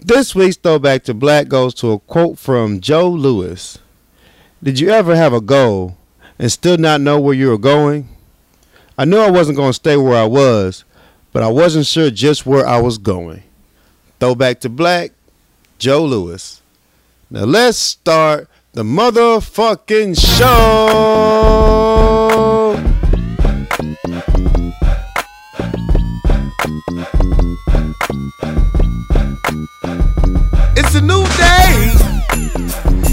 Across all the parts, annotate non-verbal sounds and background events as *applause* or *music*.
This week's throwback to black goes to a quote from Joe Lewis. Did you ever have a goal and still not know where you were going? I knew I wasn't going to stay where I was, but I wasn't sure just where I was going. Throwback to black, Joe Lewis. Now let's start the motherfucking show. It's a new day.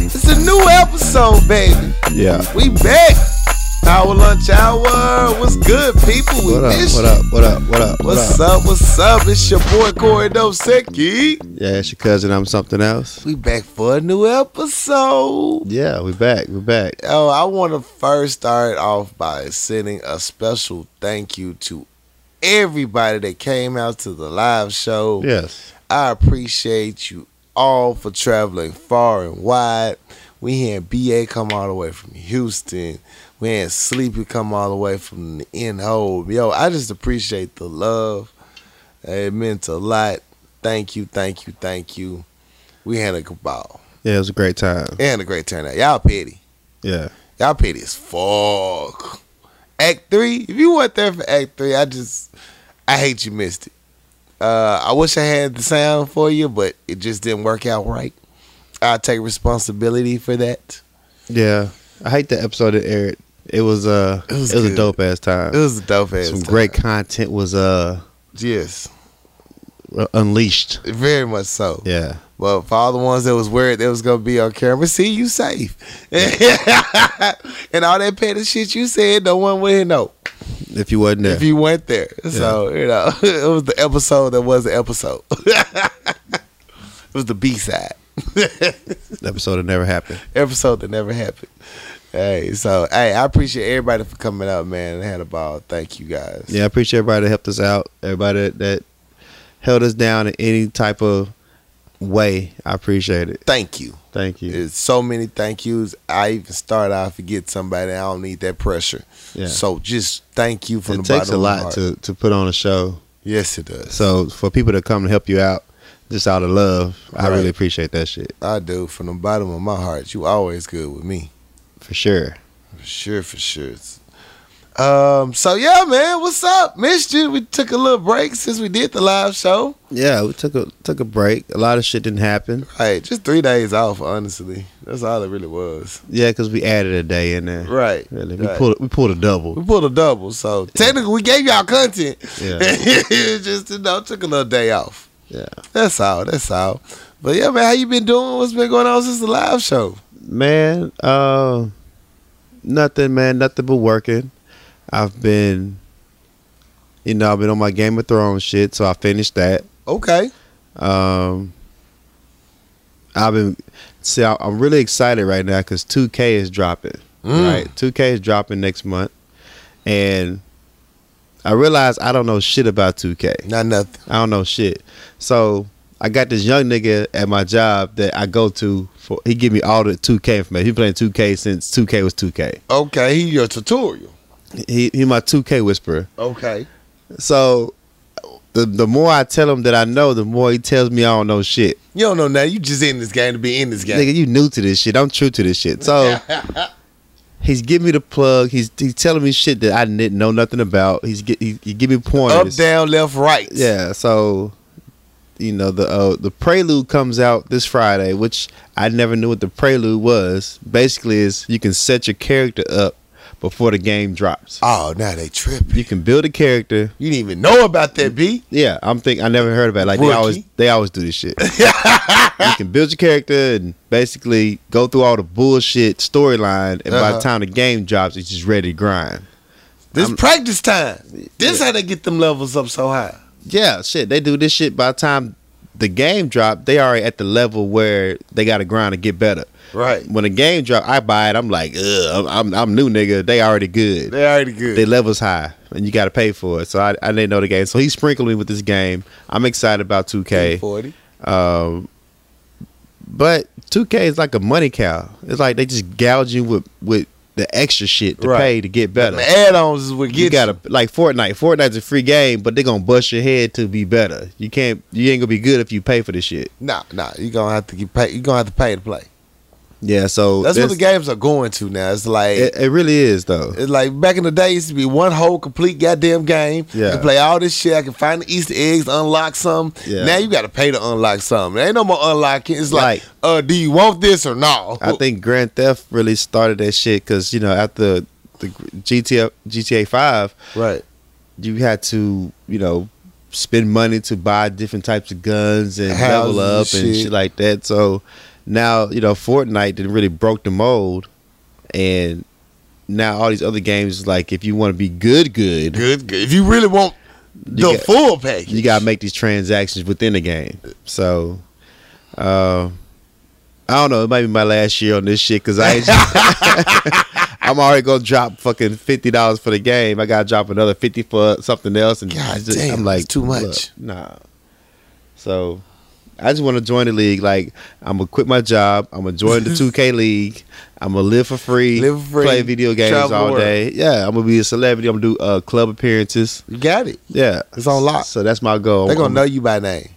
It's a new episode, baby. Yeah. We back. Our lunch hour. What's good, people? We What up? miss What you. up? What up? What up? What What's up? What's up? It's your boy Corey Dosecki. Yeah, it's your cousin. I'm something else. We back for a new episode. Yeah, we back. We back. Oh, I want to first start off by sending a special thank you to everybody that came out to the live show. Yes. I appreciate you all for traveling far and wide. We had BA come all the way from Houston. We had Sleepy come all the way from the end hole. Yo, I just appreciate the love. It meant a lot. Thank you, thank you, thank you. We had a good ball Yeah, it was a great time. and a great turnout. Y'all petty. Yeah. Y'all petty as fuck. Act three. If you weren't there for Act three, I just I hate you missed it. Uh, I wish I had the sound for you, but it just didn't work out right. I take responsibility for that. Yeah. I hate the episode that aired. It was uh It was it was a good. dope ass time. It was a dope ass. Some time. great content was uh yes, unleashed. very much so. Yeah. Well, for all the ones that was worried that was gonna be on camera, see you safe, *laughs* and all that petty shit you said, no one would know If you wasn't there. if you weren't there. So you know, *laughs* it was the episode that was the episode. *laughs* it was the B side The episode that never happened. episode that never happened. Hey, so hey, I appreciate everybody for coming out, man. I had a ball. Thank you guys. Yeah, I appreciate everybody that helped us out. Everybody that, that held us down in any type of way. I appreciate it. Thank you. Thank you. There's so many thank yous. I even start out forget somebody. I don't need that pressure. Yeah. So just thank you from it the takes bottom a of my lot heart. to, to put on a show. Yes, it does. So for people to come and help you out just out of love, I Right. really appreciate that shit. I do from the bottom of my heart. You always good with me. For sure. For sure, for sure. Um, so yeah, man, what's up? Missed you. We took a little break since we did the live show. Yeah, we took a took a break. A lot of shit didn't happen. Right, just three days off, honestly. That's all it really was. Yeah, because we added a day in there. Right. Really, we right. pulled we pulled a double. we pulled a double, so technically we gave y'all content. *laughs* Yeah. just you know, took a little day off. Yeah, That's all, that's all. But yeah, man, how you been doing? What's been going on since the live show? man. Uh, nothing, man. Nothing but working. I've been, you know, I've been on my Game of Thrones shit, so I finished that. Okay. Um, I've been see. I, I'm really excited right now because 2K is dropping. Mm. Right, 2K is dropping next month, and I realized I don't know shit about 2K. Not nothing. I don't know shit. So I got this young nigga at my job that I go to for. He give me all the 2K information. He playing 2K since 2K was 2K. Okay, he your tutorial. He he my 2K whisperer. Okay. So the the more I tell him that I know, the more he tells me I don't know shit. You don't know now, you just in this game to be in this game. Nigga, you new to this shit. I'm true to this shit. So he's giving me the plug. He's he's telling me shit that I didn't know nothing about. He's get he, he give me Up, pointers. down, left, right. Yeah, so you know the uh, the prelude comes out this Friday, which I never knew what the prelude was. Basically, is you can set your character up before the game drops. Oh, now they tripping. You can build a character. You didn't even know about that, B. Yeah, I'm think I never heard about it. like they Rookie. always they always do this *laughs* shit. you can build your character and basically go through all the bullshit storyline, and by Uh-huh. the time the game drops, it's just ready to grind. This practice time. This how they get them levels up so high. Yeah, shit. They do this shit by the time the game drop, they already at the level where they got to grind to get better. Right. When the game drop, I buy it. I'm like, Ugh, I'm, I'm I'm new nigga. They already good. They already good. They levels high, and you got to pay for it. So I, I didn't know the game. So he sprinkled me with this game. I'm excited about 2K. 40. Um, but 2K is like a money cow. It's like they just gouge you with with the extra shit to Right. pay to get better. The add-ons is what gets you gotta like Fortnite. Fortnite's a free game, but they're gonna bust your head to be better. You can't. You ain't gonna be good if you pay for this shit. Nah, nah. You're gonna have to get pay. You're gonna have to pay to play. Yeah. So That's what the this- games are going to now. It's like It, it really is though. it's like back in the day, it used to be one whole complete goddamn game. I Yeah. can play all this shit. I can find the Easter eggs, unlock some. Yeah. Now you got to pay to unlock some. There ain't no more unlocking. It's like, Like- uh, do you want this or no? I think Grand Theft really started that shit because you know after the GTA GTA Five, *laughs* right. you had to you know spend money to buy different types of guns and Houses level up and and shit. shit like that. So now you know Fortnite that really broke the mold, and now all these other games like if you want to be good, good, Good, good. If you really want the You got- full package, you gotta make these transactions within the game. So, uh, I don't know. It might be my last year on this shit because I, ain't- *laughs* *laughs* I'm already gonna drop fucking fifty dollars for the game. I gotta drop another fifty for something else, and God it's damn, I'm like it's too look, much. Nah. So, I just want to join the league. Like, I'm gonna quit my job. I'm gonna join the *laughs* 2K league. I'm gonna live for free, Live for free, play video games travel the all world. day. Yeah, I'm gonna be a celebrity. I'm gonna do uh, club appearances. You got it. Yeah, It's on lock. So that's my goal. They're gonna I'm- know you by name.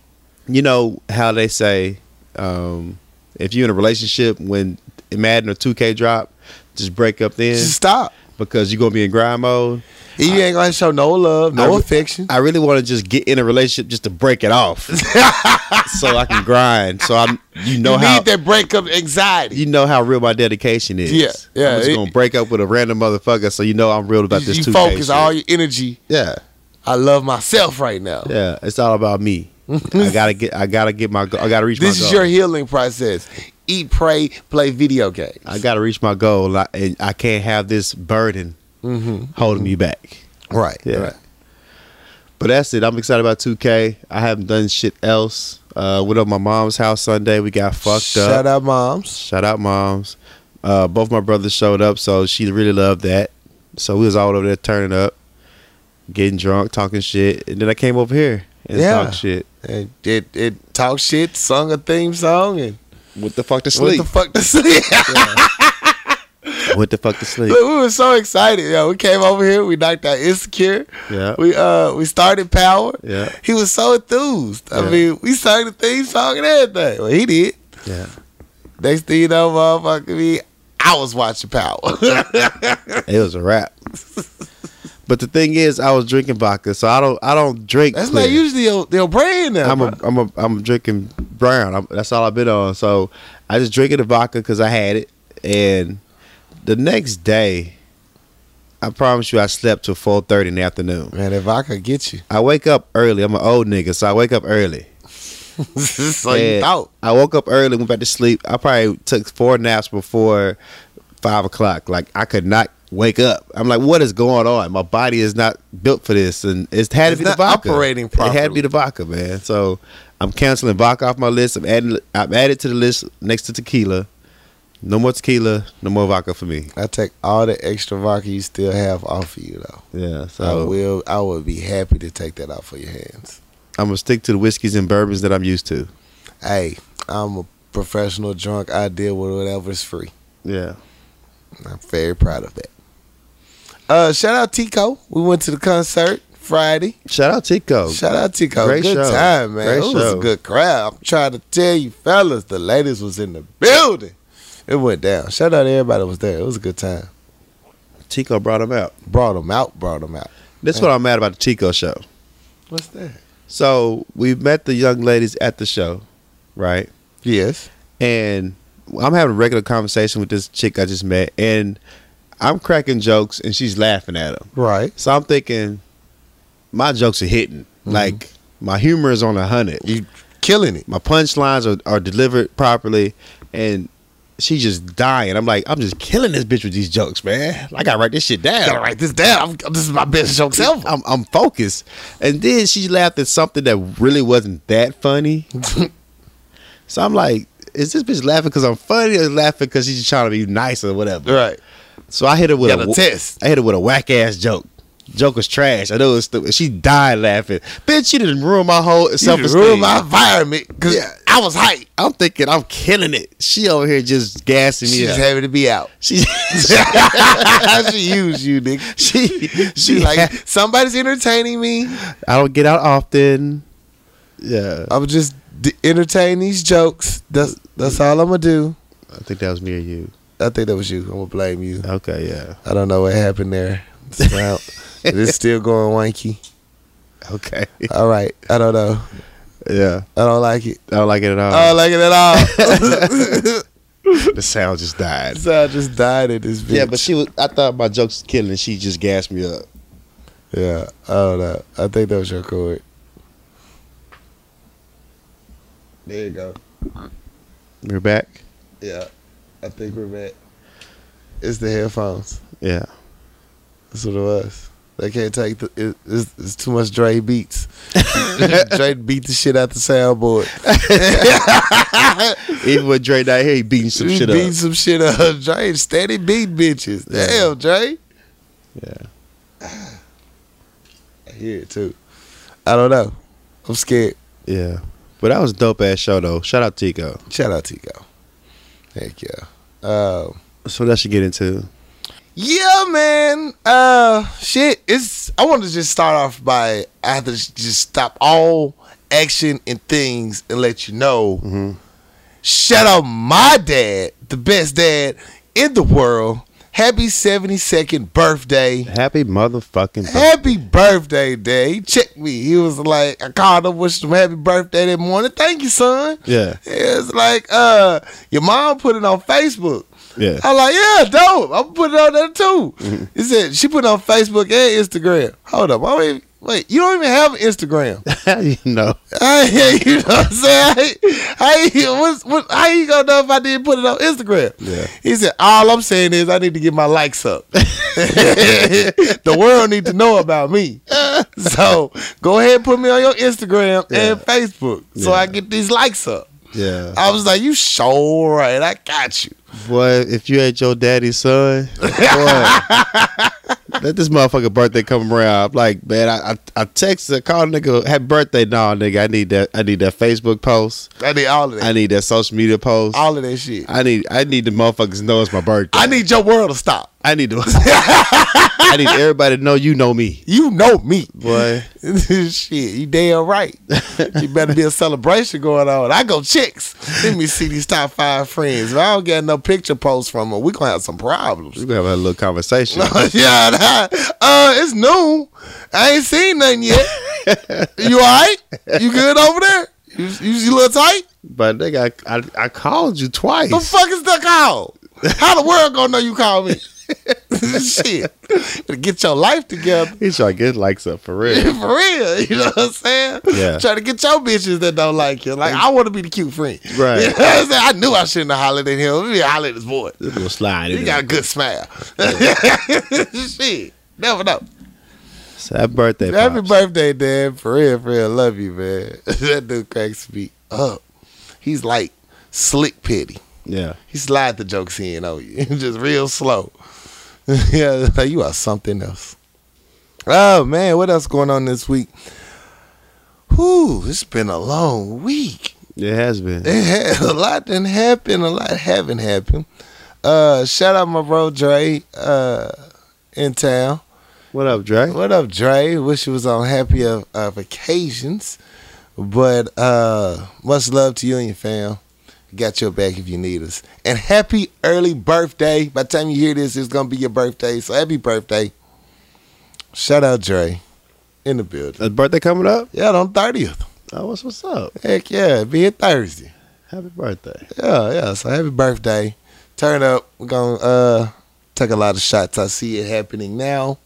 You know how they say, um, if you're in a relationship when Madden or 2K drop, just break up then Just stop. because you're gonna be in grind mode. You ain't gonna show no love, no I- affection. I really want to just get in a relationship just to break it *laughs* off, so I can grind. So I, you know you how. need that breakup anxiety. you know how real my dedication is. Yeah, yeah, I'm just it- gonna break up with a random motherfucker, so you know I'm real about You- this. 2K you focus shit. all your energy. yeah, I love myself right now. yeah. It's all about me. I gotta get. I gotta get my. go- I gotta reach. This my is goal. your healing process. Eat, pray, play video games. I got to reach my goal, and I- and I can't have this burden holding me back. Mm-hmm. Right. Yeah. Right. But that's it. I'm excited about 2K. I haven't done shit else. Uh, went up my mom's house Sunday. We got fucked up. Shout out, moms. Shout out, moms. Uh, both my brothers showed up, so she really loved that. So we was all over there turning up, getting drunk, talking shit, and then I came over here and Yeah. talked shit. It, it it talked shit, sung a theme song, and What the fuck to what sleep? the fuck to *laughs* sleep? What the fuck to sleep? Look, we were so excited, yo. We came over here, we knocked out insecure. Yeah. We uh we started power. Yeah. He was so enthused. I Yeah. mean, we sang the theme song and everything. Well, he did. Yeah. Next thing you know, motherfucker, me, I was watching power. *laughs* It was a wrap. but the thing is, I was drinking vodka, so I don't I don't drink. That's clear. not usually your, your brand now. I'm a, I'm a, I'm drinking brown. I'm, that's all I've been on. So I just drinking the vodka because I had it, and the next day, I promise you, I slept till four thirty in the afternoon. man, if I could get you. *laughs* I wake up early. I'm an old nigga, so I wake up early. so Oh, you And thought. I woke up early, went back to sleep. I probably took four naps before five o'clock. Like I could not wake up. I'm like, what is going on? My body is not built for this, and it's had It's to be the not vodka. operating It had to properly. be the vodka, man. So I'm canceling vodka off my list. I'm adding. I'm added to the list next to tequila. No more tequila. No more vodka for me. I take all the extra vodka you still have off of you though. Yeah. I So will I would be happy to take that off of your hands. I'm gonna stick to the whiskeys and bourbons that I'm used to. Hey, I'm a professional drunk. I deal with whatever's free. Yeah. I'm very proud of that. Uh shout out Tico. We went to the concert Friday. Shout out Tico. Shout out Tico. Oh, Great good show. time, man. Great it was show. a good crowd. I'm trying to tell you fellas, the ladies was in the building. It went down. Shout out to everybody that was there. It was a good time. Tico brought him out. Brought them out, brought them out. That's what I'm mad about the Tico show. What's that? So we met the young ladies at the show, right? Yes. And I'm having a regular conversation with this chick I just met, and I'm cracking jokes, and she's laughing at them. Right. So I'm thinking, my jokes are hitting. Like my humor is on a hundred. You killing it. My punchlines are, are delivered properly, and she's just dying. I'm like, I'm just killing this bitch with these jokes, man. I gotta write this shit down. gotta write this down. I'm, this is my best jokes ever. I'm, I'm focused. And then she laughed at something that really wasn't that *laughs* funny. so I'm like, is this bitch laughing because I'm funny or laughing because she's just trying to be nice or whatever? Right. So I hit her with Got a a test. I hit her with a whack ass joke. joke was trash. I know it's stupid. She died laughing. Bitch, you didn't ruin my whole self You esteem. ruined my environment because Yeah. I was hyped. I'm thinking I'm killing it. She over here just gassing me She's up. happy to be out. *laughs* *laughs* She's she used you, nigga. she she *laughs* She's like, like somebody's entertaining me. *laughs* I don't get out often. Yeah, I'm just d- entertaining these jokes. That's that's all I'm gonna do. I think that was near you. I think that was you. I'm gonna blame you. Okay, yeah. I don't know what happened there. It's *laughs* about- it is still going wanky. Okay, All right. I don't know. *laughs* yeah. I don't like it. I don't like it at all. I don't like it at *laughs* all. *laughs* the sound just died. so I just died in this bitch. Yeah, but she was. I thought my jokes was killing. She just gassed me up. yeah, I don't know. I think that was your chord. There you go. We're back. Yeah, I think we're back. It's the headphones. Yeah. That's what it was. They can't take the. It, it's, it's too much *laughs* Dre beats. Dre beat the shit out the soundboard. *laughs* Even with Dre not here, he beating some He shit beat up. some shit up. *laughs* Dre steady beat bitches. Yeah. Damn, Dre. Yeah. I hear it too. I don't know. I'm scared. Yeah. But that was a dope ass show though. Shout out Tico. Shout out Tico. Heck yeah. Um, So that should get into. Yeah, man. Uh, shit. It's. I want to just start off by I have to just stop all action and things and let you know. Shout out my dad, the best dad in the world. Happy seventy second birthday. Happy motherfucking. *laughs* Happy birthday, Dad. He checked me. He was like, I called him, wished him happy birthday that morning. Thank you, son. Yeah. It's like, uh, your mom put it on Facebook. Yeah. *laughs* *laughs* I'm like, yeah, dope. I'm putting it on there too. He said she put it on Facebook and Instagram. Hold up, I don't even, wait, you don't even have *laughs* an Instagram. you know. I, you know what I'm saying? I, I, what's, what, how you gonna know if I didn't put it on Instagram? Yeah. He said, all I'm saying is I need to get my likes up. the world need to know *laughs* about me. So go ahead and put me on your Instagram and Facebook so Yeah. I Uh-huh. get these likes up. Yeah. I was like, you sure right? I got you. Boy, if you ain't your daddy's son, *laughs* boy, let this motherfucker birthday come around. I'm like, man, I I, I texted, called nigga, happy birthday, nah, nigga. I need that. I need that Facebook post. I need all of that. I need that social media post. all of that shit. I need I need the motherfuckers to know it's my birthday. I need your world to stop. I *laughs* need to. *laughs* I need everybody to know you know me, You know me. boy. *laughs* Shit, you damn right. You better be a celebration going on. I go chicks. Let me see these top five friends. If I don't get no picture posts from them, we gonna have some problems. *laughs* We're gonna have a little conversation. yeah, nah. uh, it's new. I ain't seen nothing yet. you all right? You good over there? You, you, you look tight? But nigga, I, I I called you twice. The fuck is the call? How the world gonna know you called me? *laughs* Shit. Better get your life together. He's trying to get likes up for real. *laughs* For real, you know what I'm saying? Yeah. Try to get your bitches that don't like you. Like I want to be the cute friend, Right. You know what I'm saying? I knew I shouldn't have hollered at him. Let me holler at this boy. This little slide. in He there. got a good smile. *laughs* Shit, never know. So happy birthday. Happy Pops. birthday, Dad. For real, for real, love you, man. *laughs* that dude cracks me up. He's like slick pity. Yeah. He slide the jokes in on you, oh, *laughs* just real slow. *laughs* yeah, like, you are something else. Oh man, what else going on this week? Whew, it's been a long week. *laughs* It has been. It had, a lot didn't happen, a lot haven't happened. Uh, shout out my bro Dre uh, in town. What up, Dre? What up, Dre? Wish you was on happier of occasions, but uh, much love to you and your fam. Got your back if you need us. And happy early birthday! By the time you hear this, it's gonna be your birthday. So happy birthday! Shout out Dre in the building. A birthday coming up? Yeah, on thirtieth. Oh, what's what's up? Heck yeah, be here Thursday. Happy birthday. Yeah, yeah. So happy birthday! Turn up. We're gonna uh, take a lot of shots. I see it happening now.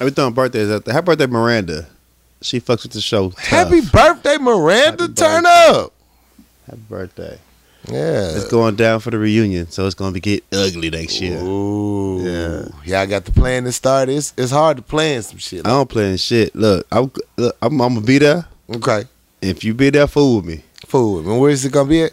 Are we throwing birthdays out there? Happy birthday, Miranda. She fucks with the show. tough. Happy birthday, Miranda! Happy Turn birthday. up. Happy birthday. Yeah, It's going down for the reunion, so it's gonna be get ugly next year. Ooh. Yeah. Y'all got the plan to start. It's, it's hard to plan some shit. I don't plan shit. Look, I'm look, I'm, I'm gonna be there. okay. If you be there, fool with me. Fool. And where's it going to be at?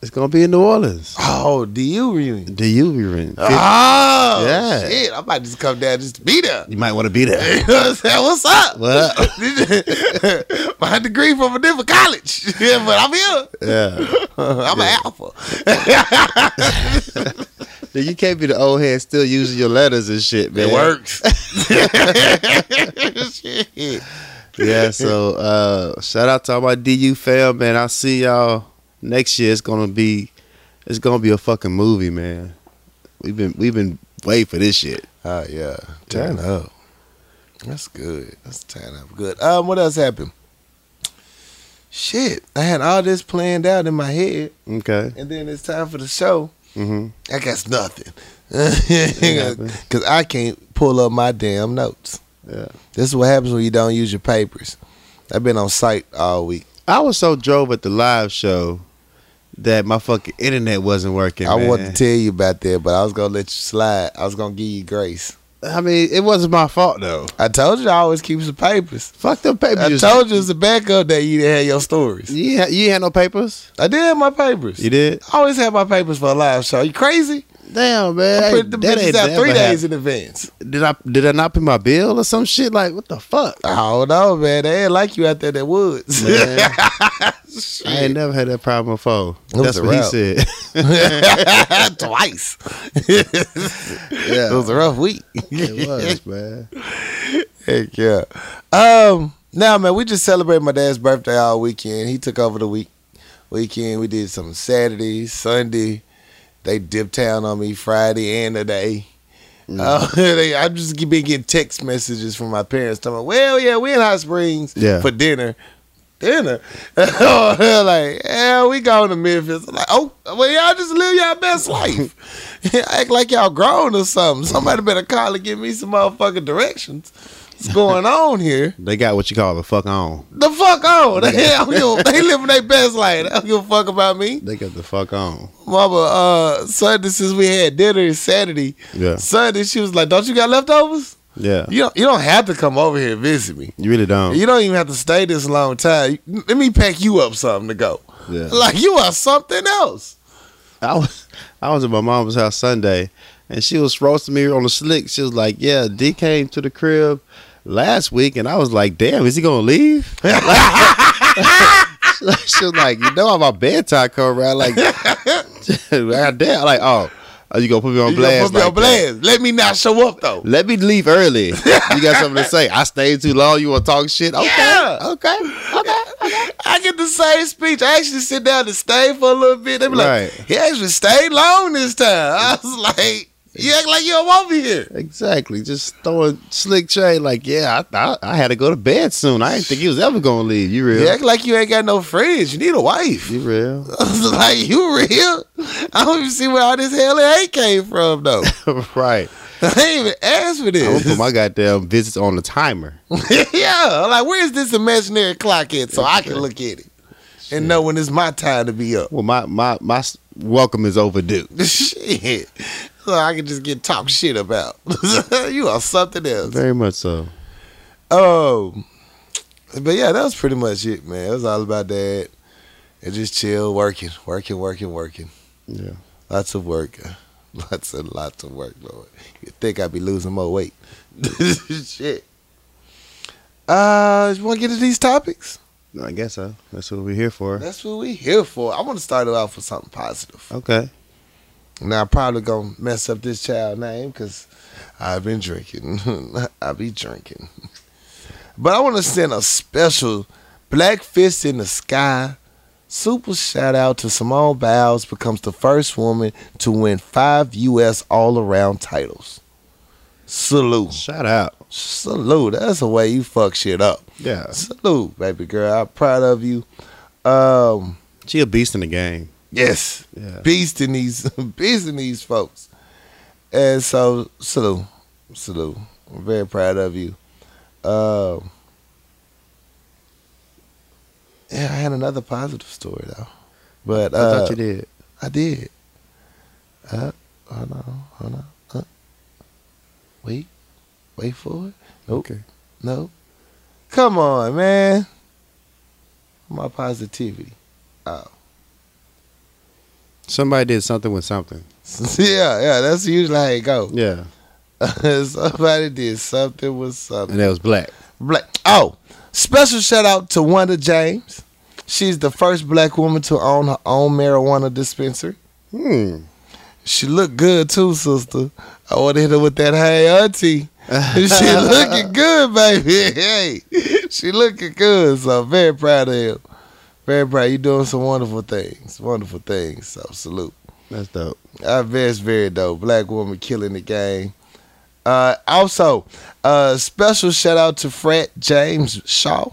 It's gonna be in New Orleans. Oh, do you reunion? Do you even? Oh, Yeah. shit. I might just come down just to be there. *laughs* You might want to be there. You know what I'm saying? What's up? What up? *laughs* My degree from a different college. *laughs* Yeah, but I'm here. *laughs* yeah. I'm an alpha. Dude, you can't be the old head still using your letters and shit, man. It works. *laughs* Shit. yeah, *laughs* so uh shout out to all my DU fam, man. I'll see y'all next year. It's gonna be it's gonna be a fucking movie, man. We've been we've been waiting for this shit. Oh yeah, turn up. That's good. That's turn up good. Um, what else happened? Shit, I had all this planned out in my head, Okay. and then it's time for the show. Mm-hmm. I guess nothing, *laughs* happened. because I can't pull up my damn notes. Yeah. This is what happens when you don't use your papers. I've been on site all week. I was so drove at the live show that my fucking internet wasn't working. I man. wanted to tell you about that, but I was gonna let you slide. I was gonna give you grace. I mean, it wasn't my fault though. I told you I always keep some papers. Fuck them papers. I told you it's a backup that you didn't have your stories. You, ha- you had no papers. I did have my papers. You did. I always have my papers for a live show. you crazy? Damn, man. I Hey, put the that bitches ain't out never three days happened. in advance. Did I did I not pay my bill or some shit? Like what the fuck? I don't know, man. They ain't like you out there in the woods. Man. I ain't never had that problem before. was That's a what he wrap. *laughs* said. *laughs* Twice. *laughs* It was a rough week. it was, man. Heck yeah. Um, now man, we just celebrated my dad's birthday all weekend. He took over the week weekend. We did some Saturday, Sunday. They dipped town on me Friday and today. Uh, *laughs* they, I've just ge- been getting text messages from my parents telling me, "Well, yeah, we in Hot Springs Yeah. for dinner." Dinner, *laughs* They're like yeah, we going to Memphis. I'm like, oh, well, y'all just live y'all best life. *laughs* Act like y'all grown or something. Somebody better call and give me some motherfucking directions. What's going on here? They got what you call the fuck on. The fuck on. *laughs* They, don't give, they living their best life. They don't give a fuck about me. They got the fuck on. Mama, uh, Sunday since we had dinner Saturday, Yeah. Sunday she was like, "Don't you got leftovers? Yeah. You don't. You don't have to come over here and visit me. You really don't. You don't even have to stay this long time. You- Let me pack you up something to go. Yeah. Like you are something else. I was I was at my mom's house Sunday, and she was roasting me on the slick. She was like, "Yeah, D came to the crib last week," and I was like, "Damn, is he gonna leave?" *laughs* she was like, *laughs* "You know how my bedtime come around?" Like, *laughs* God damn, I'm like, oh, are you gonna put me on You gonna blast? put me like that? on blast. Let me not show up though. Let me leave early. You got something to say? I stayed too long. You want to talk shit? Okay, Yeah. okay, okay, okay. I get the same speech. I actually sit down to stay for a little bit. They be like, Right. he actually stayed long this time. I was like, you act like you don't want me here. Exactly. Just throwing slick trade like, yeah, I, I I had to go to bed soon. I didn't think he was ever gonna leave. You real? You act like you ain't got no friends. You need a wife. You real? *laughs* *laughs* I was like, you real? I don't even see where all this hell and hate came *laughs* from, though. right. I ain't even asked for I'm gonna this. put my goddamn visits on the timer. *laughs* yeah, like, where is this imaginary clock at so I can look at it and know when it's my time to be up? *laughs* Well, my my my s- welcome is overdue. Shit. So I can just get talked shit about. *laughs* you are something else. Very much so. Oh, but yeah, that was pretty much it, man. It was all about that and just chill, working, working, working, working. Yeah. Lots of work, *laughs* lots and lots of work, Lord. You think I'd be losing more weight? *laughs* Shit. Uh, you want to get to these topics? I guess so. That's what we're here for. That's what we here for. I want to start it off with something positive. Okay. Now I'm probably gonna mess up this child name because I've been drinking. *laughs* I be drinking. But I want to send a special Black Fist in the Sky super shout out to Simone Biles becomes the first woman to win five U.S. all around titles. Salute. Shout out. Salute. That's the way you fuck shit up. Yeah. Salute, baby girl. I'm proud of you. Um, She a beast in the game. yes Yeah. beast in these *laughs* beast in these folks. And so salute, salute. I'm very proud of you. Um, yeah, I had another positive story though, but I uh, thought you did. I did. Uh, hold on, hold on. Uh, wait, wait for it. Nope. Okay. No. Come on, man. My positivity. Oh. Somebody did something with something. *laughs* yeah, yeah, that's usually how it go. Yeah. *laughs* Somebody did something with something. And that was black. Black. Oh, special shout out to Wanda James. She's the first black woman to own her own marijuana dispensary. *laughs* Hmm. She looked good too, sister. I want to hit her with that hey auntie. *laughs* she looking good, baby. *laughs* Hey, she looking good. So very proud of you. Very proud. You doing some wonderful things. Wonderful things. So salute. That's dope. I that's Uh, very dope. Black woman killing the game. Uh, also, uh, special shout out to Frat James Shaw.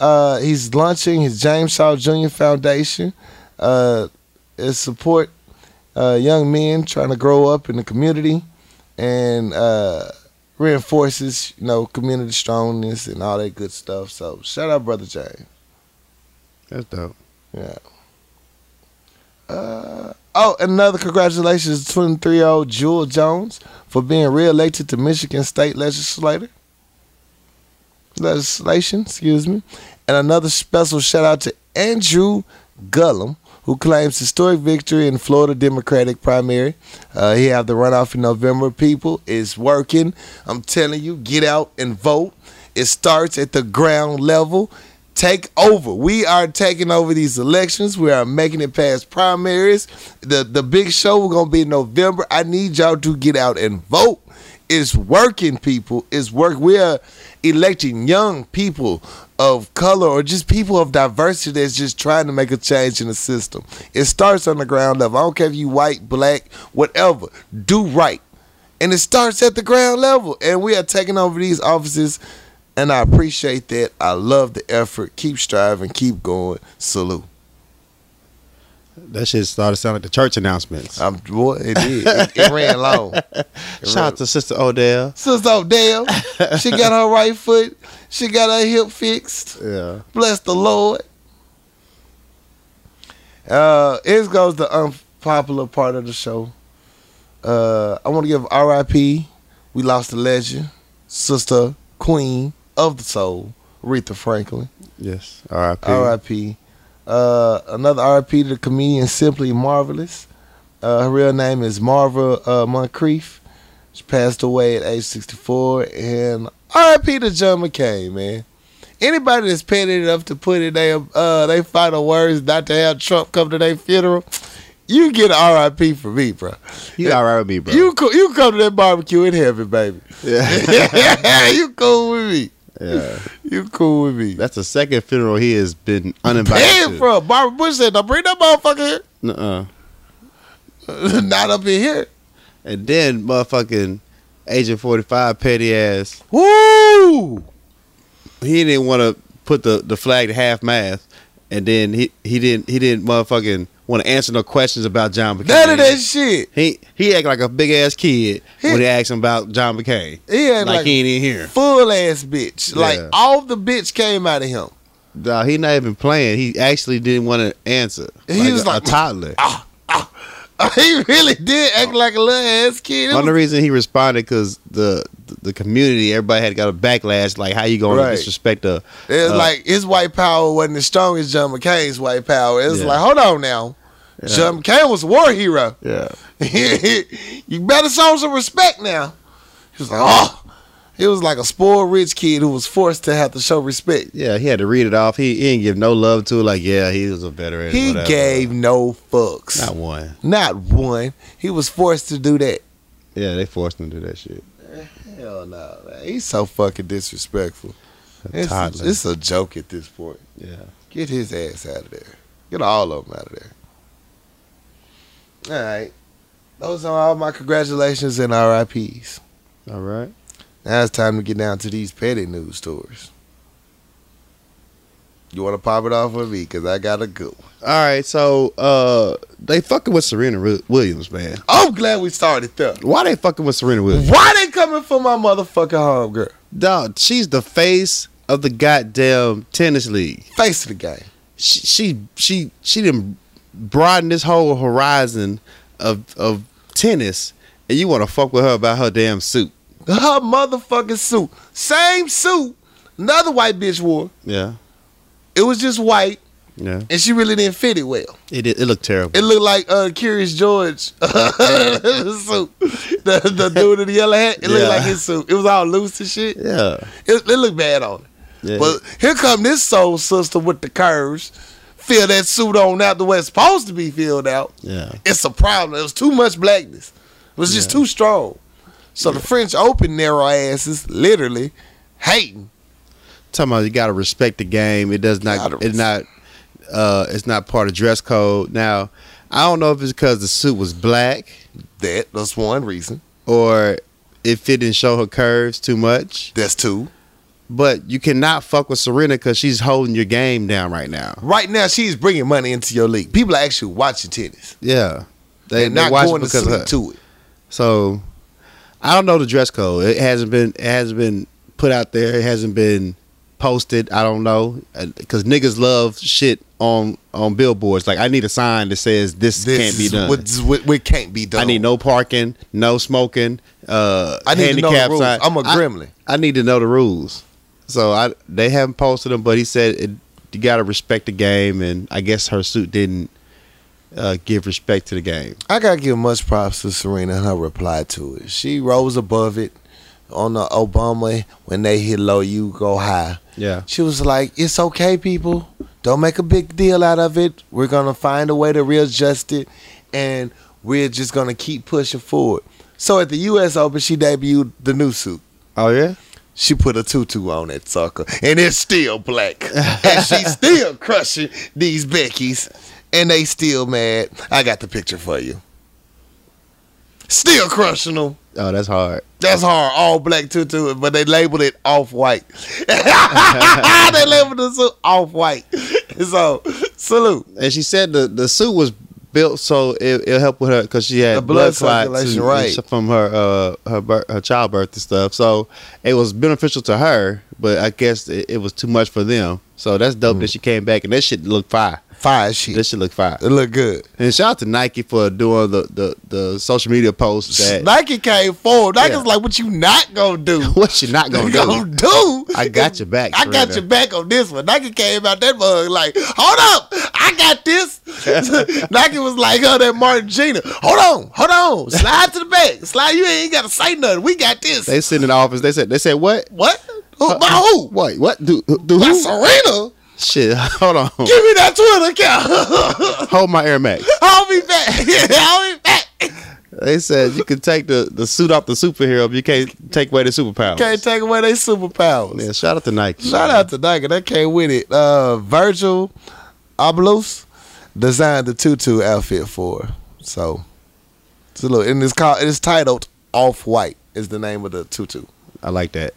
Uh, he's launching his James Shaw Jr. Foundation. Uh, it support uh, young men trying to grow up in the community and uh, reinforces, you know, community strongness and all that good stuff. So shout out, brother James. That's dope. Yeah. Uh, oh, another congratulations to 23 year old Jewel Jones for being reelected to Michigan State Legislator. Legislation, excuse me. And another special shout out to Andrew Gullum, who claims historic victory in Florida Democratic primary. Uh, he have the runoff in November. People, it's working. I'm telling you, get out and vote. It starts at the ground level take over. We are taking over these elections. We are making it past primaries. The the big show we're gonna be in November. I need y'all to get out and vote. It's working, people. It's work. We are electing young people of color or just people of diversity that's just trying to make a change in the system. It starts on the ground level. I don't care if you white, black, whatever. Do right. And it starts at the ground level. And we are taking over these offices and I appreciate that. I love the effort. Keep striving. Keep going. Salute. That shit started sounding like the church announcements. I'm boy. It did. It, it ran long. Uh, Shout out to Sister Odell. Sister Odell. She got her right foot. She got her hip fixed. Yeah. Bless the Lord. Uh, here goes the unpopular part of the show. Uh, I want to give R.I.P. We lost the legend, sister, queen of the soul, Aretha Franklin. Yes. R.I.P. R.I.P. Uh, another R.I.P. to the comedian Simply Marvelous. Uh, her real name is Marva uh, Moncrief. She passed away at age 64. And R.I.P. to John McCain, man. Anybody that's petty enough to put in their uh, they final words not to have Trump come to their funeral, you get an R.I.P. for me, bro. You all right with me, bro. You co- you come to that barbecue in heaven, baby. *laughs* *laughs* yeah. you cool with me. yeah. You cool with me. That's the second funeral he has been uninvited Damn, to. bro. Barbara Bush said, "Don't bring that motherfucker here." Nuh-uh. *laughs* not up in here. And then motherfucking Agent 45 petty ass. Woo! He didn't want to put the, the flag to half mast. And then he, he didn't he didn't motherfucking want to answer no questions about John McCain. None of that shit. He he act like a big ass kid He- when they asked him about John McCain. He Like, had like, he ain't in here. full ass bitch. Like Yeah. all the bitch came out of him. *laughs* Nah, he not even playing. He actually didn't want to answer. He was a, like, a *laughs* toddler. he really did act like a little ass kid. It One of was- the reason he responded because the the community, everybody had got a backlash. Like, how you going Right. to disrespect the? It was uh, like his white power wasn't as strong as John McCain's white power. It was Yeah. like, hold on now. John McCain was a war hero. *laughs* Yeah, you better show some respect now. He was like, oh. He was like a spoiled rich kid who was forced to have to show respect. yeah. He had to read it off. He, he didn't give no love to it. Like, yeah, he was a veteran. He whatever. gave no fucks. not Not, one. one. He was forced to do that. Yeah, they forced him to do that shit. Hell no, man. He's so fucking disrespectful. It's a, toddler. it's a joke at this point. Yeah, Get his ass out of there. Get all of them out of there. All right. Those are all my congratulations and RIPs. all right. Now it's time to get down to these petty news stories. You want to pop it off with me? Because I got a good one. All right, so uh they fucking with Serena Wi- Williams, man. I'm glad we started there. Why they fucking with Serena Williams? Why they coming for my motherfucking home, girl? Dog, she's the face of the goddamn tennis league. Face of the game. She she she, she didn't broaden this whole horizon of of tennis, and you want to fuck with her about her damn suit? Her motherfucking suit. Same suit another white bitch wore. Yeah, It was just white. Yeah. and she really didn't fit it well. It it looked terrible. It looked like uh, Curious George *laughs* suit. The, the dude in the yellow hat. It looked Yeah. like his suit. It was all loose and shit. It, yeah. it looked bad on her. yeah. But here come this soul sister with the curves. Fill that suit on out the way it's supposed to be filled out. yeah. It's a problem. It was too much blackness. It was just too strong. So the French open narrow asses literally hating. Talking about you gotta respect the game. It does not Gotta it's not uh it's not part of dress code. Now, I don't know if it's because the suit was black That that's one reason. or if it didn't show her curves too much. That's two. But you cannot fuck with Serena because she's holding your game down right now. Right now she's bringing money into your league. People are actually watching tennis. Yeah. They, They're they not watch it going to because of sleep her. to it. So I don't know the dress code. It hasn't been it hasn't been put out there. It hasn't been posted. I don't know because niggas love shit on on billboards. Like I need a sign that says this, This can't be is done. What, this is what, what can't be done. I need no parking, no smoking. Uh, I need to know the handicap rules. sign. I'm a I- gremlin. I, need to know the rules. So I they haven't posted them, but he said it, you got to respect the game, and I guess her suit didn't uh, give respect to the game. I gotta give much props to Serena and her reply to it. She rose above it on the Obama when they hit low, you go high. Yeah, She was like, "It's okay, people. Don't make a big deal out of it. We're gonna find a way to readjust it, and we're just gonna keep pushing forward." So at the U.S. Open, she debuted the new suit. Oh yeah. She put a tutu on that sucker, and it's still black. and she's still crushing these Beckys, and they still mad. I got the picture for you. Still crushing them. Oh, that's hard. That's hard. All black tutu, but they labeled it off white. *laughs* they labeled the suit off white. So salute. And she said the, the suit was built so it, it'll help with her because she had The blood, blood clots circulation, and- right. and from her uh her birth, her childbirth and stuff. So it was beneficial to her, but I guess it, it was too much for them. So that's dope Mm. that she came back and that shit looked fire. Fire shit. That shit looked fire. it look good. And shout out to Nike for doing the the, the social media posts that Nike came forward. Nike's Yeah. like, what you not gonna do? *laughs* what you not *laughs* gonna gonna do. do? I got your back. *laughs* I got Serena. your back on this one. Nike came out that mug like, hold up, I *laughs* got this. Nike was like, oh, that Martin Gina. Hold on, hold on. Slide to the back. Slide, you ain't gotta say nothing. We got this. They Uh-uh. sitting in the office. They said they said what? Uh, what? Who, by who? What? What? Do do By who? Serena? Shit. *laughs* Hold on. Give me that Twitter account. *laughs* Hold my Air Max. I'll be back. *laughs* I'll be back. They said you can take the, the suit off the superhero, but you can't take away the superpower. Can't take away their superpowers. yeah, shout out to Nike. Shout out to Nike. They came with it. Uh, Virgil Abloh designed the tutu outfit for. her. So it's a little and it's called it's titled Off White is the name of the tutu. *laughs* I like that.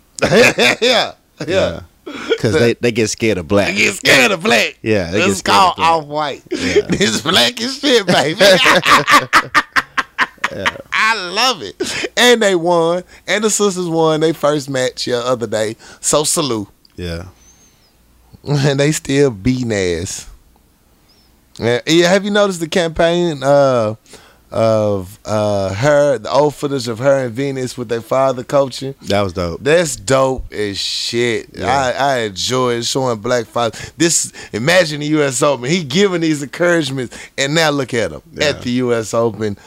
yeah. Yeah. Because they, they get scared of They black. get scared of black. Yeah, they get It's scared of called black. off white. *laughs* It's black as shit, baby. *laughs* I love it. And they won. And the sisters won their first match the other day. So salute. *laughs* Yeah. and they still beating ass. Yeah, yeah, have you noticed the campaign uh, of uh, her, the old footage of her and Venus with their father coaching? That was dope. That's dope as shit. I, I enjoy showing black fathers. This imagine the U.S. Open. He giving these encouragements, and now look at him Yeah. at the U.S. Open.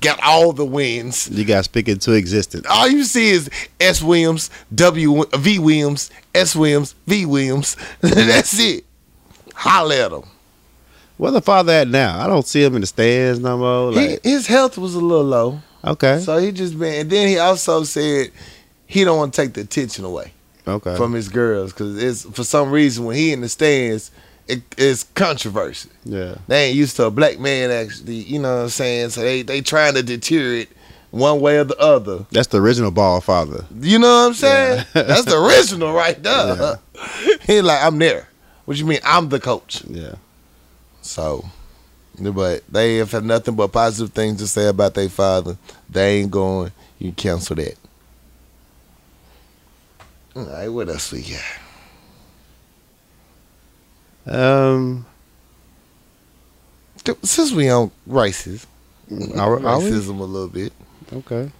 Got all the wins. You got to speak into existence. All you see is S. Williams, W. V. Williams, S. Williams, V. Williams. *laughs* That's it. Holler at him. Where the father at now? I don't see him in the stands no more. He- Like, his health was a little low, okay. so he just been. And then he also said he don't want to take the attention away. okay. from his girls because it's for some reason when he in the stands, it, it's controversy. yeah. They ain't used to a black man actually, you know what I'm saying? So they they trying to deter it one way or the other. That's the original ball father. You know what I'm saying? *laughs* That's the original right there. *laughs* he like I'm there. What you mean I'm the coach? Yeah. So, but they have had nothing but positive things to say about their father. They ain't going. You cancel that. All right, what else we got? Um, Dude, Since we on races, are, are we? racism a little bit. Okay.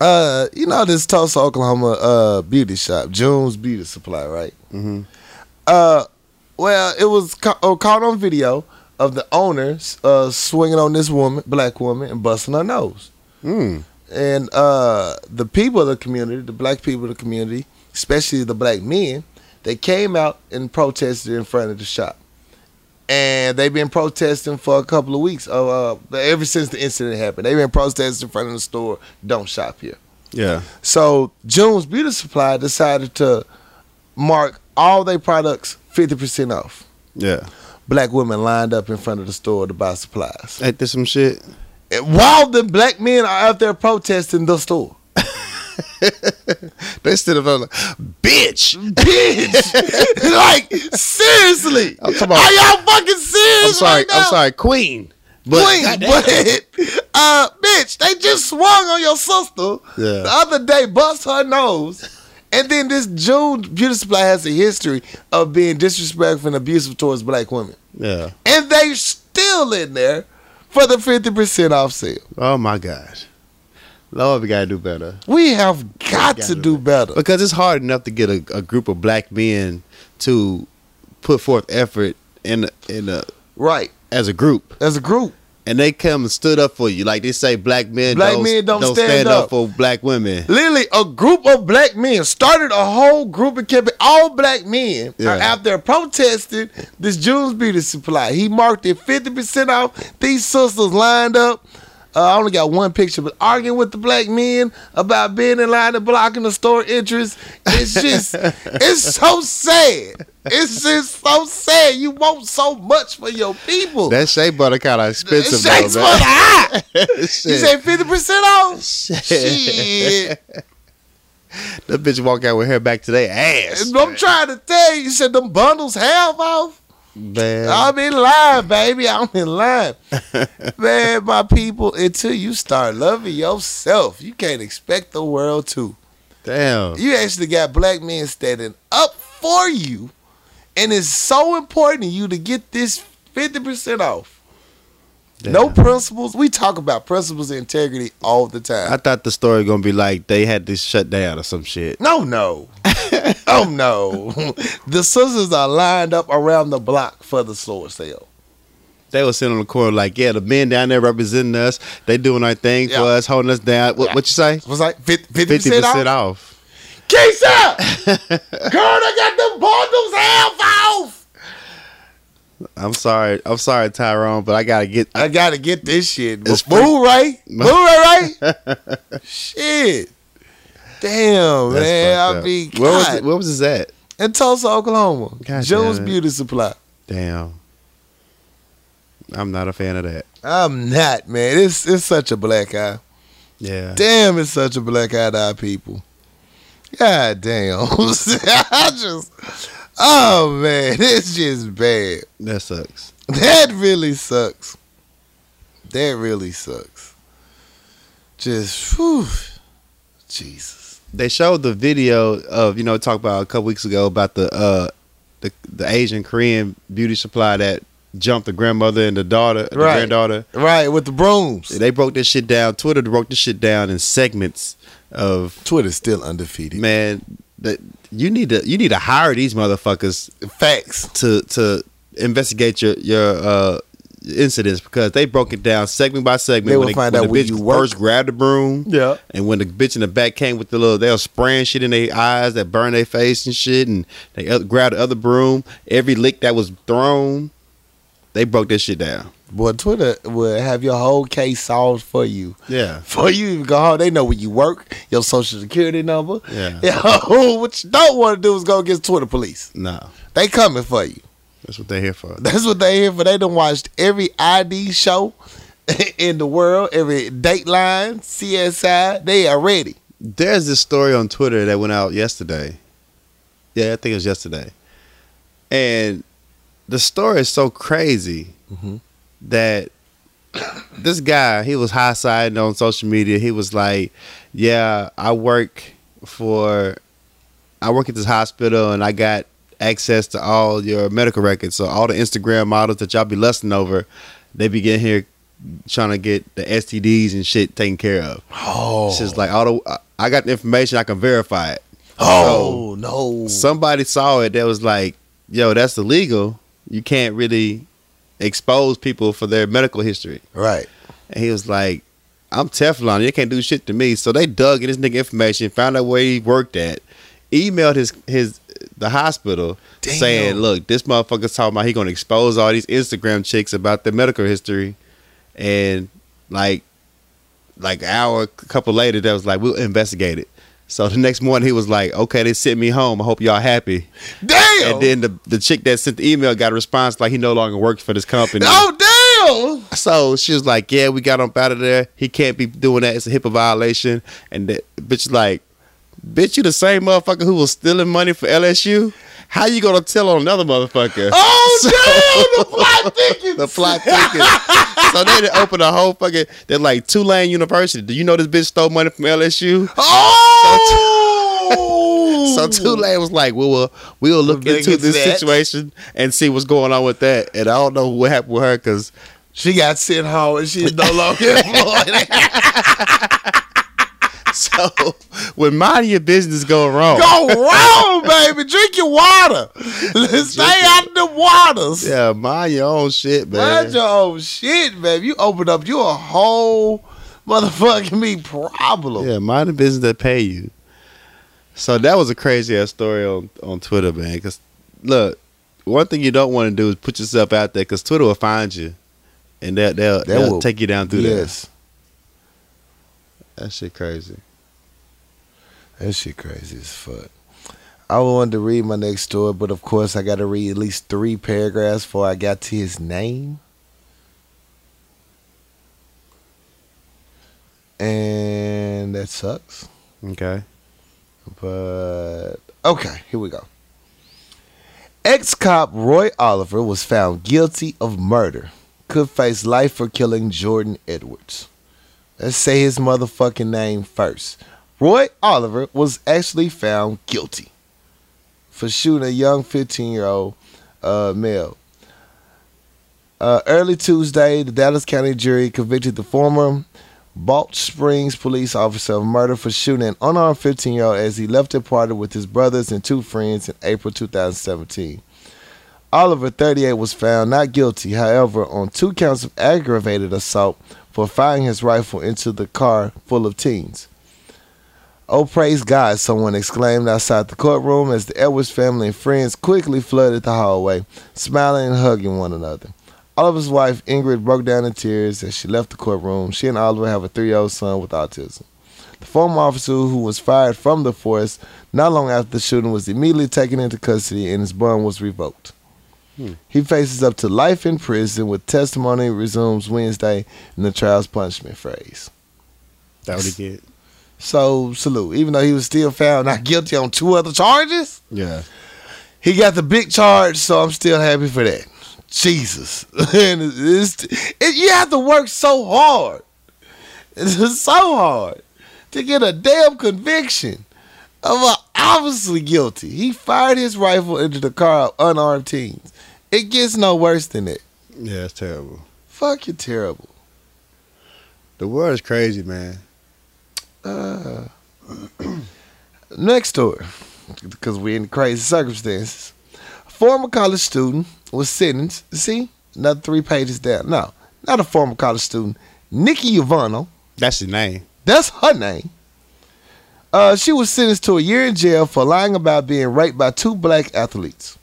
Uh, you know this Tulsa, Oklahoma, uh, beauty shop, Jones Beauty Supply, right? Mm-hmm. Uh, Well, it was ca- uh, caught on video of the owner uh, swinging on this woman, black woman, and busting her nose. Mm. And uh, the people of the community, the black people of the community, especially the black men, they came out and protested in front of the shop. And they've been protesting for a couple of weeks. Uh, uh, ever since the incident happened, they've been protesting in front of the store. Don't shop here. Yeah. So June's Beauty Supply decided to mark all their products 50% off. Yeah. Black women lined up in front of the store to buy supplies. Ain't this some shit? And while the black men are out there protesting the store. *laughs* They stood up like, *laughs* bitch. Bitch! like, seriously. I'm talking about- are y'all fucking serious? Oh, I'm sorry. right now? I'm sorry, Queen. But But, but *laughs* uh, bitch, they just swung on your sister Yeah. the other day, bust her nose. And then this June Beauty Supply has a history of being disrespectful and abusive towards black women. yeah. And they still in there for the 50% off sale. Oh my gosh. Lord, we gotta do better. We have got gotta to do do better. Because it's hard enough to get a, a group of black men to put forth effort in in a Right. as a group. As a group. And they come and stood up for you. Like they say black men Black don't, men don't stand, stand up. up. for black women. Literally, a group of black men started a whole group and kept it. All black men Yeah. are out there protesting this June's Beauty Supply. He marked it 50% off. These sisters lined up. Uh, I only got one picture, but arguing with the black men about being in line and blocking the store entrance. *laughs* It's just, it's so sad. It's just so sad. You want so much for your people. That shea butter kinda expensive. It's though, Shakes for the man. *laughs* eye. You Shit. say 50% *laughs* off? Shit. Shit. That bitch walk out with hair back to their ass. And I'm trying to tell you, you said them bundles half off. Man. I'm in line, baby. I'm in line. Man, my people, until you start loving yourself, you can't expect the world to. Damn. You actually got black men standing up for you, and it's so important to you to get this 50% off. No Damn. principles. We talk about principles and integrity all the time. I thought the story gonna be like they had this shut down or some shit. No, *laughs* no. oh, no. the sisters are lined up around the block for the store sale. They were sitting on the corner like, yeah, the men down there representing us. They doing our thing Yeah. for us, holding us down. What, what you say? was like fifty Fifty percent percent off. off. Keisha, *laughs* girl, they got them bundles half off. I'm sorry. I'm sorry, Tyrone, but I gotta get. I gotta get this shit. It's free. Boo *laughs* right, boo right, right. shit. Damn, That's man. fucked I up. be Where was God. it, where was this at? in Tulsa, Oklahoma. God Jones damn it. Beauty Supply. Damn. I'm not a fan of that. I'm not, man. It's it's such a black eye. Yeah. Damn, it's such a black eye to our people. God damn. *laughs* I just Oh man, it's just bad. That sucks. That really sucks. That really sucks. Just, whew, Jesus. They showed the video of you know talk about a couple weeks ago about the uh the the Asian Korean beauty supply that jumped the grandmother and the daughter, the Right. granddaughter. Right, with the brooms. They broke this shit down. Twitter broke this shit down in segments of Twitter's still undefeated. man that you need to you need to hire these motherfuckers Facts. to to investigate your your uh incidents because they broke it down segment by segment They when will find when out the where bitch you work. first grabbed the broom Yeah. and when the bitch in the back came with the little they were spraying shit in their eyes that burned their face and shit and they oth- grabbed the other broom every lick that was thrown they broke that shit down Boy, Twitter will have your whole case solved for you. *laughs* yeah Before you even go home, they know where you work, your social security number. Yeah. *laughs* Yo, what you don't want to do is go against Twitter police. no They coming for you. *laughs* that's what they're here for That's what they here for. They done watched every ID show *laughs* in the world, every Dateline, CSI. They are ready. There's this story on Twitter that went out yesterday. Yeah, I think it was yesterday. And the story is so crazy Mhm. that this guy, he was high siding on social media. He was like, Yeah, I work for, I work at this hospital and I got access to all your medical records. So all the Instagram models that y'all be lusting over, they be getting here trying to get the STDs and shit taken care of. Oh, It's just like all the I got the information, I can verify it. oh no! Somebody saw it that was like, yo, that's illegal. You can't really expose people for their medical history. Right. And he was like, I'm Teflon. You can't do shit to me. So they dug in this nigga information, found out where he worked at, emailed his his the hospital Damn. saying, "Look, this motherfucker's talking about he gonna expose all these Instagram chicks about their medical history," and like like an hour, a couple later, that was like, "We'll investigate it." So the next morning, he was like, "Okay, they sent me home. I hope y'all happy." Damn. And then the the chick that sent the email got a response like he no longer works for this *laughs* company. oh damn. So she was like, "Yeah, we got him out of there. He can't be doing that. It's a HIPAA violation." And the bitch is like, "Bitch, you the same motherfucker who was stealing money for LSU? How you gonna tell on another motherfucker?" *laughs* Oh damn. The plot thickens. The fly thinking. so they done opened a whole fucking. They're like Tulane University. Do you know this bitch stole money from LSU? *laughs* Oh. So Tulane was like, "Well, we'll, we'll look We'll into get this that. situation and see what's going on with that." And I don't know what happened with her because she got sent home and she's no longer employed. *laughs* *laughs* so when minding your business go wrong, Go wrong, baby. Drink your water. Stay out of the waters. Yeah, mind your own shit, man. Mind your own shit, baby. You opened up. You a whole motherfucking me problem. yeah, mind the business that pay you. So that was a crazy ass story on, on Twitter, man. Because look, one thing you don't want to do is put yourself out there because Twitter will find you, and that they'll, That they'll will- take you down through yes. that. That shit crazy. That shit crazy as fuck. I wanted to read my next story, but of course I got to read at least three paragraphs before I got to his name. And that sucks. Okay. But okay, here we go. Ex cop Roy Oliver was found guilty of murder. Could face life for killing Jordan Edwards. Let's say his motherfucking name first. Roy Oliver was actually found guilty for shooting a young 15 year old uh, male. Uh, early Tuesday, the Dallas County jury convicted the former Balch Springs police officer of murder for shooting an unarmed 15 year old as he left a party with his brothers and two friends in April 2017. Oliver, 38, was found not guilty, however, on two counts of aggravated assault for firing his rifle into the car full of teens. Oh, praise God, someone exclaimed outside the courtroom as the Edwards family and friends quickly flooded the hallway, smiling and hugging one another. Oliver's wife, Ingrid, broke down in tears as she left the courtroom. She and Oliver have a three year old son with autism. The former officer who was fired from the force not long after the shooting was immediately taken into custody and his bond was revoked. He faces up to life in prison with testimony resumes Wednesday in the trial's punishment phase. That what he get. So, salute. Even though he was still found not guilty on two other charges, Yeah. he got the big charge, so I'm still happy for that. Jesus, *laughs* and it's, it, you have to work so hard, it's *laughs* just so hard to get a damn conviction of a obviously guilty. He fired his rifle into the car of unarmed teens. It gets no worse than that. Yeah, it's terrible. Fuck, you terrible. The world is crazy, man. Uh, next story, because we're in crazy circumstances. A former college student was sentenced. See, another three pages down. No, not a former college student. Nikki Ivano, That's his name. that's her name. Uh, she was sentenced to a year in jail for lying about being raped by two black athletes.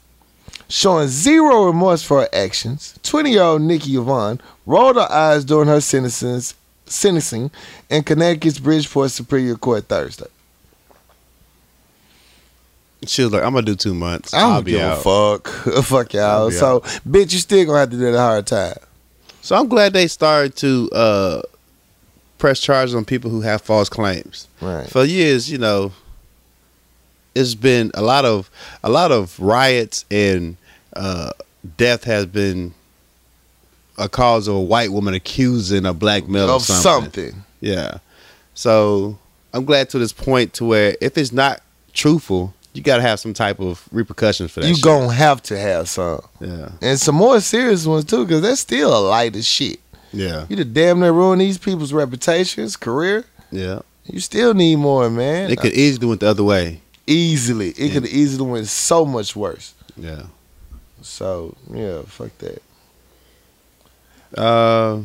Showing zero remorse for her actions, 20 year old Nikki Yvonne rolled her eyes during her sentences, sentencing in Connecticut's Bridgeport Superior Court Thursday. She was like, "I'm gonna do two months. I don't I'll be give out." a fuck. *laughs* fuck I'll y'all. be So, bitch, you still gonna have to do the hard time. So I'm glad they started to uh, press charges on people who have false claims. Right. for years, you know, it's been a lot of a lot of riots and uh, death has been a cause of a white woman accusing a black male Of of something. something. Yeah. So I'm glad to this point to where if it's not truthful, you gotta have some type of repercussions for that. You shit. gonna have to have some. Yeah. And some more serious ones, too, because that's still a light as shit. Yeah. You the damn near ruin these people's reputations, career. Yeah. You still need more, man. It could easily went the other way. easily, it could easily went so much worse. Yeah. So yeah, fuck that. Uh,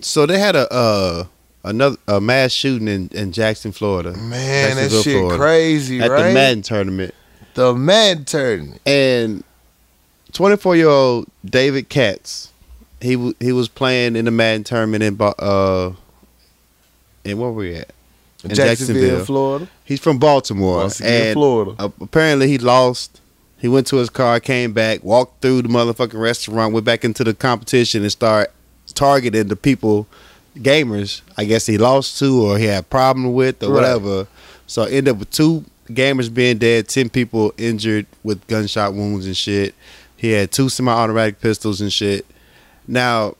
so they had a uh another a mass shooting in, in Jackson, Florida, Man, that Jacksonville, shit Florida. crazy, at right? the Madden tournament, the Madden tournament. and twenty four year old David Katz, he w- he was playing in the Madden tournament in Bo- uh, in where were we at? In Jacksonville, Jacksonville. Florida. He's from Baltimore, Once again, and Florida. Uh, apparently he lost. He went to his car, came back, walked through the motherfucking restaurant, went back into the competition, and start targeting the people, gamers. I guess he lost to, or he had a problem with, or Right. whatever. So end up with two gamers being dead, ten people injured with gunshot wounds and shit. He had two semi-automatic pistols and shit. Now,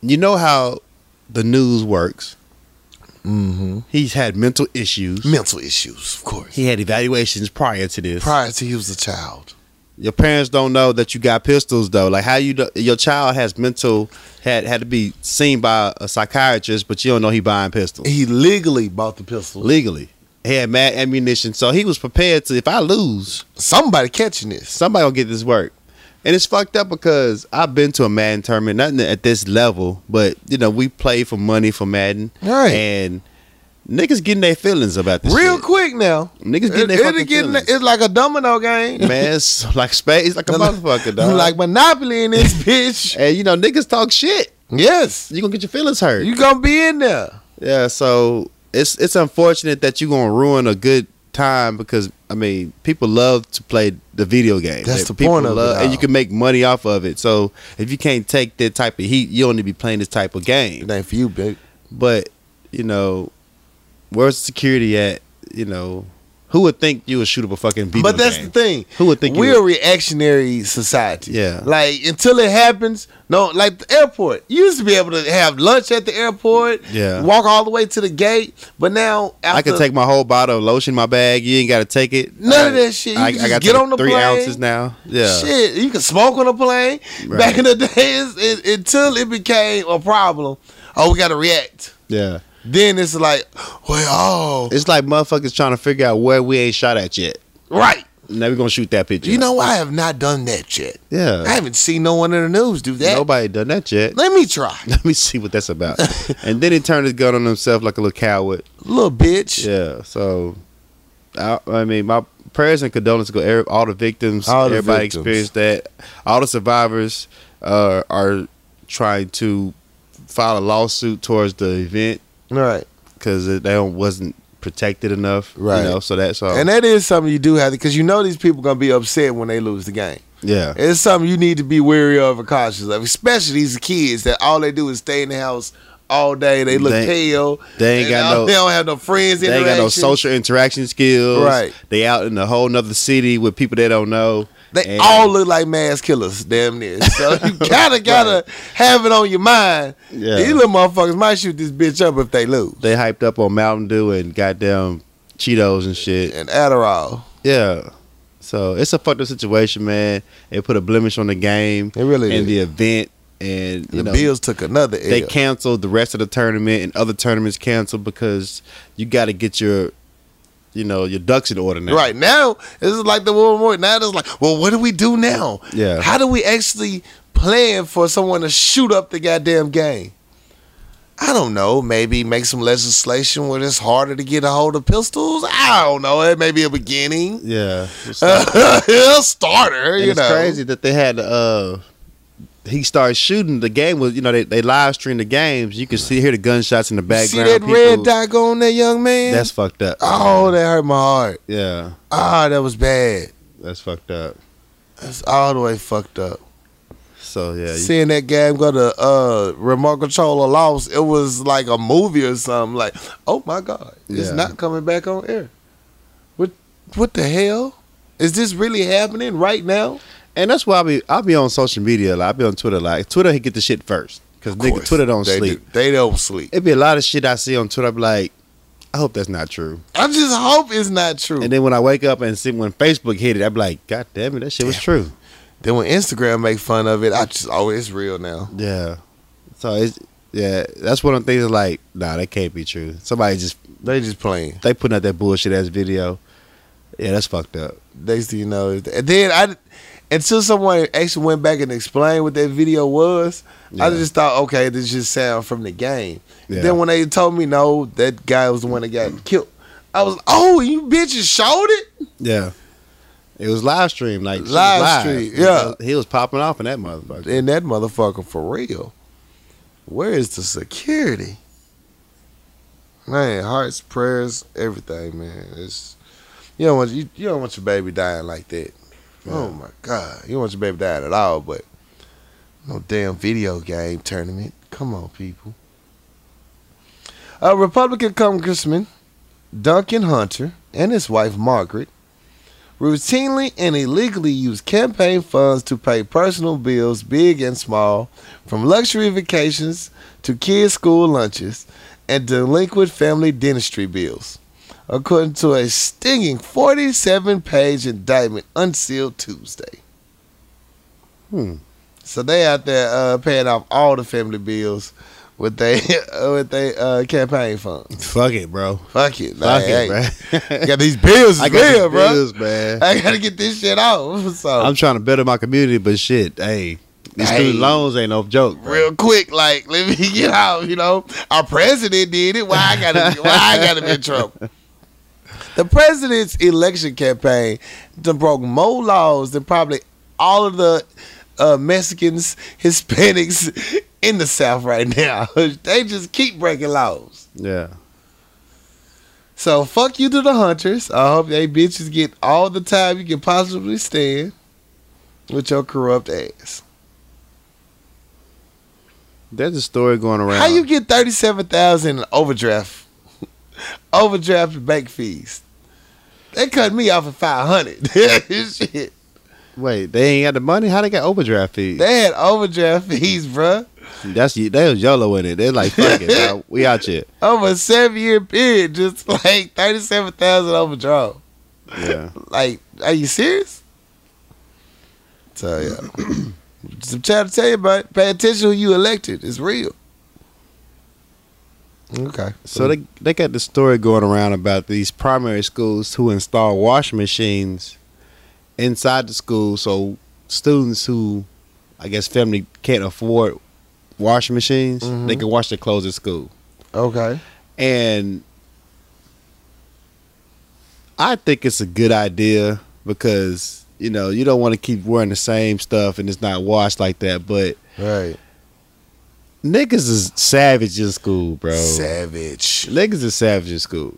you know how the news works. Mm-hmm. He's had mental issues. Mental issues, of course. He had evaluations prior to this. Prior to he was a child. your parents don't know that you got pistols though. Like how you do, your child has mental had had to be seen by a psychiatrist, but you don't know he buying pistols He legally bought the pistol. legally. He had mad ammunition, so he was prepared to. If I lose, Somebody catching this. somebody gonna get this work. And it's fucked up because I've been to a Madden tournament, nothing at this level, but you know we play for money for Madden, Right. And niggas getting their feelings about this. Real shit. quick now. niggas getting It, their it, fucking getting- feelings. it's like a domino game. man, it's like space, like a motherfucker, dog. *laughs* like Monopoly in *laughs* this bitch. and you know niggas talk shit. yes. You gonna get your feelings hurt. You gonna be in there. Yeah, so it's it's unfortunate that you're gonna ruin a good time because I mean people love to play the video game. That's That the people point of it love, and all. you can make money off of it. So if you can't take that type of heat, you don't need to be playing this type of game. It ain't for you, big. But you know, where's the security at? You know, who would think you would shoot up a fucking video But that's game? the thing. Who would think you We're a reactionary society. Yeah. Like until it happens, no, like the airport. You used to be able to have lunch at the airport. Yeah. Walk all the way to the gate. But now after I can take my whole bottle of lotion in my bag. You ain't got to take it. None of I- that shit. You I, can I just got get like on the three plane. ounces now. Yeah. Shit, you can smoke on a plane. Right. Back in the *laughs* days, it, until it became a problem, oh, we gotta react. Yeah. Then it's like, well, oh, It's like motherfuckers trying to figure out where we ain't shot at yet. right. Now we gonna shoot that picture. You know, I have not done that yet. I Yeah. haven't seen no one in the news do that. Nobody done that yet. Let me try, *laughs* Let me see what that's *laughs* about. and then he turned his gun on himself like a little coward. little bitch. Yeah. So, I, I mean, my prayers and condolences go every, all the victims. All the everybody victims. experienced that. All the survivors uh, are trying to file a lawsuit towards the event Right. because they don't, wasn't protected enough. Right. You know. So that's all. And that is something you do have to, because you know these people gonna be upset when they lose the game. yeah. It's something you need to be wary of and cautious of, especially these kids that all they do is stay in the house all day. They look They- pale. they ain't and got no- *laughs* They don't have no friends. They ain't got no interaction. social interaction skills. Right. They out in a whole nother city with people they don't know. They And- all look like mass killers, damn *laughs* near. So you gotta gotta have it on your mind. Yeah. These little motherfuckers might shoot this bitch up if they lose. they hyped up on Mountain Dew and goddamn Cheetos and shit. And Adderall, Yeah. So it's a fucked up situation, man. It put a blemish on the game it really. and is. the event, and you the know Bills took another L. they canceled the rest of the tournament and other tournaments canceled because you got to get your, you know, your ducks in order now. Right now, this is like the World War. Now it's like, well, what do we do now? Yeah. How do we actually plan for someone to shoot up the goddamn game? I don't know. Maybe make some legislation where it's harder to get a hold of pistols. I don't know. It may be a beginning. *laughs* Yeah. Uh, a starter, And you it's know. crazy that they had uh he started shooting the game was you know they, they live streamed the games. You can see hear the gunshots in the You background. See that People- red dot go on that young man? That's fucked up. oh, that hurt my heart. yeah, Ah, that was bad. that's fucked up. That's all the way fucked up. So yeah, you- Seeing that game go to uh, remote controller lost, it was like a movie or something. Like, oh my god, it's Yeah. not coming back on air. What? What the hell? Is this really happening right now? and that's why I be I be on social media. Like, I be on Twitter. Like Twitter, he get the shit first because Of nigga course, Twitter don't they sleep. do- they don't sleep. It be a lot of shit I see on Twitter. I be like, I hope that's not true. I just hope it's not true. And then when I wake up and see when Facebook hit it, I be like, God damn it, that shit was Damn. true. then when Instagram make fun of it, I just oh, it's real now. Yeah. So it's yeah, that's one of the things. Like, nah, that can't be true. Somebody just They just playing. they putting out that bullshit ass video. Yeah, that's fucked up. next thing you know, and then I until someone actually went back and explained what that video was, I Yeah. just thought, okay, this just sound from the game. Yeah. Then when they told me no, that guy was the one that got killed. I was, oh, you bitches showed it. Yeah. It was live stream, like she was Live live stream, yeah. He was popping off in that *laughs* motherfucker. And that motherfucker for real. Where is the security? Man, hearts, prayers, everything, man. It's you don't want you, you don't want your baby dying like that. Oh my god, you don't want your baby dying at all. But no damn video game tournament. Come on, people. A Republican Congressman Duncan Hunter and his wife Margaret routinely and illegally use campaign funds to pay personal bills, big and small, from luxury vacations to kids' school lunches and delinquent family dentistry bills, according to a stinging 47 page indictment unsealed Tuesday. Hmm. So they out there uh, paying off all the family bills with they *laughs* with they uh, campaign funds. Fuck it, bro. Fuck it, Fuck like, hey, it, bro. Got these bills, *laughs* I I got the real, bro. bills, man. I gotta get this shit off. So I'm trying to better my community, but shit, hey, these Hey. student loans ain't no joke, bro. real quick, like let me *laughs* get out. You know, our president did it. Why I gotta? why I gotta *laughs* be in trouble? The president's election campaign done broke more laws than probably all of the uh, Mexicans, *laughs* Hispanics in the South right now. *laughs* they just keep breaking laws. Yeah. So fuck you to the hunters. I hope they bitches get all the time you can possibly stand with your corrupt ass. There's a story going around. How you get thirty seven thousand in overdraft? *laughs* overdraft bank fees. They cut me off at five hundred. *laughs* Shit. Wait, they ain't got the money? How they got overdraft fees? They had overdraft fees, bruh. That's they was YOLO in it. They're like, fuck it, bro. We out here. Over a seven year period, just *laughs* like thirty seven thousand overdraw. Yeah. Like, are you serious? So yeah, *clears throat* I'm trying to tell you about. It. Pay attention who you elected. It's real. Okay. So they they got the story going around about these primary schools who install washing machines inside the school, so students who, I guess, family can't afford washing machines, they Mhm. can wash their clothes at school. okay. And I think it's a good idea because you know you don't want to keep wearing the same stuff and it's not washed like that. But Right. niggas is savage in school, bro. Savage. Niggas is savage in school.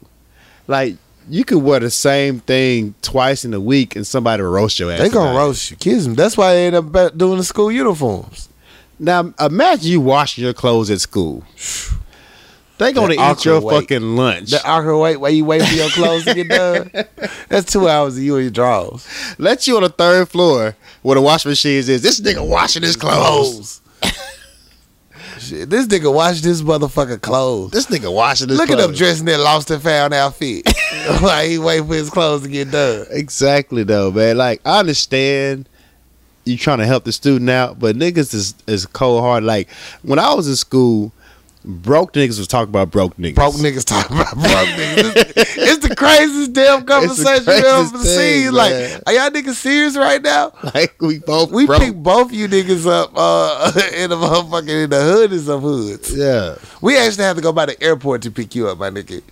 Like you could wear the same thing twice in a week, and somebody will roast your ass. They gonna about it. roast you, kids. That's why they end up ba- doing the school uniforms. Now imagine you washing your clothes at school. They gonna That eat your awkward wait. fucking lunch. The awkward wait while you wait for your clothes to *laughs* get done. That's two hours of you and your drawers. Let you on the third floor where the washing machines is. This nigga washing his clothes. Shit, this nigga wash this motherfucker clothes. This nigga washing his Look clothes. at him dressing that lost and found outfit. *laughs* Like he waiting for his clothes to get done. Exactly though, man. Like I understand you trying to help the student out, but niggas is is cold hard. Like when I was in school, broke niggas was talking about broke niggas. Broke niggas talking about broke niggas. It's, it's the craziest damn conversation you ever craziest seen. thing, like, man. are y'all niggas serious right now? *laughs* Like we both We broke. picked both you niggas up uh, *laughs* in the motherfucking in the hood and some hoods. Yeah. We actually had to go by the airport to pick you up, my nigga.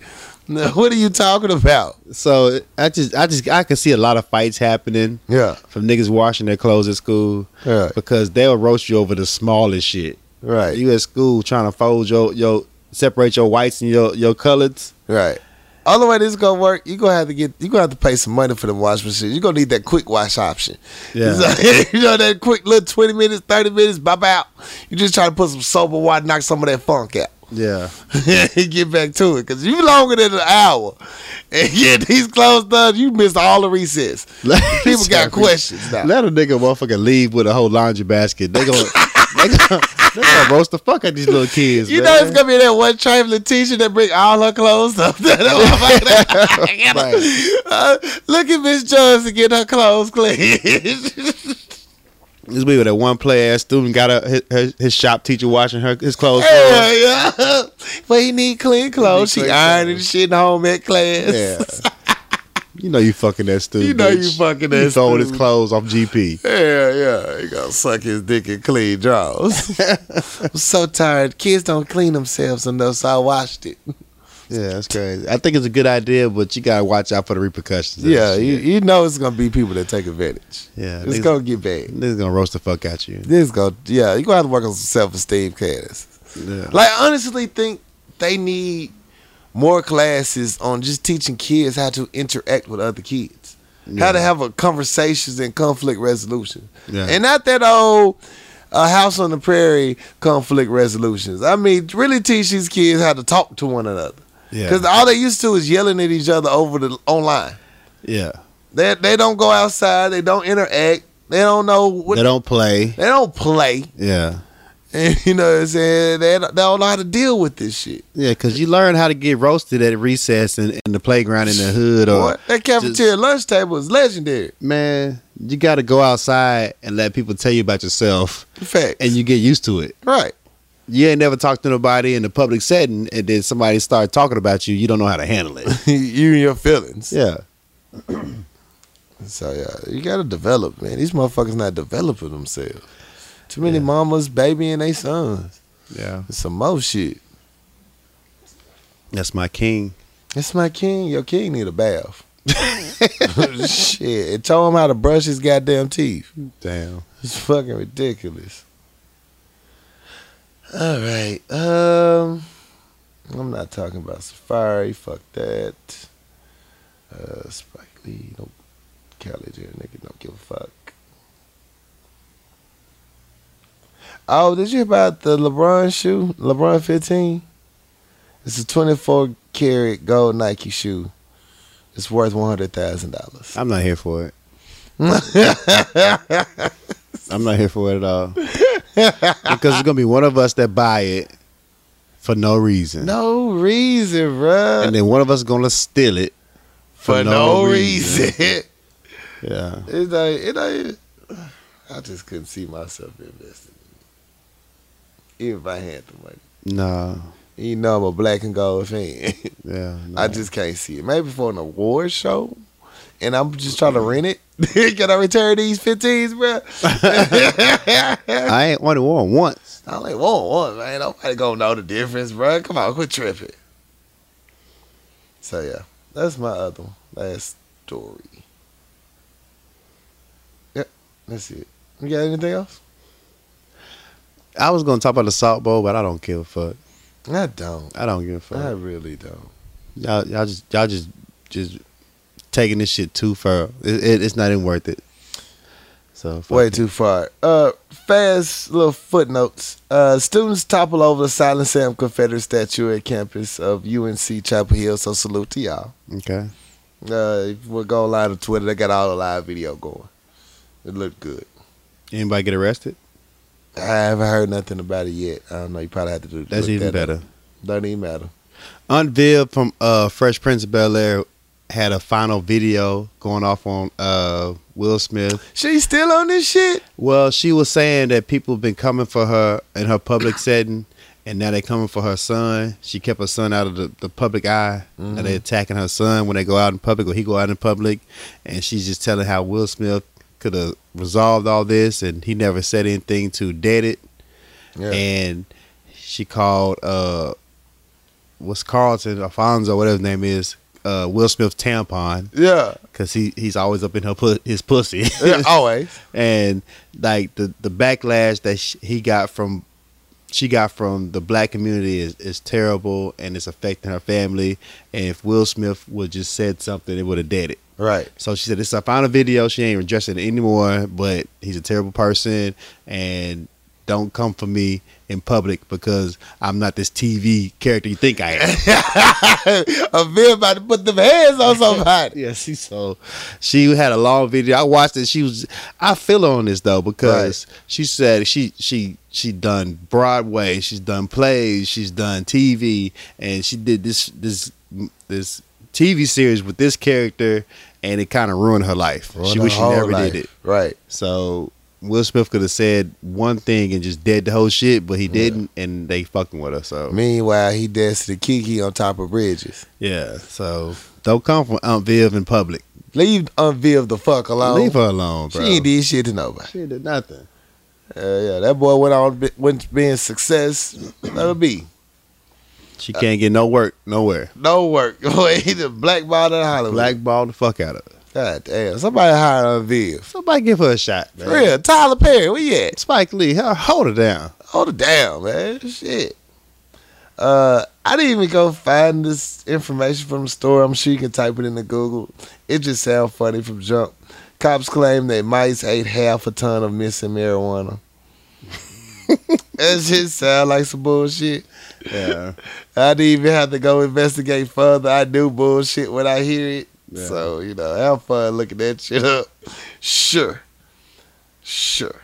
Now, *laughs* what are you talking about? So I just I just I could see a lot of fights happening Yeah, from niggas washing their clothes at school yeah, because they'll roast you over the smallest shit. right, You at school trying to fold your your separate your whites and your your colors. right. Other way this gonna work, you gonna have to get you gonna have to pay some money for the wash machine. You gonna need that quick wash option. So, *laughs* you know that quick little twenty minutes, thirty minutes, bye bye. You just try to put some soap and water, knock some of that funk out. *laughs* *laughs* Yeah. and get back to it. Cause you longer than an hour. *laughs* And get these clothes done, you missed all the recess. *laughs* People got questions now. Let a nigga motherfucker leave with a whole laundry basket. They *laughs* gonna they gonna, they gonna roast the fuck out these little kids. You know man. it's gonna be that one trifling teacher that bring all her clothes up. *laughs* Uh, look at Miss Jones to get her clothes clean. *laughs* It's weird that one player ass student got a, his- his, his shop teacher washing her his clothes. for her. Hell yeah. But he need clean clothes. clean she ironing clothes. *laughs* shit in home at class. Yeah. You know you fucking that stupid. You know you bitch. fucking You that throwing his stupid. clothes off GP. Yeah, yeah. He gonna suck his dick and clean *laughs* drawers. I'm so tired. Kids don't clean themselves enough, so I washed it. Yeah, that's crazy. I think it's a good idea, but you gotta watch out for the repercussions. of *laughs* Yeah, that you, shit. you know it's gonna be people that take advantage. yeah. it's niggas, gonna get bad. niggas gonna roast the fuch out you. This gonna yeah, you gonna have to work on some self esteem classes. Yeah. Like I honestly think they need more classes on just teaching kids how to interact with other kids. How to Yeah. have a conversations and conflict resolution. Yeah. And not that old uh, house on the prairie conflict resolutions. I mean, really teach these kids how to talk to one another. yeah. Because all they used to is yelling at each other over the online. yeah. They they don't go outside. They don't interact. They don't know what they don't play. they don't play. Yeah. And you know what I'm saying? They don't, they don't know how to deal with this shit. Yeah, because you learn how to get roasted at recess and in the playground in the hood or Boy, that cafeteria lunch table is legendary. man, you gotta go outside and let people tell you about yourself In fact. and you get used to it. right. *laughs* You ain't never talked to nobody in the public setting and then somebody start talking about you, you don't know how to handle *laughs* it. you and your feelings. yeah. So yeah, you gotta develop, man. These motherfuckers not developing themselves. Too many mamas babying they sons. Yeah. It's some more shit. That's my king. It's my king. Your king need *laughs* a bath. *laughs* shit. And tell him how to brush his goddamn teeth. Damn. It's fucking ridiculous. All right. Um, I'm not talking about Safari. Fuck that. Uh, Spike Lee. Nope. College here, nigga. Don't give a fuck. Oh, did you hear about the LeBron shoe? LeBron 15? It's a 24 karat gold Nike shoe. It's worth $100,000. I'm not here for *laughs* it. I'm not here for it at all. because it's gonna be one of us that buy it for no reason. No reason, bruh. And then one of us gonna steal it. Uh, for, no, reason. *laughs* *laughs* Yeah. it ain't, it ain't, I just couldn't see myself investing. Even if I had the money. No. You know I'm a black and gold fan. *laughs* Yeah. I no. just can't see it. Maybe for an award show. And I'm just trying to rent it. *laughs* Can I return these 15s, bro? I I ain't only worn once. only want one, man. Nobody gonna know the difference, bro. Come on, quit tripping. So yeah, that's my other one. last story. Yep, that's it. You got anything else? I was gonna talk about the salt bowl, but I don't give a fuck. I don't. I don't give a I fuck. really don't. Y'all, y'all just, y'all just, just taking this shit too far. It, it, it's not even worth it. So fuck Way it. too far. Uh, fast little footnotes. Uh, students topple over the Silent Sam Confederate statue at campus of UNC Chapel Hill. So salute to y'all. Okay. Uh, if we go live to Twitter. They got all the live video going. It looked good. Anybody get arrested? I haven't heard nothing about it yet. I don't know. You probably have to do. That's look even that up. better. Don't even matter. Unveiled from uh, Fresh Prince of Bel Air had a final video going off on uh, Will Smith. She still on this shit. Well, she was saying that people have been coming for her in her *coughs* public setting, and now they're coming for her son. She kept her son out of the, the public eye, and Mm-hmm. they're attacking her son when they go out in public or he go out in public, and she's just telling how Will Smith could have resolved all this, and he never said anything to dead it. Yeah. And she called uh, what's Carlton Alfonso, whatever his name is, uh, Will Smith tampon, yeah. because he he's always up in her pu- his pussy Yeah, Always. and like the the backlash that sh- he got from she got from the black community is, is terrible and it's affecting her family and if will smith would just said something it would have dead it *laughs* Right. so she said it's a final video she ain't addressing it anymore but he's a terrible person and don't come for me in public because i'm not this tv character you think i am I'm about to put them *laughs* hands on somebody. Yeah, she so she had a long video. I watched it. She was I feel her on this though because she said she she she done Broadway, she's done plays, she's done TV, and she did this this this TV series with this character, and it kind of ruined her life. she Her wish she whole never life. did it. Right. So Will Smith could have said one thing and just dead the whole shit, but he didn't, and they fucking with her. So Meanwhile, he danced to Kiki on top of bridges. yeah, so don't come from Aunt Viv in public. Leave Unviv the fuck alone. Leave her alone, she bro. ain't did shit to nobody. She did nothing. Hell yeah, that boy went on went being success. Let it be. She can't get no work nowhere. No work. *laughs* Boy, he the black ball in Hollywood. Blackball the fuck out of her. God damn. Somebody hire Unviv. Somebody give her a shot, man. For real. Tyler Perry, where you at? Spike Lee, hell, hold her down. Hold it down, man. Shit. Uh, I didn't even go find this information from the store. I'm sure you can type it into Google. It just sounds funny from jump. Cops claim that mice ate half a ton of missing marijuana. *laughs* that shit sound like some bullshit. Yeah. I didn't even have to go investigate further. I knew bullshit when I hear it. Yeah. So, you know, have fun looking that shit up. Sure. Sure.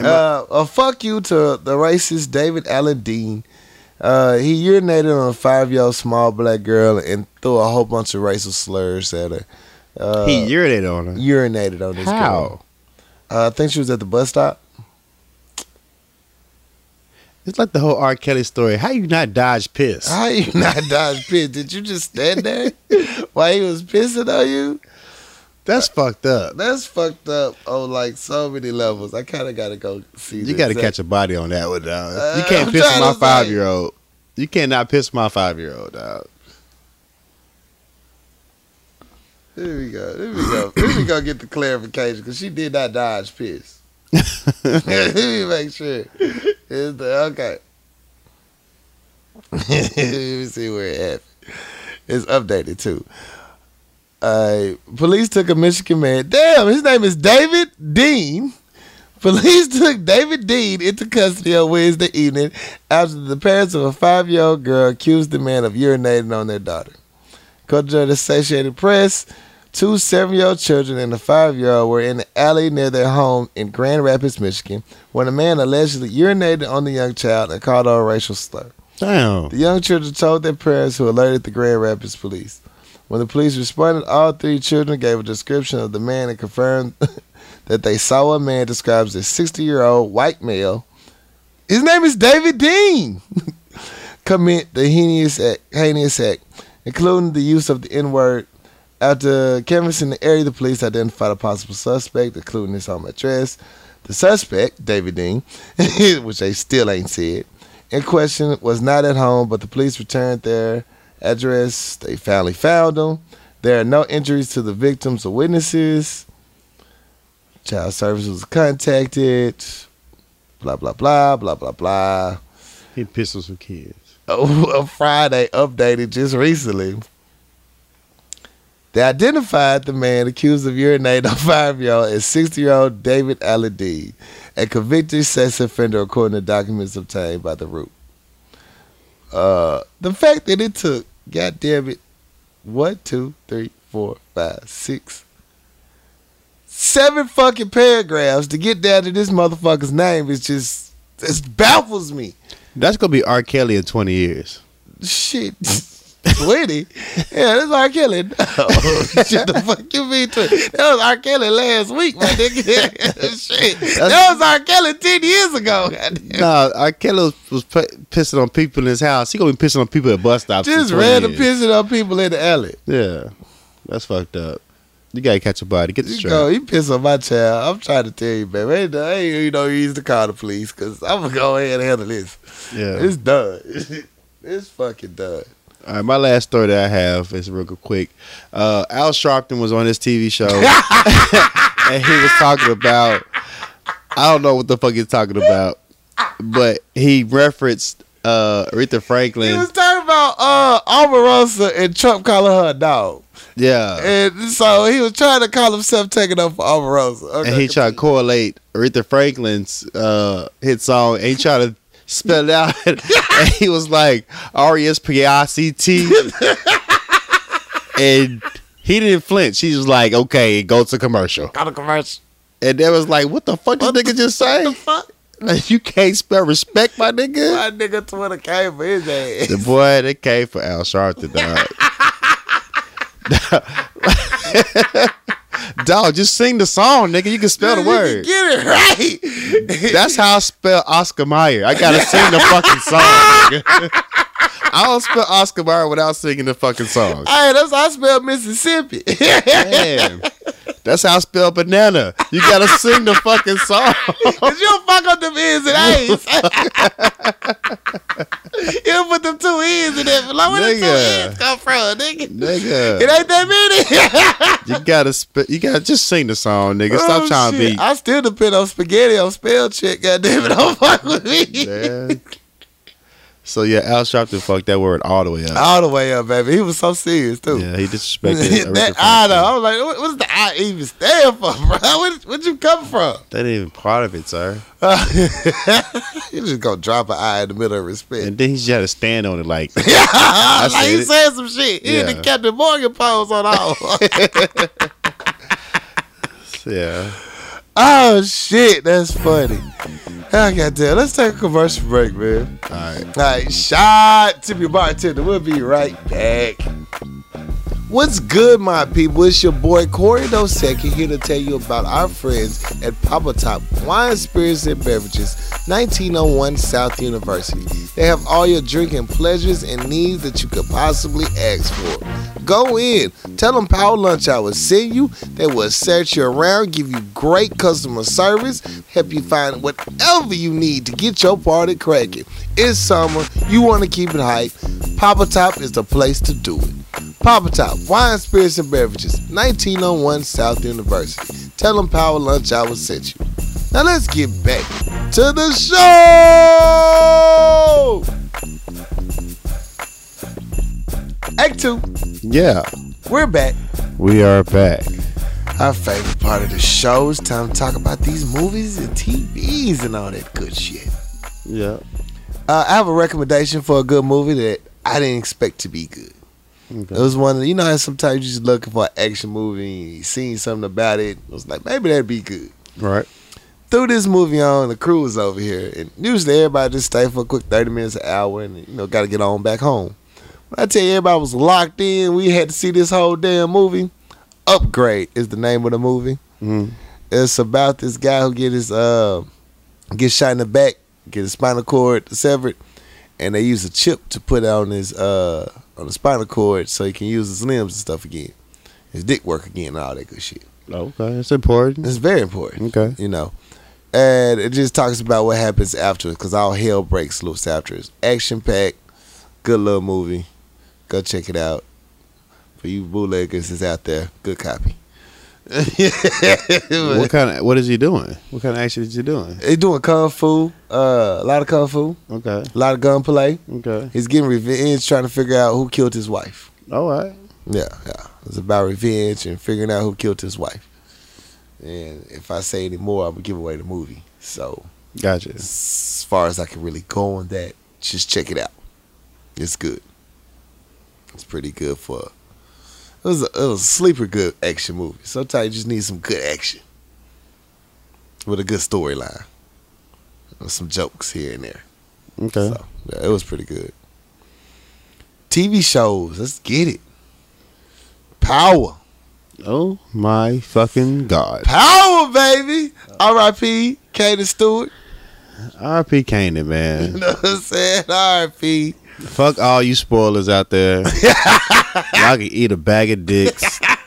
Uh, a fuck you to the racist David Allen Dean. Uh, he urinated on a five year old small black girl and threw a whole bunch of racial slurs at her. Uh, he urinated on her. urinated on this girl. How? Uh, I think she was at the bus stop. *laughs* It's like the whole R. Kelly story. How you not dodge piss? How you not dodge piss? Did you just stand *laughs* there while he was pissing on you? That's fucked up. That's fucked up on like so many levels. I kind of gotta go see. You got to catch a body on that one, dog. Uh, you can't I'm piss trying my to say. five year old. You cannot piss my five year old, dog. Here we go. Here we go. Here we go. Get the clarification because she did not dodge piss. Let me make sure. It's the, okay. *laughs* Let me see where it happened. It's updated too. Uh, police took a Michigan man. Damn, his name is David Dean. Police *laughs* took David Dean into custody on Wednesday evening after the parents of a five-year-old girl accused the man of urinating on their daughter. According to the Associated Press, two seven-year-old children and a five-year-old were in an alley near their home in Grand Rapids, Michigan, when a man allegedly urinated on the young child and called her a racial slur. Damn. The young children told their parents, who alerted the Grand Rapids police. When the police responded, all three children gave a description of the man and confirmed *laughs* that they saw a man described as a 60 year old white male. His name is David Dean. *laughs* Commit the heinous act, heinous act, including the use of the N word. After canvassing the area, the police identified a possible suspect, including his home address. The suspect, David Dean, *laughs* which they still ain't said, in question was not at home, but the police returned their address. They finally found him. There are no injuries to the victims or witnesses. Child services was contacted. Blah blah blah blah blah blah. He pisses with kids. A *laughs* Friday updated just recently. They identified the man accused of urinating on *laughs* five-year-old as 60-year-old David Alladine, a convicted sex offender, according to documents obtained by the Root. Uh, the fact that it took, God damn it, one, two, three, four, five, six, seven fucking paragraphs to get down to this motherfucker's name is just, it baffles me That's gonna be R. Kelly in twenty years. shit. *laughs* 20? yeah, that's R. Kelly. *laughs* No. Oh. shit, the fuck you mean 20? That was R. Kelly last week, *laughs* my nigga. shit. That was R. Kelly 10 years ago. goddamn. No, R. Kelly was, was p- pissing on people in his house. He gonna be pissing on people at bus stops. in Just 20 random years. pissing on people in the alley. Yeah, that's fucked up. You gotta catch a body. Get the You go, straight. you piss on my child. I'm trying to tell you, baby. Ain't, no- ain't you know you used to call the police because I'm going to go ahead and handle this. Yeah. It's done. *laughs* it's fucking done. All right, my last story that I have is real quick. Uh, Al Sharpton was on his TV *laughs* show, and he was talking about I don't know what the fuck he's talking about, but he referenced uh, Aretha He Franklin. was talking about uh, Omarosa and Trump calling her a dog. yeah, And so he was trying to call himself taking up for Omarosa. Okay. and he tried to correlate Aretha Franklin's uh, hit song, and he tried to spell it out, *laughs* and he was like R E S P I C *laughs* T, and he didn't flinch. He was like, "Okay, go to commercial." got a commercial. And they was like, what the fuck this nigga just The say? fuck? Like, you can't spell respect, my nigga. My nigga Twitter came for his ass. The boy that came for Al Sharpton, dog. *laughs* dog, just sing the song, nigga. You can spell the *laughs* You can word. Get it right. *laughs* That's how I spell Oscar Mayer. I gotta sing the fucking song. nigga. I don't spell Oscar Mayer without singing the fucking song. Hey, that's how I spell Mississippi. *laughs* Damn. That's how I spell banana. You gotta sing the fucking song. Cause you'll fuck up them N's and A's. *laughs* you'll put them two N's in there. Like, where the Nigga. two N's come from, nigga? It nigga. ain't that many. *laughs* You gotta sp- you gotta just sing the song, nigga. Stop Oh, trying shit. to be I still depend on spaghetti on spell check. God damn it, *laughs* don't fuck with me. *laughs* Man. So yeah, Al Sharpton fucked that word all the way up. All the way up, baby. He was so serious too. Yeah, he *laughs* disrespected. Oh. that Aretha I know. Franklin. I was like, what, what does the I even stand for, *laughs* bro? Where, where you come from? *laughs* That ain't even part of it, sir. you just gonna drop an I in the middle of respect. *laughs* And then he just had to stand on it like Yeah, like said he it. said some shit. He in Yeah. the Captain Morgan pose on all. *laughs* Yeah. *laughs* oh shit, that's funny. Oh goddamn, let's take a commercial break, man. All right. All right, shot to your bartender. We'll be right back. What's good, my people? It's your boy Corey Dosecki here to tell you about our friends at Papa Top Wine, Spirits, and Beverages, 1901 South University. They have all your drinking pleasures and needs that you could possibly ask for. Go in, tell them Power Lunch Hour sent you. They will search you around, give you great customer service, help you find whatever you need to get your party cracking. It's summer, you want to keep it hype. Papa Top is the place to do it. Papa Top, Wine, Spirits, and Beverages, 1901 South University. Tell them Power Lunch Hour sent you. Now let's get back to the show! Act 2, Yeah. we're back. We are back. Our favorite part of the show is time to talk about these movies and TVs and all that good shit. Yeah. Uh, I have a recommendation for a good movie that I didn't expect to be good. It was one of you know how sometimes you just looking for an action movie and you seen something about it. It was like maybe that'd be good. Right. Threw this movie on, the crew was over here, and usually everybody just stay for a quick thirty minutes, an hour, and you know got to get on back home. When I tell you everybody was locked in, we had to see this whole damn movie. Upgrade is the name of the movie. Mm. It's about this guy who get his uh get shot in the back, get his spinal cord severed, and they use a chip to put on his uh on the spinal cord so he can use his limbs and stuff again. His dick work again and all that good shit. Okay. It's important. *laughs* It's very important. Okay. You know. And it just talks about what happens afterwards because all hell breaks loose afterwards. Action packed, good little movie. Go check it out. For you bootleggers is out there, good copy. What kind of what is he doing? What kind of action is he doing? They doing kung fu, uh, a lot of kung fu, Okay. a lot of gunplay. Okay. He's getting revenge, trying to figure out who killed his wife. All right. Yeah, yeah. It's about revenge and figuring out who killed his wife. And if I say any more, I would give away the movie. So Gotcha. as far as I can really go on that, just check it out. It's good. It's pretty good for. It was a, it was a sleeper good action movie. Sometimes you just need some good action with a good storyline, with some jokes here and there. Okay. So yeah, it was pretty good. TV shows, let's get it. Power, Oh my fucking god. power, baby. R.I.P. Katie Stewart. *laughs* R.P. Kanan, You *laughs* man. know what I'm saying? R.I.P. Fuck all you spoilers out *laughs* there. y'all can eat a bag of dicks. Like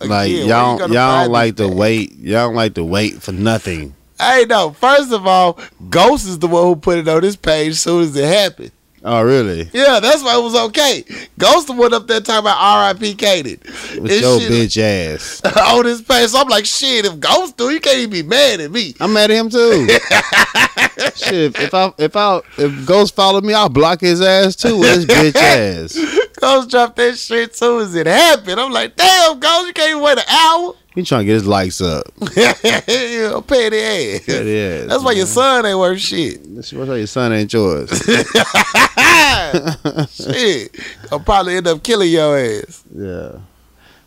Again, where you y'all, gonna y'all find don't like this to at? wait. Y'all don't like to wait for nothing. Hey, no. First of all, Ghost is the one who put it on his page as soon as it happened. Oh, really? Yeah, that's why it was okay. Ghost the one up there talking about R.I.P. Katie. With This your shit- bitch ass. *laughs* on his page. So I'm like, shit. If Ghost do, you can't even be mad at me. I'm mad at him *laughs* too. Shit, if I if I if Ghost followed me, I'll block his ass too with his bitch ass. Ghost dropped that shit as soon as it happened. I'm like, damn, Ghost, you can't even wait an hour. *laughs* He trying to get his likes up. yeah, petty ass. Yeah, That's why your son ain't worth shit. That's why your son ain't *laughs* yours. shit. I'll probably end up killing your ass. yeah.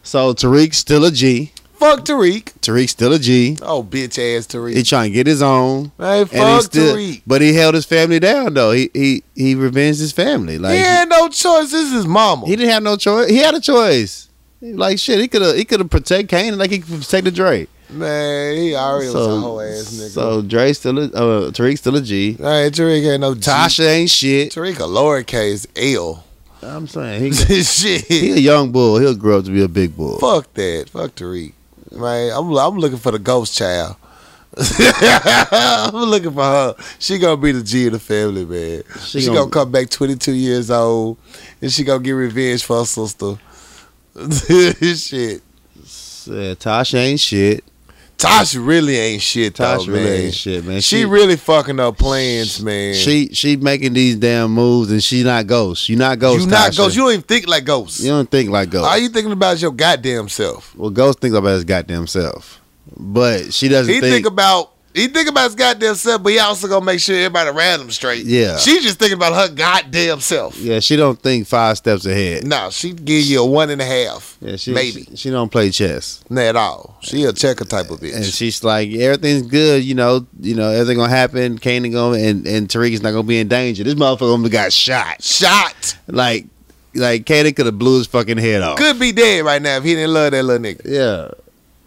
So Tariq's still a G. Fuck Tariq. Tariq's still a G. Oh, bitch ass Tariq. He trying to get his own. Hey, And he fuck still, Tariq. but he held his family down though. He he he revenged his family. Like he had no choice. This is mama. he didn't have no choice. He had a choice. Like shit, he could have he could have protect Kane like he could protect Dre. Man, he already was a So, whole ass nigga. so Dre still a, uh, Tariq still a G. hey, Tariq ain't no Tasha. Tasha ain't shit. Tariq a lowercase L. *laughs* I'm saying he he Shit. a young bull. He'll grow up to be a big bull. Fuck that. Fuck Tariq. Man, I'm I'm looking for the ghost child. *laughs* I'm looking for her. She gonna be the G of the family, man. She, She gonna, gonna- come back 22 years old, and she gonna get revenge for her sister. *laughs* Shit, Said, Tasha ain't shit. Tasha really ain't shit. Tasha though, really Oh, man. ain't shit, man. She, really fucking up plans, man. She she making these damn moves and she not ghost. You not you ghost. not Tasha. ghost. You don't even think like ghosts. You don't think like ghost. All you thinking about is your goddamn self. well, ghost thinks about his goddamn self, but she doesn't He think about he think about his goddamn self, but he also gonna make sure everybody around him straight. Yeah. She just thinking about her goddamn self. yeah, she don't think five steps ahead. No, she give you a one and a half. Yeah, she maybe. she, she don't play chess, Not at all. She a checker type of and bitch. she's like everything's good. You know, you know everything gonna happen. Kanan gonna and and Tariq's not gonna be in danger. This motherfucker almost got shot. Shot. Like like Kanan could have blew his fucking head off. Could be dead right now if he didn't love that little nigga. Yeah,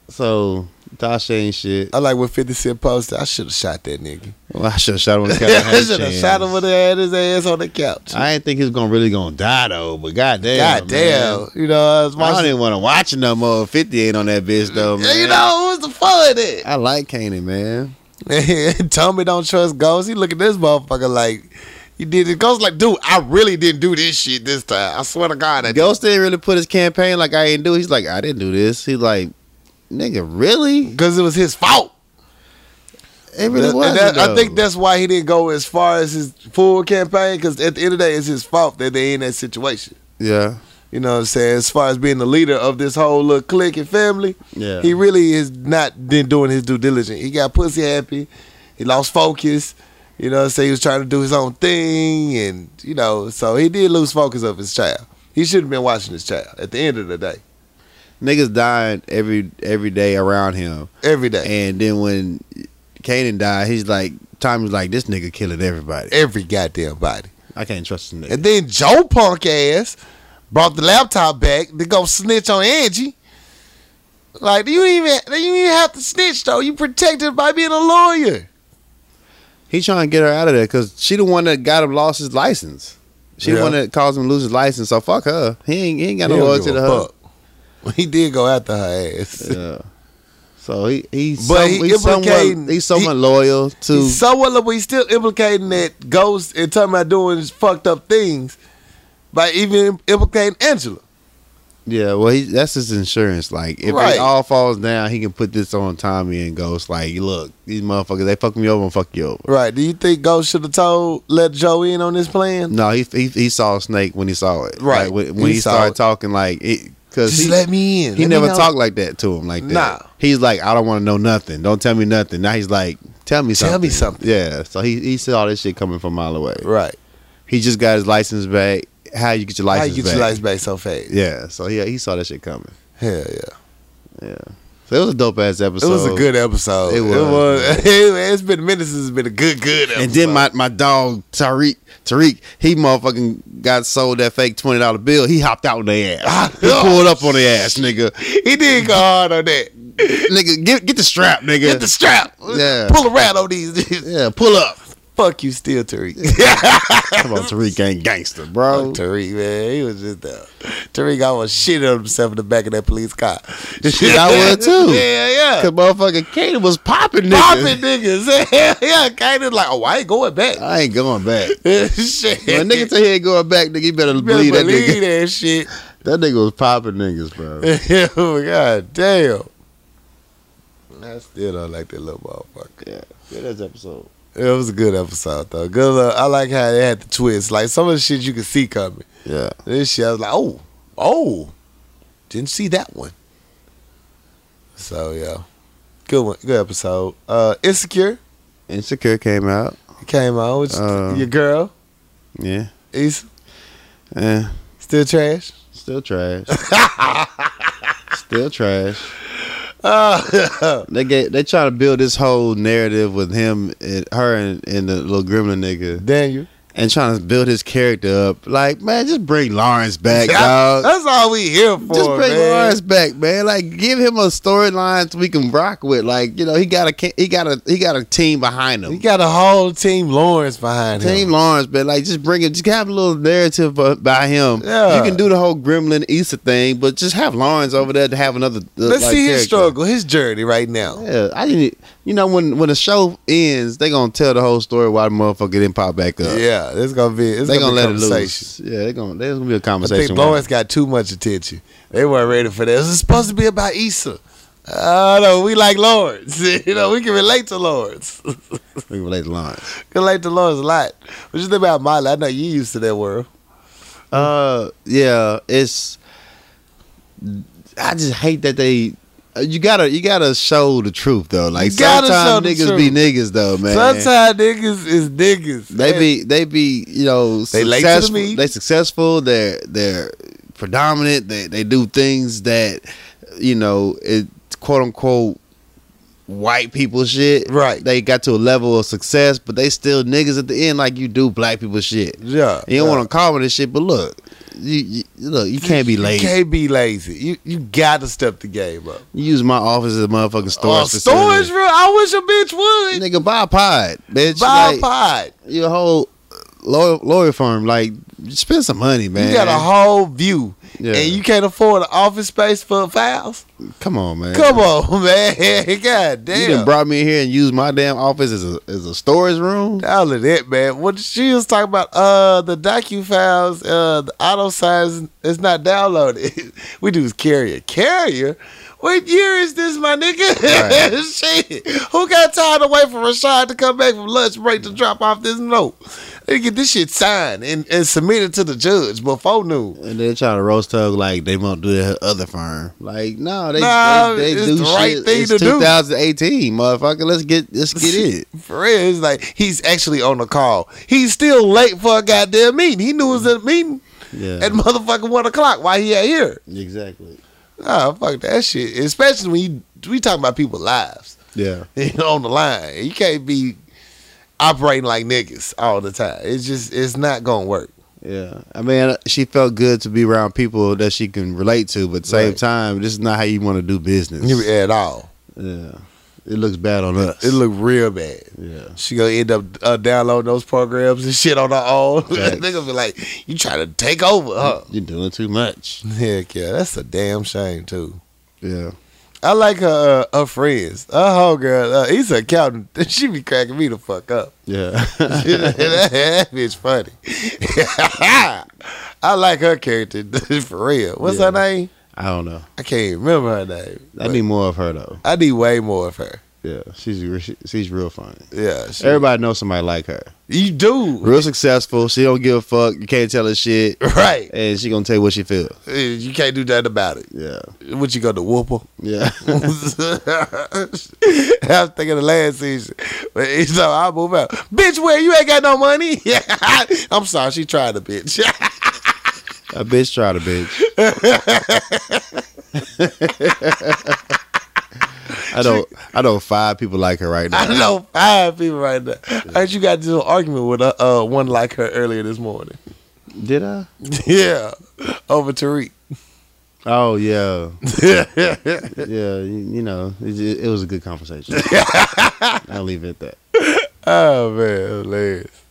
so Tasha ain't shit. I like what 50 Cent posted. I should have shot that *laughs* nigga. Well, I should have shot him. *laughs* When the captain had I a should have chance. shot him when he had his ass on the couch. I didn't think he was gonna really gonna die though, but goddamn, God damn. You know, I was man. I don't watching. even want to watch it no more. Fifty ain't on that bitch though, man. You know, what's the fun of that? I like Kanan, man. *laughs* Tommy don't trust ghosts. He look at this motherfucker like you did it. Ghost like, dude, I really didn't do this shit this time. I swear to God, I Ghost didn't really put his campaign like I didn't do. He's like, I didn't do this. He's like, nigga, really? because it was his fault. It really And was. that- I think that's why he didn't go as far as his full campaign. Because at the end of the day, it's his fault that they in that situation. yeah, You know what I'm saying? As far as being the leader of this whole little clique and family, yeah. he really is not been doing his due diligence. He got pussy happy. He lost focus. You know, what I'm saying he was trying to do his own thing, and you know, so he did lose focus of his child. He should have been watching his child at the end of the day, Niggas dying every every day around him, every day, and then when Kanan died, he's like, Tommy's like, this nigga killing everybody. every goddamn body. I can't trust this nigga. And then Joe punk ass brought the laptop back to go snitch on Angie. Like you even you didn't even have to snitch though. You protected by being a lawyer. He trying to get her out of there because she the one that got him lost his license. She Yeah. the one that caused him to lose his license. So fuck her. He ain't, he ain't got He no don't loyalty give to a her. fuck. He did go after her ass. Yeah. So he he's But some, he he's implicating- somewhat, he's somewhat he- loyal to. He's so well, but he's still implicating that Ghost and talking about doing fucked up things by even implicating Angela. yeah. Well, he, that's his insurance. Like if Right. it all falls down, he can put this on Tommy and Ghost. Like look, these motherfuckers they fuck me over and fuck you over. Right. Do you think Ghost should have told let Joe in on this plan? No, he he, he saw Snake when he saw it. Right. Like, when when He he, saw started it. talking like it because Just he, let me in. He Let me never know. talked like that to him like that. Nah. He's like, I don't want to know nothing. Don't tell me nothing. Now he's like, tell me something. Tell me something. Yeah. So he, he saw all this shit coming from a mile away. Right. He just got his license back. How you get your How license you get back? your lights back so fast? Yeah. So yeah, he saw that shit coming. Hell yeah. So it was a dope ass It episode. was a good episode. It It was, was. It has been a minute since *laughs* it's been a good, good episode. And then my, my dog Tariq Tariq he motherfucking got sold that fake twenty dollar bill. He hopped out on their ass. *laughs* he pulled up on their ass, nigga. he did go hard on that. nigga, get get the strap, nigga. Get the strap. Yeah. Pull around on these. *laughs* yeah, pull up. Fuck you, still Tariq. *laughs* Come on, Tariq ain't gangster, bro. Fuck Oh, Tariq, man. He was just there. Tariq almost shit on himself in the back of that police car. *laughs* Shit, I *laughs* *laughs* would too. Yeah, yeah. Cause motherfucking Kaden was popping niggas. Popping niggas. *laughs* Hell yeah. Kind of like, oh, I ain't going back. I ain't going *laughs* back. *laughs* shit. When Uh, nigga tell he ain't going back, nigga, you better, You better believe that believe nigga. that shit. That nigga was popping niggas, bro. *laughs* oh, God damn. I still don't like that little motherfucker. yeah, good as episode. It was a good episode, though. Good look. I like how they had the twist. Like, some of the shit you could see coming. Yeah, This shit, I was like, oh, oh, didn't see that one. So yeah, good one, good episode. Uh, Insecure Insecure came out. came out. Which Uh, your girl Yeah, is eh, still trash. still trash. still trash. Uh, They get they try to build this whole narrative with him, and her, and, and the little gremlin nigga, Daniel, and trying to build his character up. Like, man, just bring Lawrence *laughs* back, That- dog. That's all we here for, Just bring man. Lawrence back, man. Like, give him a storyline we can rock with. Like, you know, he got a ca- he got a he got a team behind him. He got a whole team Lawrence behind him. Team Lawrence, but like just bring it, just have a little narrative uh, by him. Yeah. You can do the whole Gremlin Easter thing, but just have Lawrence over there to have another. uh, Let's like, see his character. struggle, his journey right now. Yeah, I didn't. You know when when the show ends, they gonna tell the whole story why the motherfucker didn't pop back Yeah, up. it's gonna be it's they gonna, gonna be let it conversation. loose. Yeah, they gonna there's gonna be a I conversation. think Lawrence got too much attention. They weren't ready for that. It was supposed to be about Issa. Oh no, we like Lawrence. *laughs* you know, we can relate to Lawrence. *laughs* we we can relate to Lawrence. can relate to Lawrence a lot. But just think about Miley. I know you used to that world. Hmm. Uh, yeah, it's. I just hate that they. uh, You gotta you gotta show the truth though. Like You gotta show sometimes the niggas truth. be niggas though, man. Sometimes niggas is niggas. they Man, be they be you know They late to the successful- meet. They successful. They're they're predominant. They they do things that you know it quote unquote white people shit. Right. They got to a level of success, but they still niggas at the end like you do black people shit. yeah. You don't yeah. want to call me this shit, but look, you, you look you can't be lazy. You can't be lazy. You you gotta step the game up. You use my office as a motherfucking storage. Oh, storage facility. room. I wish a bitch would. Nigga, buy a pod, bitch. Buy like, a pod. Your whole lawyer, lawyer firm, like spend some money, man. You got a whole view, Yeah. and you can't afford an office space for files. Come on, man. Come on, *laughs* man. God You done damn. brought me in here and used my damn office as a as a storage room. all of that, man. What she was talking about, uh, the docu files, uh, the auto signs is not downloaded. *laughs* we do is carrier, carrier. What year is this, my nigga? Right. *laughs* Shit, who got time to wait for Rashad to come back from lunch break to drop off this note? They get this shit signed and, and submitted to the judge before noon. And they're trying to roast her like they won't do that other firm. Like, no, they Nah, they, they it's do the right shit. thing it's to do. 2018, motherfucker. Let's get let's *laughs* get it. For real, it's like he's actually on the call. He's still late for a goddamn meeting. He knew it was a meeting Yeah. at motherfucking one o'clock. Why he out here? exactly. Nah, fuck that shit. Especially when you we talking about people's lives *laughs* Yeah. you know, on the line. You can't be operating like niggas all the time. It's just it's not gonna work. Yeah. I mean, she felt good to be around people that she can relate to, but at the same Right. time, this is not how you want to do business. At all. Yeah. It looks bad on us. It look real bad. yeah. She gonna end up uh, downloading those programs and shit on her own. *laughs* Facts. they gonna be like, "You trying to take over?" Huh? You're doing too *laughs* much. Heck yeah, that's a damn shame too. Yeah. I like her uh, her friends. Her whole girl, uh, he's an accountant. *laughs* She be cracking me the fuck up. Yeah. *laughs* that, *laughs* bitch funny. *laughs* I like her character *laughs* for real. What's her Yeah. name? I don't know. I can't remember her name. I but need more of her though. I need way more of her. Yeah, she's re- she- she's real funny. Yeah, she- Everybody knows somebody like her. you do Real successful. She don't give a fuck. You can't tell her *laughs* shit, right. and she gonna tell you what she feel. Uh, You can't do nothing about it. Yeah, What you gonna whoop her? yeah. *laughs* *laughs* I was thinking the last season. But he's like, I'll move out. Bitch, where you ain't got no money? *laughs* I'm sorry, she tried to bitch. *laughs* a bitch try to bitch. *laughs* I know. I know five people like her right I now. know five people right now. I heard you got into an argument with uh, uh, one like her earlier this morning. *laughs* Did I? *laughs* yeah. Over Tariq. Oh *laughs* yeah, yeah. You, you know, it, ju- it was a good *laughs* conversation. I'll leave it at that. oh man, hilarious.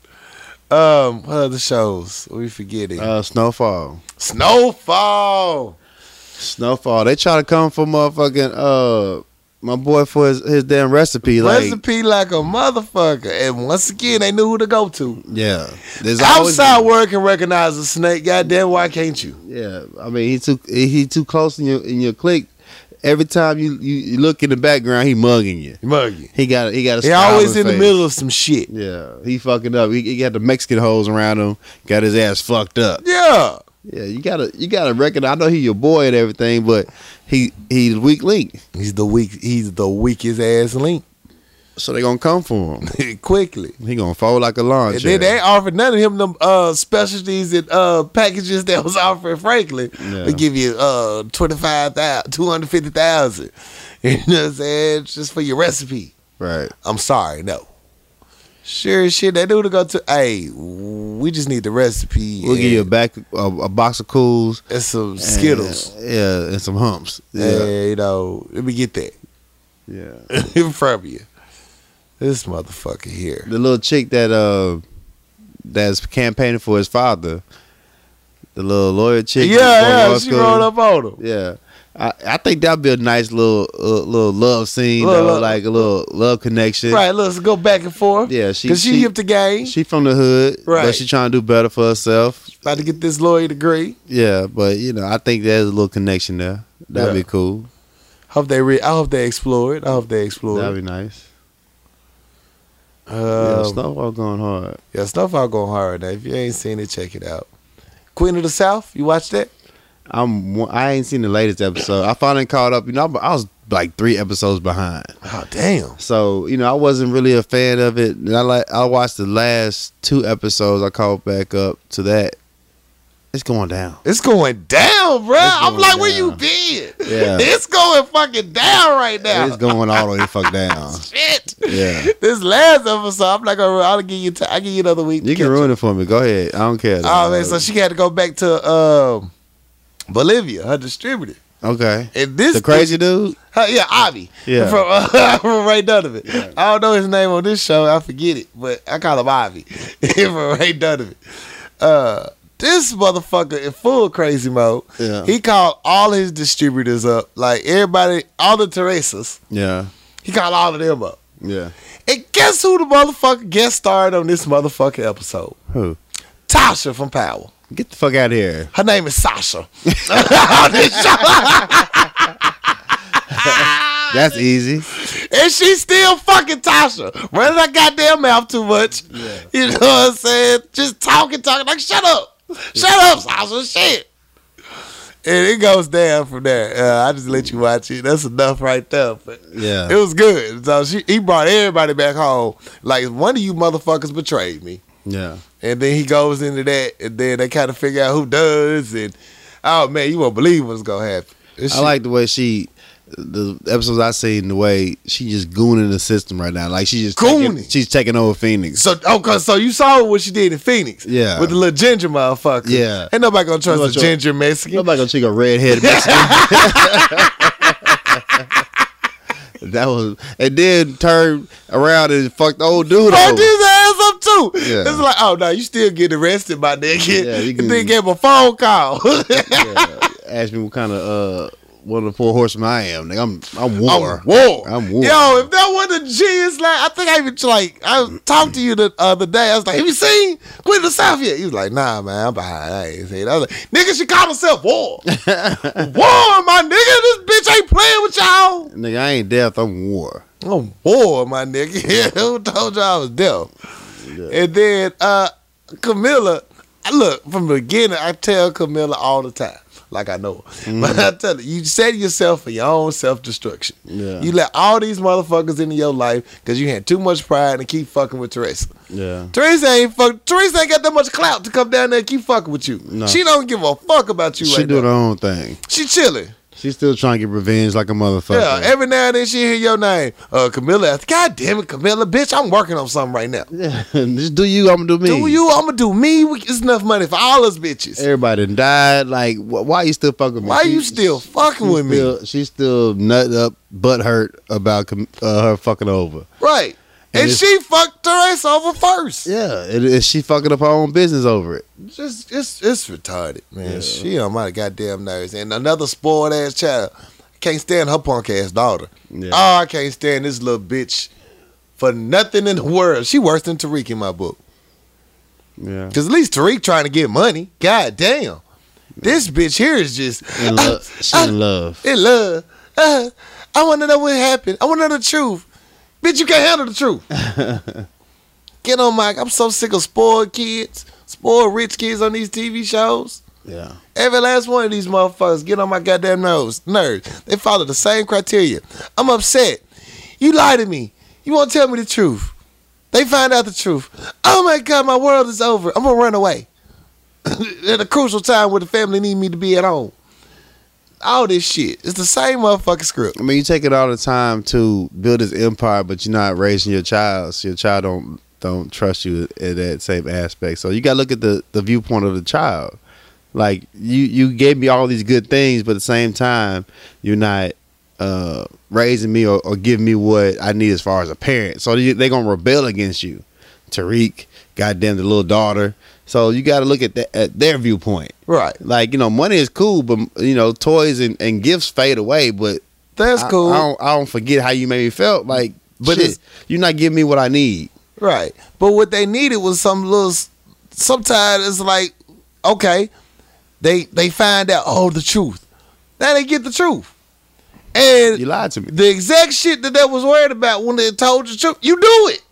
Um, what other shows? We forgetting. Uh, Snowfall. Snowfall. Snowfall. They try to come for motherfucking uh my boy for his, his damn recipe. Like Recipe like a motherfucker. And once again, they knew who to go to. yeah, there's always- Outside world can recognize a snake. Goddamn, why can't you? Yeah, I mean he too he too close in your in your clique. Every time you, you, you look in the background, he mugging you. Muggy. He got he got a. He smile always his in the face. middle of some shit. Yeah, he fucking up. He, he got the Mexican hoes around him. Got his ass fucked up. Yeah. Yeah, you gotta you gotta reckon. I know he your boy and everything, but he he's weak link, He's the weak. He's the weakest ass link. *laughs* so they gonna come for him. Quickly. He gonna fold like a lawn And chair. then they ain't offer none of him them uh, specialties and uh, packages that was *laughs* offered Franklin. Yeah. They give you uh 25,000, *laughs* 250,000. You know what I'm saying? Just for your recipe. right. I'm sorry, no. Sure, shit. They do to go to. Hey, we just need the recipe. We'll give you a and- back a, a box of cools, and some and- Skittles. yeah, and some humps. Yeah, Yeah, you know, let me get that yeah. *laughs* from you. This motherfucker here. The little chick that uh that's campaigning for his father, the little lawyer Yeah, chick. yeah, she rolled up on him. Yeah. I, I think that'd be a nice little uh, little love scene, Little though, love- like a little love connection. Right, let's go back and forth. Yeah, she Cause she, she, hip the game. she from the hood, Right. But she trying to do better for herself. about to get this lawyer degree. Yeah, but you know, I think there's a little connection there. That'd Yeah. be cool. Hope they re- I hope they explore it. I hope they explore That'd it. be nice. Um, yeah, yeah, stuff. Snowball going hard. out going hard. Now. If you ain't seen it, check it out. Queen of the South, you watch that? I'm I ain't seen the latest episode. I finally caught up. You know, I was like three episodes behind. Oh damn. So you know, I wasn't really a fan of it. And I like I watched the last two episodes. I caught back up to that. It's going down. It's going down, bro. It's I'm going like, where you down. been? Yeah. *laughs* It's going fucking down right now. It's going all the way the fuck down. Shit. Yeah. This last episode, I'm not gonna. I'll give you. T- I'll give you another week. to You can catch ruin it for me. Go ahead. I don't care. Oh man, so she had to go back to um, Bolivia, her distributor. okay. And this The crazy dude. her- yeah, Avi. Yeah. From, uh, from *laughs* Ray Donovan. I don't know his name on this show. I forget it, but I call him Avi *laughs* from Ray Donovan. Uh, this motherfucker in full crazy mode. Yeah. He called all his distributors up, like everybody, all the Teresas. Yeah. He called all of them up. Yeah. And guess who the motherfucker guest starred on this motherfucking episode? Who? Tasha from Power. Get the fuck out of here. Her name is *laughs* Sasha. *laughs* On this show. Ah, That's easy. and she's still fucking Tasha. Running her goddamn mouth too much. You know what I'm saying? Just talking, talking. Like, shut up. Shut up, Sasha. Shit. And it goes down from there. Uh, I just let you watch it. That's enough right there. But Yeah. it was good. So she, he brought everybody back home. Like, one of you motherfuckers betrayed me. Yeah. And then he goes into that, and then they kind of figure out who does. And oh man, you won't believe what's gonna happen. This I shit- like the way she, the episodes I seen, the way she just gooning the system right now. Like she just taking, Gooning. she's taking over Phoenix. so. Oh, cause so you saw what she did in Phoenix, Yeah. with the little ginger motherfucker. Yeah. ain't nobody gonna trust Nobody a tru- ginger Mexican. Nobody gonna check a redhead Mexican. *laughs* that was and then turned around and fucked the old dude Fucked over. his ass up too. Yeah. It's like, oh no, you still get arrested, my nigga. *laughs* Yeah, you and then can- gave him a phone call. Asked me what kind of uh one of the four horsemen I am. Like I'm I'm *laughs* war. I'm war. I'm war. Yo, if that wasn't a G, it's like I think I even like I talked to you the other day. I was like, "Have you seen Queen of the South yet?" He was like, "Nah, man, I'm behind. I ain't seen." it." I was like, "Nigga, she called *laughs* herself War. war, my nigga. This bitch ain't playing with y'all. Nigga, I ain't deaf. I'm war. I'm War, my nigga. *laughs* Who told y'all I was deaf?" And then uh Camilla, I- look from the beginning, I tell Camilla all the time. Like I know, her. *laughs* but Mm-hmm. I tell her, you set yourself for your own self destruction. Yeah. You let all these motherfuckers into your life because you had too much pride and keep fucking with Teresa. Yeah. Teresa ain't fuck. Teresa ain't got that much clout to come down there and keep fucking with you. No. She don't give a fuck about you She right do her now. own thing. She chilling. She's still trying to get revenge like a motherfucker. Yeah. Every now and then she hear your name, uh, Camilla. God damn it, Camilla, bitch! I'm working on something right now. Yeah, *laughs* just do you. I'm gonna do me. Do you? I'm gonna do me. We- It's enough money for all us bitches. Everybody done died. Like, wh- why you still fucking? with me? Why She- you still fucking she with me? still- She's still nut up, butt hurt about com- uh, her fucking over. Right. And And it's- she fucked Teresa over first. Yeah, and, and she fucking up her own business over it. just it's it's retarded, man. Yeah. She on my goddamn nerves. And another spoiled ass child. Can't stand her punk ass daughter. Yeah, Oh, I can't stand this little bitch for nothing in the world. She worse than Tariq in my book. yeah. Cause at least Tariq trying to get money. God damn. This bitch here is just In uh, love, she uh, in love. in love. Uh, I wanna know what happened. I wanna know the truth. Bitch, you can't handle the truth. get on my I'm so sick of spoiled kids, spoiled rich kids on these TV shows. Yeah, Every last one of these motherfuckers get on my goddamn nerves. Nerves. They follow the same criteria. I'm upset. You lie to me. You won't tell me the truth. They find out the truth. Oh my god, my world is over. I'm gonna run away. *coughs* At a crucial time where the family need me to be at home. All this shit. It's the same motherfucking script. I mean, you take it all the time to build this empire, but you're not raising your child. So your child don't don't trust you in that same aspect. So you got to look at the the viewpoint of the child. Like you you gave me all these good things, but at the same time, you're not uh, raising me or, or giving me what I need as far as a parent. So they, they're gonna rebel against you, Tariq. Goddamn the little daughter. So you got to look at that at their viewpoint. Right. Like you know, money is cool, but you know, toys and, and gifts fade away. But That's I- cool. I, don't, I don't forget how you made me felt. Like, But but it's- you're not giving me what I need. Right. But what they needed was some little. s- Sometimes it's like, okay, they they find out all the truth. Now they get the truth, and You lied to me. the exact shit that they was worried about when they told the truth, you do it.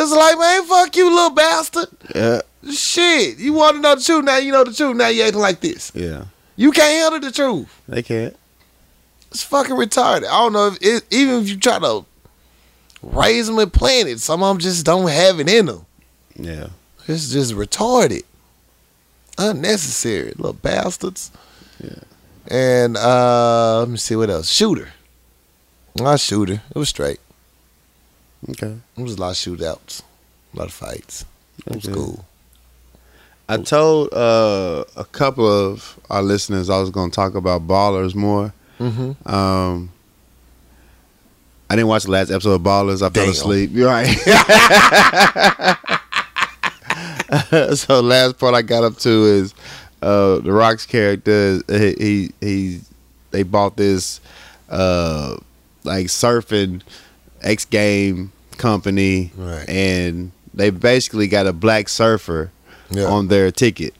It's like, man, fuck you, little bastard. Yeah, Shit, you want to know the truth now? You know the truth now. You acting like this. yeah. You can't handle the truth. They can't. It's fucking retarded. I don't know if it, even if you try to raise them and plant it, some of them just don't have it in them. Yeah. It's just retarded. Unnecessary, little bastards. Yeah. And uh let me see what else. Shooter. Not shooter. It was straight. Okay. It was a lot of shootouts. A lot of fights. It was Okay. cool. I told uh, a couple of our listeners I was going to talk about ballers more. Mm-hmm. Um, I didn't watch the last episode of Ballers. I Damn. fell asleep. You're right. *laughs* so last part I got up to is uh, the Rock's character. He, he he they bought this uh, like surfing X game company, Right. and they basically got a black surfer Yeah. on their ticket.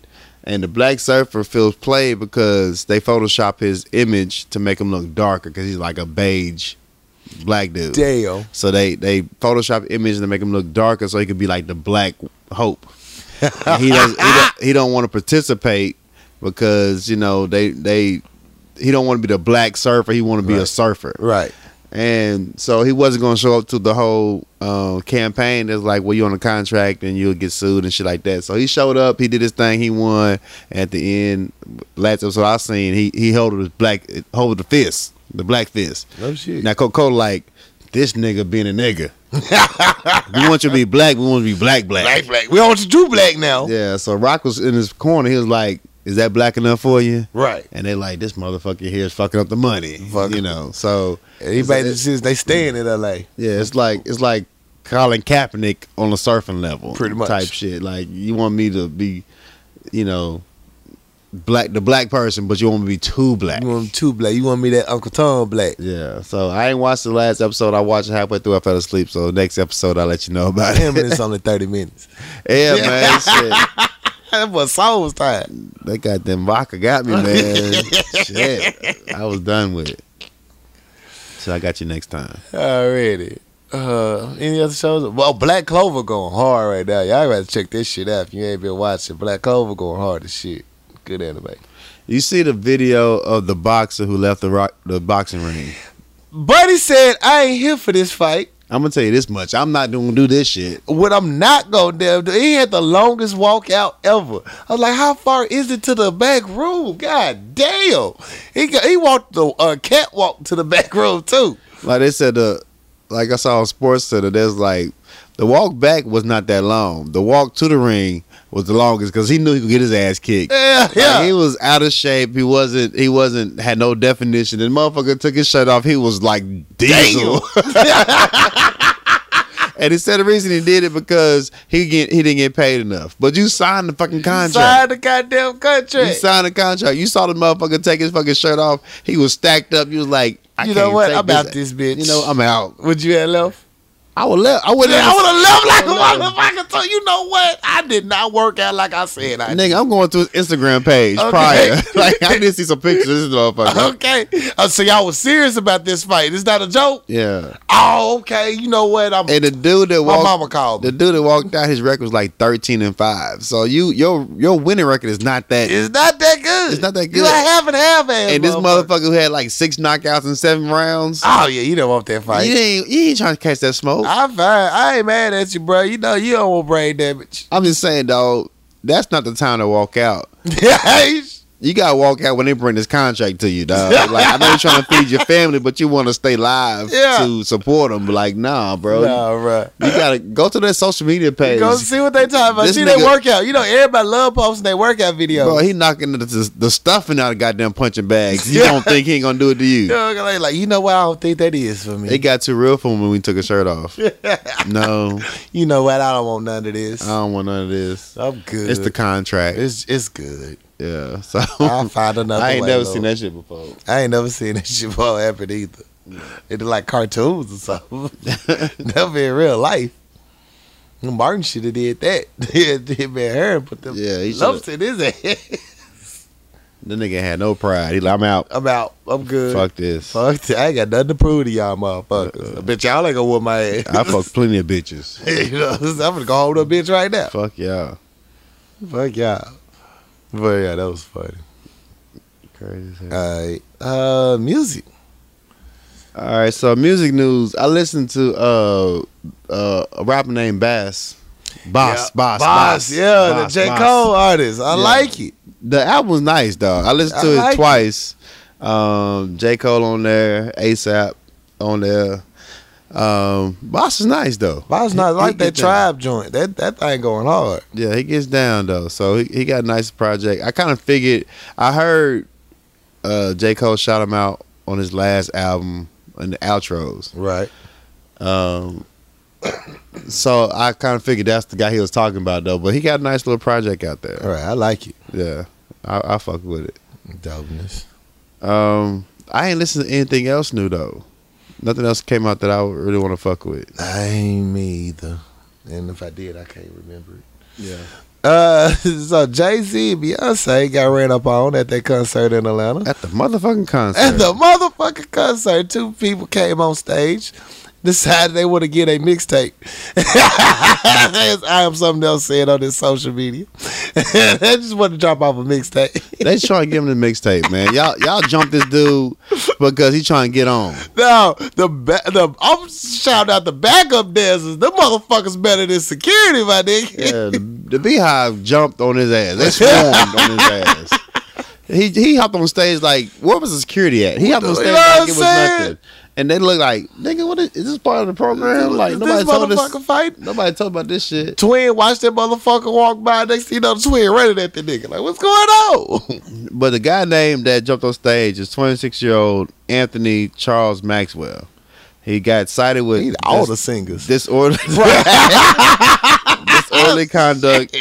And the black surfer feels played because they Photoshop his image to make him look darker because he's like a beige black dude. Dale. So they they Photoshop image to make him look darker so he could be like the Black Hope. And he does he don't, he don't want to participate because you know they they he don't want to be the black surfer. He want to be a Right. surfer. Right. And so he wasn't going to show up to the whole uh, campaign. That's like, well, you're on a contract and you'll get sued and shit like that. So he showed up. He did his thing. He won. At the end, last episode I seen, he he held his black, hold the fist, the black fist. No shit. Now Coca Cola like this nigga being a nigga. *laughs* we want you to be black. We want you to be black, black. Black black. We all want you to do black now. Yeah. So Rock was in his corner. He was like, "Is that black enough for you?" Right. And they like, "This motherfucker here is fucking up the money." Fuck. You know. So Anybody that says they staying in LA. yeah, it's like it's like Colin Kaepernick on a surfing level, Pretty much. type shit. Like you want me to be, you know, black the black person, but you want me to be too black. You want them too black. You want me that Uncle Tom black. Yeah, so I ain't watched the last episode. I watched it halfway through. I fell asleep. So next episode, I'll let you know about Ten it. minutes only thirty minutes. *laughs* *laughs* yeah, man, shit. That was soul time. that goddamn vodka got me, man. shit, I was done with it. So I got you next time. Already. Oh, Uh, any other shows? Well, Black Clover going hard right now. Y'all gotta check this shit out if you ain't been watching. Black Clover going hard as shit. Good anime. You see the video of the boxer who left the rock, the boxing ring. Buddy said, I ain't here for this fight. I'm gonna tell you this much. I'm not gonna do this shit. What I'm not gonna damn do. He had the longest walkout ever. I was like, how far is it to the back room? God damn. He got, he walked the uh, catwalk to the back room too. Like they said, uh, like I saw on Sports Center, there's like the walk back was not that long. The walk to the ring was the longest because he knew he could get his ass kicked. Yeah, Like, yeah. he was out of shape. He wasn't. He wasn't. Had no definition. And motherfucker took his shirt off. He was like diesel. *laughs* and he said the reason he did it because he get, he didn't get paid enough. But you signed the fucking contract. Signed the goddamn He contract. signed a contract. You saw the motherfucker take his fucking shirt off. He was stacked up. You was like, I You can't know what? take I'm out this bitch. You know, I'm out. Would you have left? I would left. I would Yeah, I left. would have I left like a motherfucker. So you know what? I did not work out like I said I did. Nigga, I'm going to his Instagram page Okay. *laughs* prior. *laughs* like, I need to see some pictures of this motherfucker. Okay. Uh, so y'all was serious about this fight. It's not a joke. Yeah. Oh, okay. You know what? I'm. And the dude that my walked, mama called the me. dude that walked out, his record was like 13 and five. So you, your, your winning record is not that. It's not that good. It's not that You good. a half and half ass. and this motherfucker who had like six knockouts in seven rounds, Oh yeah, you don't want that you fight. ain't, you ain't trying to catch that smoke. I'm fine. I ain't mad at you, bro. You know you don't want brain damage. *laughs* I'm just saying, dog, that's not the time to walk out. Yeah. you gotta walk out when they bring this contract to you, dog. Like I know you're trying to feed your family, but you want to stay live Yeah. to support them. Like nah, bro. Nah, bro. You gotta go to their social media page. Go see what they talking about. This see nigga- their workout. You know, everybody love posting their workout videos. Bro, he knocking the, the, the stuffing out of goddamn punching bags. You *laughs* Yeah. don't think he ain't gonna do it to you you? know, like, like, you know what? I don't think that is for me. It got too real for him when we took his shirt off. no, you know what? I don't want none of I this. don't want none of this. I'm good. Um, It's the contract. it's it's good. yeah. So *laughs* I find another. I ain't way, never Lord. seen that shit before. I ain't never seen that *laughs* shit before happen either. It's like cartoons or *laughs* something. never in real life. Martin should have did that. *laughs* Him and her put them Yeah, he lumps in his ass. The nigga had no pride. He like, I'm out. *laughs* I'm out. I'm good. Fuck this. Fuck that. I ain't got nothing to prove to y'all motherfuckers. I bet y'all ain't gonna whoop my ass. I fucked plenty of bitches. *laughs* you know, I'm gonna go hold up bitch right now. Fuck y'all. Fuck y'all. But yeah, that was funny. Crazy. as hell. Alright. Uh music. All right, so music news. I listened to uh uh a rapper named Bass. Boss, Yeah. boss, boss, Yeah, Boss, the J. Boss. Cole artist. I Yeah. like it. The album was nice, dog. I listened to I it like it. twice. Um, J. Cole on there, ASAP on there. Um, Boss is nice though. But I was He- not he like get that tribe joint. That that thing going hard. Yeah, he gets down though. So he, he got a nice project. I kind of figured I heard uh J. Cole shout him out on his last album in the outros. Right. Um so I kind of figured that's the guy he was talking about though, but he got a nice little project out there. Alright, I like it. Yeah. I, I fuck with it. Dopeness. Um I ain't listened to anything else new though. Nothing else came out that I would really want to fuck with. I ain't me either. And if I did, I can't remember it. Yeah. Uh, *laughs* so Jay Z and Beyonce got ran up on at that concert in Atlanta. At the motherfucking concert. At the motherfucking concert, two people came on stage, decided they want to get a mixtape. *laughs* As I am something else said on this social media. *laughs* they just want to drop off a mixtape. *laughs* they trying to give him the mixtape, man. Y'all y'all jump this dude because he trying to get on. No, the ba- the I'm shouting out the backup dancers. The motherfuckers better than security, my nigga. *laughs* Yeah, the, the beehive jumped on his ass. They swarmed on his ass. He he hopped on stage like where was the security at? He hopped on You stage know what like it I'm was saying? nothing. And they look like nigga, what is, is this part of the *laughs* program? Like This nobody told motherfucker us. fight. Nobody told about this shit. Twin watched that motherfucker walk by. Next thing you know, the twin running at the nigga. Like, what's going on? *laughs* But the guy named that jumped on stage is 26 year old Anthony Charles Maxwell. He got cited with He all the singers. disorderly *laughs* *laughs* disorderly conduct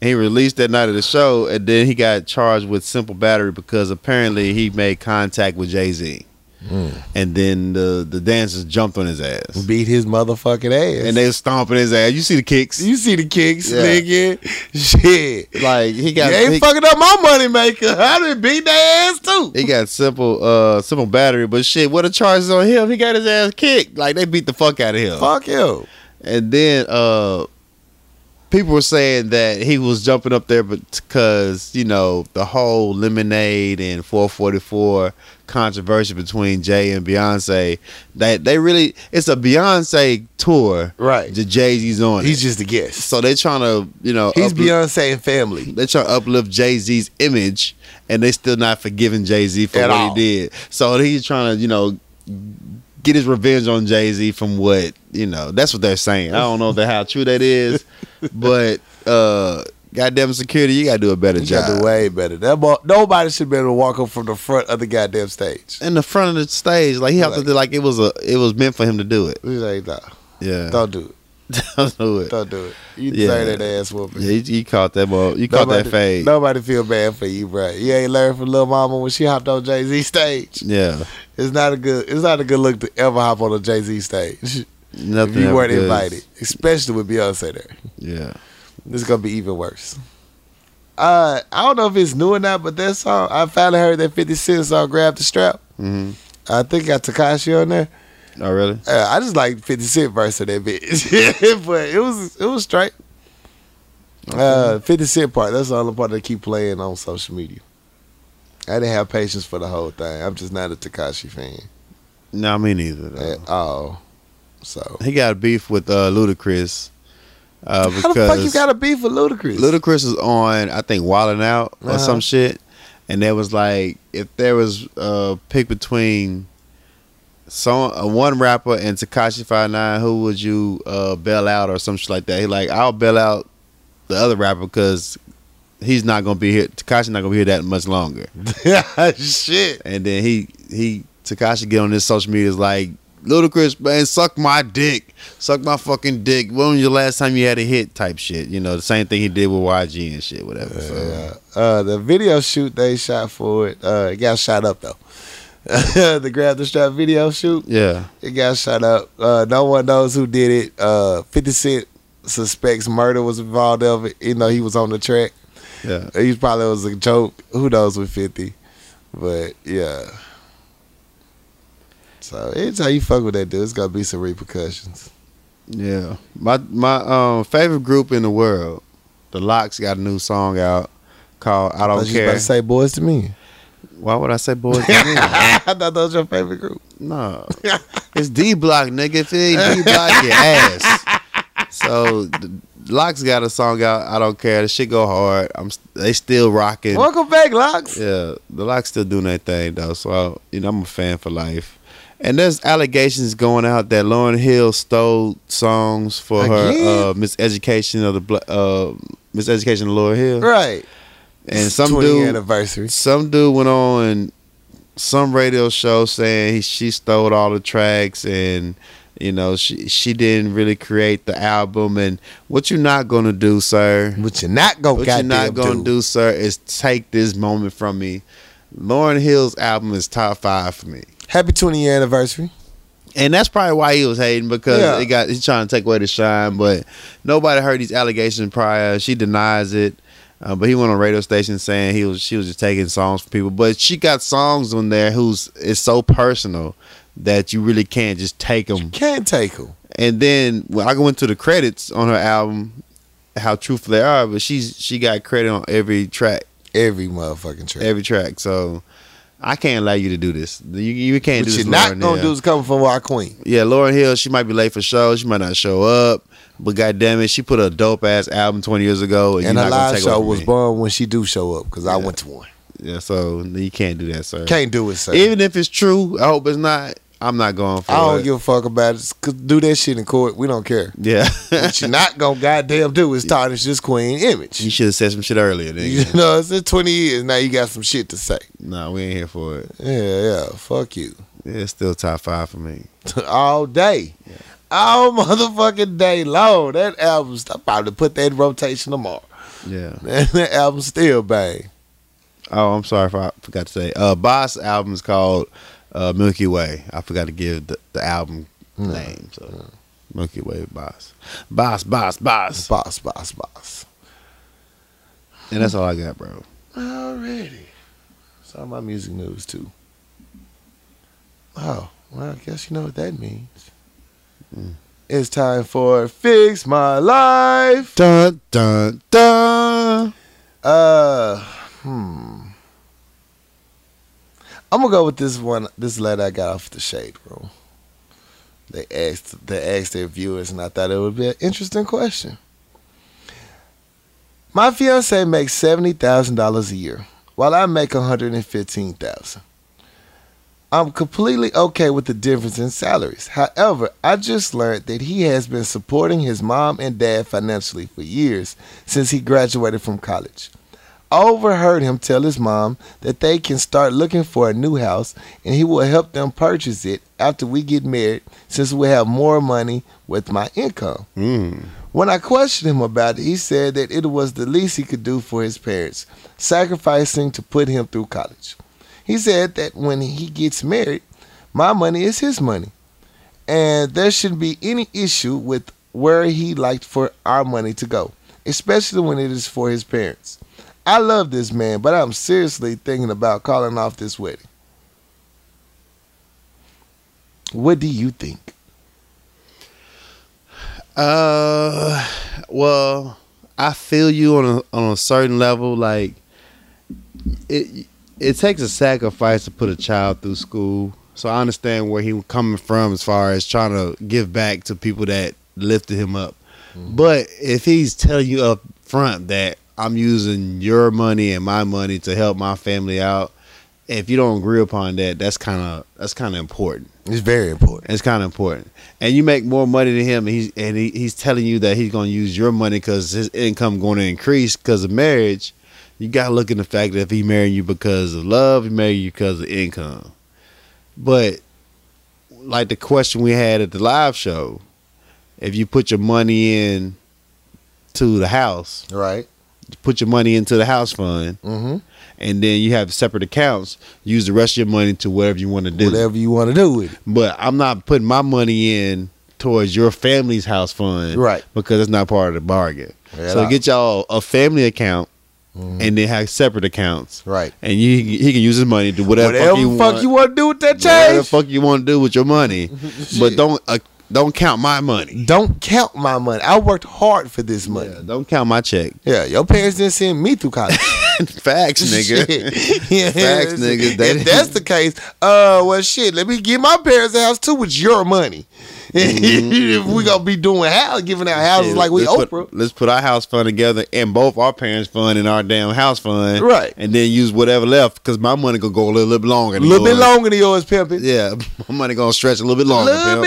He released that night of the show, and then he got charged with simple battery because apparently he made contact with Jay Z, Hmm. and then the the dancers jumped on his ass, Beat his motherfucking ass. and they was stomping his ass. You see the kicks, you see the kicks, Yeah. nigga. Shit. like he got you ain't he, fucking up my money maker. I done beat their ass too. he got simple uh simple battery, but shit, what a charge is on him? He got his ass kicked, like they beat the fuck out of him. Fuck you. And then uh people were saying that he was jumping up there because, you know, the whole Lemonade and 444 controversy between Jay and Beyonce, that they really it's a Beyonce tour. Right. The Jay-Z's on. He's He's just a guest. so uh, they're trying to, you know, He's upli- Beyonce and family. they trying to uplift Jay Z's image, and they still not forgiving Jay Z for At what all. he did. So he's trying to, you know, get his revenge on Jay Z from what you know. That's what they're saying. I don't know if that, how true that *laughs* is, but uh, goddamn security, you gotta do a better You job. got the way better. That mo- nobody should be able to walk up from the front of the goddamn stage. In the front of the stage, like he have to Like- do like it was a, it was meant for him to do it. We like, nah, Yeah, *laughs* don't do it. don't do it. Don't do it. You Yeah. deserve that ass whooping. Yeah, you, you caught that, mo- you caught that fade. Nobody feel bad for you, bro. You ain't learned from Lil Mama when she hopped on Jay Z stage. Yeah, It's not a good. It's not a good look to ever hop on a Jay Z stage. *laughs* nothing. if you ever weren't good. invited, especially with Beyonce there. Yeah, This is gonna be even worse. Uh, I don't know if it's new or not, but that song I finally heard that Fifty Cent song "Grab the Strap." hmm I think got Takashi on there. oh really? Uh, I just like Fifty Cent verse of that bitch, *laughs* but it was it was straight. Uh, Fifty Cent part. That's the only part that keep playing on social media. I didn't have patience for the whole thing. I'm just not a Takashi fan No, me neither. though. at all. So He got beef with uh, Ludacris uh, because how the fuck you got a beef with Ludacris? Ludacris is on, I think, Wildin' Out or Uh-huh. some shit, and there was like if there was a pick between so uh, one rapper and Takashi Five Nine, who would you uh, bail out or some shit like that? He like I'll bail out the other rapper because he's not gonna be here. Takashi's not gonna be here that much longer. *laughs* Shit. And then he he Takashi get on his social media is like Ludacris man suck my dick, suck my fucking dick. When was your last time you had a hit type shit? You know the same thing he did with YG and shit whatever. So. Yeah. Uh, the video shoot they shot for it, uh, it got shot up though. *laughs* the grab the strap video shoot, Yeah, it got shot up. Uh, no one knows who did it. Uh, 50 Cent suspects murder was involved of it. You know, he was on the track. Uh, yeah. He probably was a joke. Who knows with 50? But yeah. So it's how you fuck with that dude. It's gonna be some repercussions. Yeah, my my um favorite group in the world, The Locks, got a new song out called "I I Don't was just about Care." to say boys to me. *laughs* Why would I say boys? to Men? I thought that was your favorite group. no, it's D Block, nigga. If it ain't D Block, your ass. So the Locks got a song out. I don't care. The shit go hard. I'm s- they still rocking. Welcome back, Locks. Yeah, the Locks still doing that thing though. So you know, I'm a fan for life. And there's allegations going out that Lauren Hill stole songs for Again? her uh, miseducation of the bla- uh, miseducation of Lauren Hill. Right. And It's some 20 dude, anniversary. some dude went on and some radio show saying he, she stole all the tracks and you know she she didn't really create the album. And what you're not gonna do, sir? What you not gonna What you're Oh, goddamn not gonna do? do, sir, is take this moment from me. Lauren Hill's album is top five for me, Happy 20 year anniversary. and that's probably why he was hating because Yeah. it got he's trying to take away the shine. But nobody heard these allegations prior. She denies it, uh, but he went on radio station saying he was she was just taking songs from people. But she got songs on there who's it's so personal that you really can't just take them Can't take him. and then when I go into the credits on her album, how truthful they are, but she's she got credit on every track, Every motherfucking track. every track. So I can't allow you to do this. You you can't what do you're this. not Lauryn gonna do Hill. is come from our queen. Yeah, Lauren Hill, she might be late for show. She might not show up. But god damn it, she put a dope ass album twenty years ago, and, And you're her not gonna live take away show from was me. born when she do show up because I went to one. Yeah, so you can't do that, sir. Can't do it, sir. Even if it's true, I hope it's not. I'm not going for I don't it. give a fuck about it. Cause do that shit in court. We *laughs* don't care. yeah, What you not gonna goddamn do is tarnish this queen you image. should have said some shit earlier. *laughs* You Nigga. know, it's been 20 years now. You got some shit to say. nah, we ain't here for it. Yeah, yeah. Fuck you. It's still top five for me. *laughs* all day. All motherfucking day long. That album's I probably put that in rotation tomorrow. *laughs* Yeah. Man, that album still bang. Oh, I'm sorry if I forgot to say. Uh, Boss album is called uh, Milky Way. I forgot to give the, the album name. So Milky Way Boss, Boss, Boss, Boss, Boss, boss, boss. and that's all I got, bro. Already. It's all my music news too. Oh, well, I guess you know what that means. It's time for Fix My Life. Dun dun dun. Uh hmm. I'm gonna go with this one this letter I got off the shade room. They asked they asked their viewers and I thought it would be an interesting question. My fiance makes seventy thousand dollars a year, while I make one hundred and fifteen thousand. I'm completely okay with the difference in salaries. However, I just learned that he has been supporting his mom and dad financially for years since he graduated from college. I overheard him tell his mom that they can start looking for a new house and he will help them purchase it after we get married since we have more money with my income. Mm. When I questioned him about it, he said that it was the least he could do for his parents, sacrificing to put him through college. He said that when he gets married, my money is his money, and there shouldn't be any issue with where he liked for our money to go, especially when it is for his parents. I love this man, but I'm seriously thinking about calling off this wedding. What do you think? Uh, well, I feel you on a on a certain level. Like it, it takes a sacrifice to put a child through school. So I understand where he was coming from as far as trying to give back to people that lifted him up. But if he's telling you up front that I'm using your money and my money to help my family out. If you don't agree upon that, that's kind of that's kind of important. It's very important. It's kind of important. And you make more money than him, and he's and he, he's telling you that he's going to use your money because his income going to increase because of marriage. You got to look at the fact that if he married you because of love, he married you because of income. But like the question we had at the live show, if you put your money in to the house, Right. put your money into the house fund, Mm-hmm. and then you have separate accounts, use the rest of your money to whatever you want to do. Whatever you want to do with it. But I'm not putting my money in towards your family's house fund, Right. Because it's not part of the bargain. Yeah, Mm-hmm. so nah. get y'all a family account, and then have separate accounts, Right. And you he can use his money to do whatever, the Whatever fuck you want. to do with that Whatever the change. fuck you want to do with your money, but *laughs* Shit. don't uh, don't count my money. Don't count my money. I worked hard for this money. Yeah, don't count my check. *laughs* Yeah, your parents didn't send me through college. Facts, *laughs* nigga. *laughs* Shit. yeah, Facts, nigga. They if that's the case, uh, well, shit. Let me get my parents a house too with your money. *laughs* if we gonna be doing house, giving out houses Mm-hmm. Yeah, like we let's Oprah, Put, let's put our house fund together and both our parents' fund and our damn house fund, Right. And then use whatever left because my money gonna go a little, bit longer. a than little bit yours. longer than yours, pimping. Yeah, *laughs* my money gonna stretch a little bit A longer. little pimp.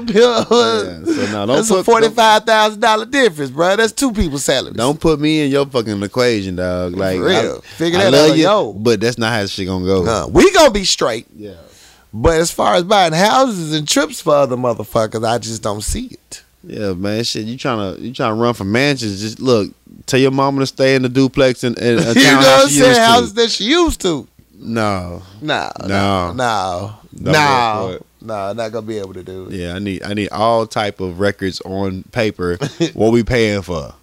bit longer, *laughs* pimp. Yeah, so nah, don't that's a put- forty-five thousand dollar difference, bro. That's two people's salaries. Don't put me in your fucking equation, dog. Like, real. I, Figure I that love out on you, your own. but that's not how this shit gonna go. Nah, Uh, we gonna be straight. Yeah, But as far as buying houses and trips for other motherfuckers, I just don't see it. yeah, man. Shit, you trying to you trying to run for mansions? Just look, tell your mama to stay in the duplex and, and a *laughs* you know what I'm townhouse. she saying? used to. Houses that she used to. No, No, No. no, no, No, go for no, it. no, not gonna be able to do it. yeah, I need I need all type of records on paper. *laughs* what we paying for?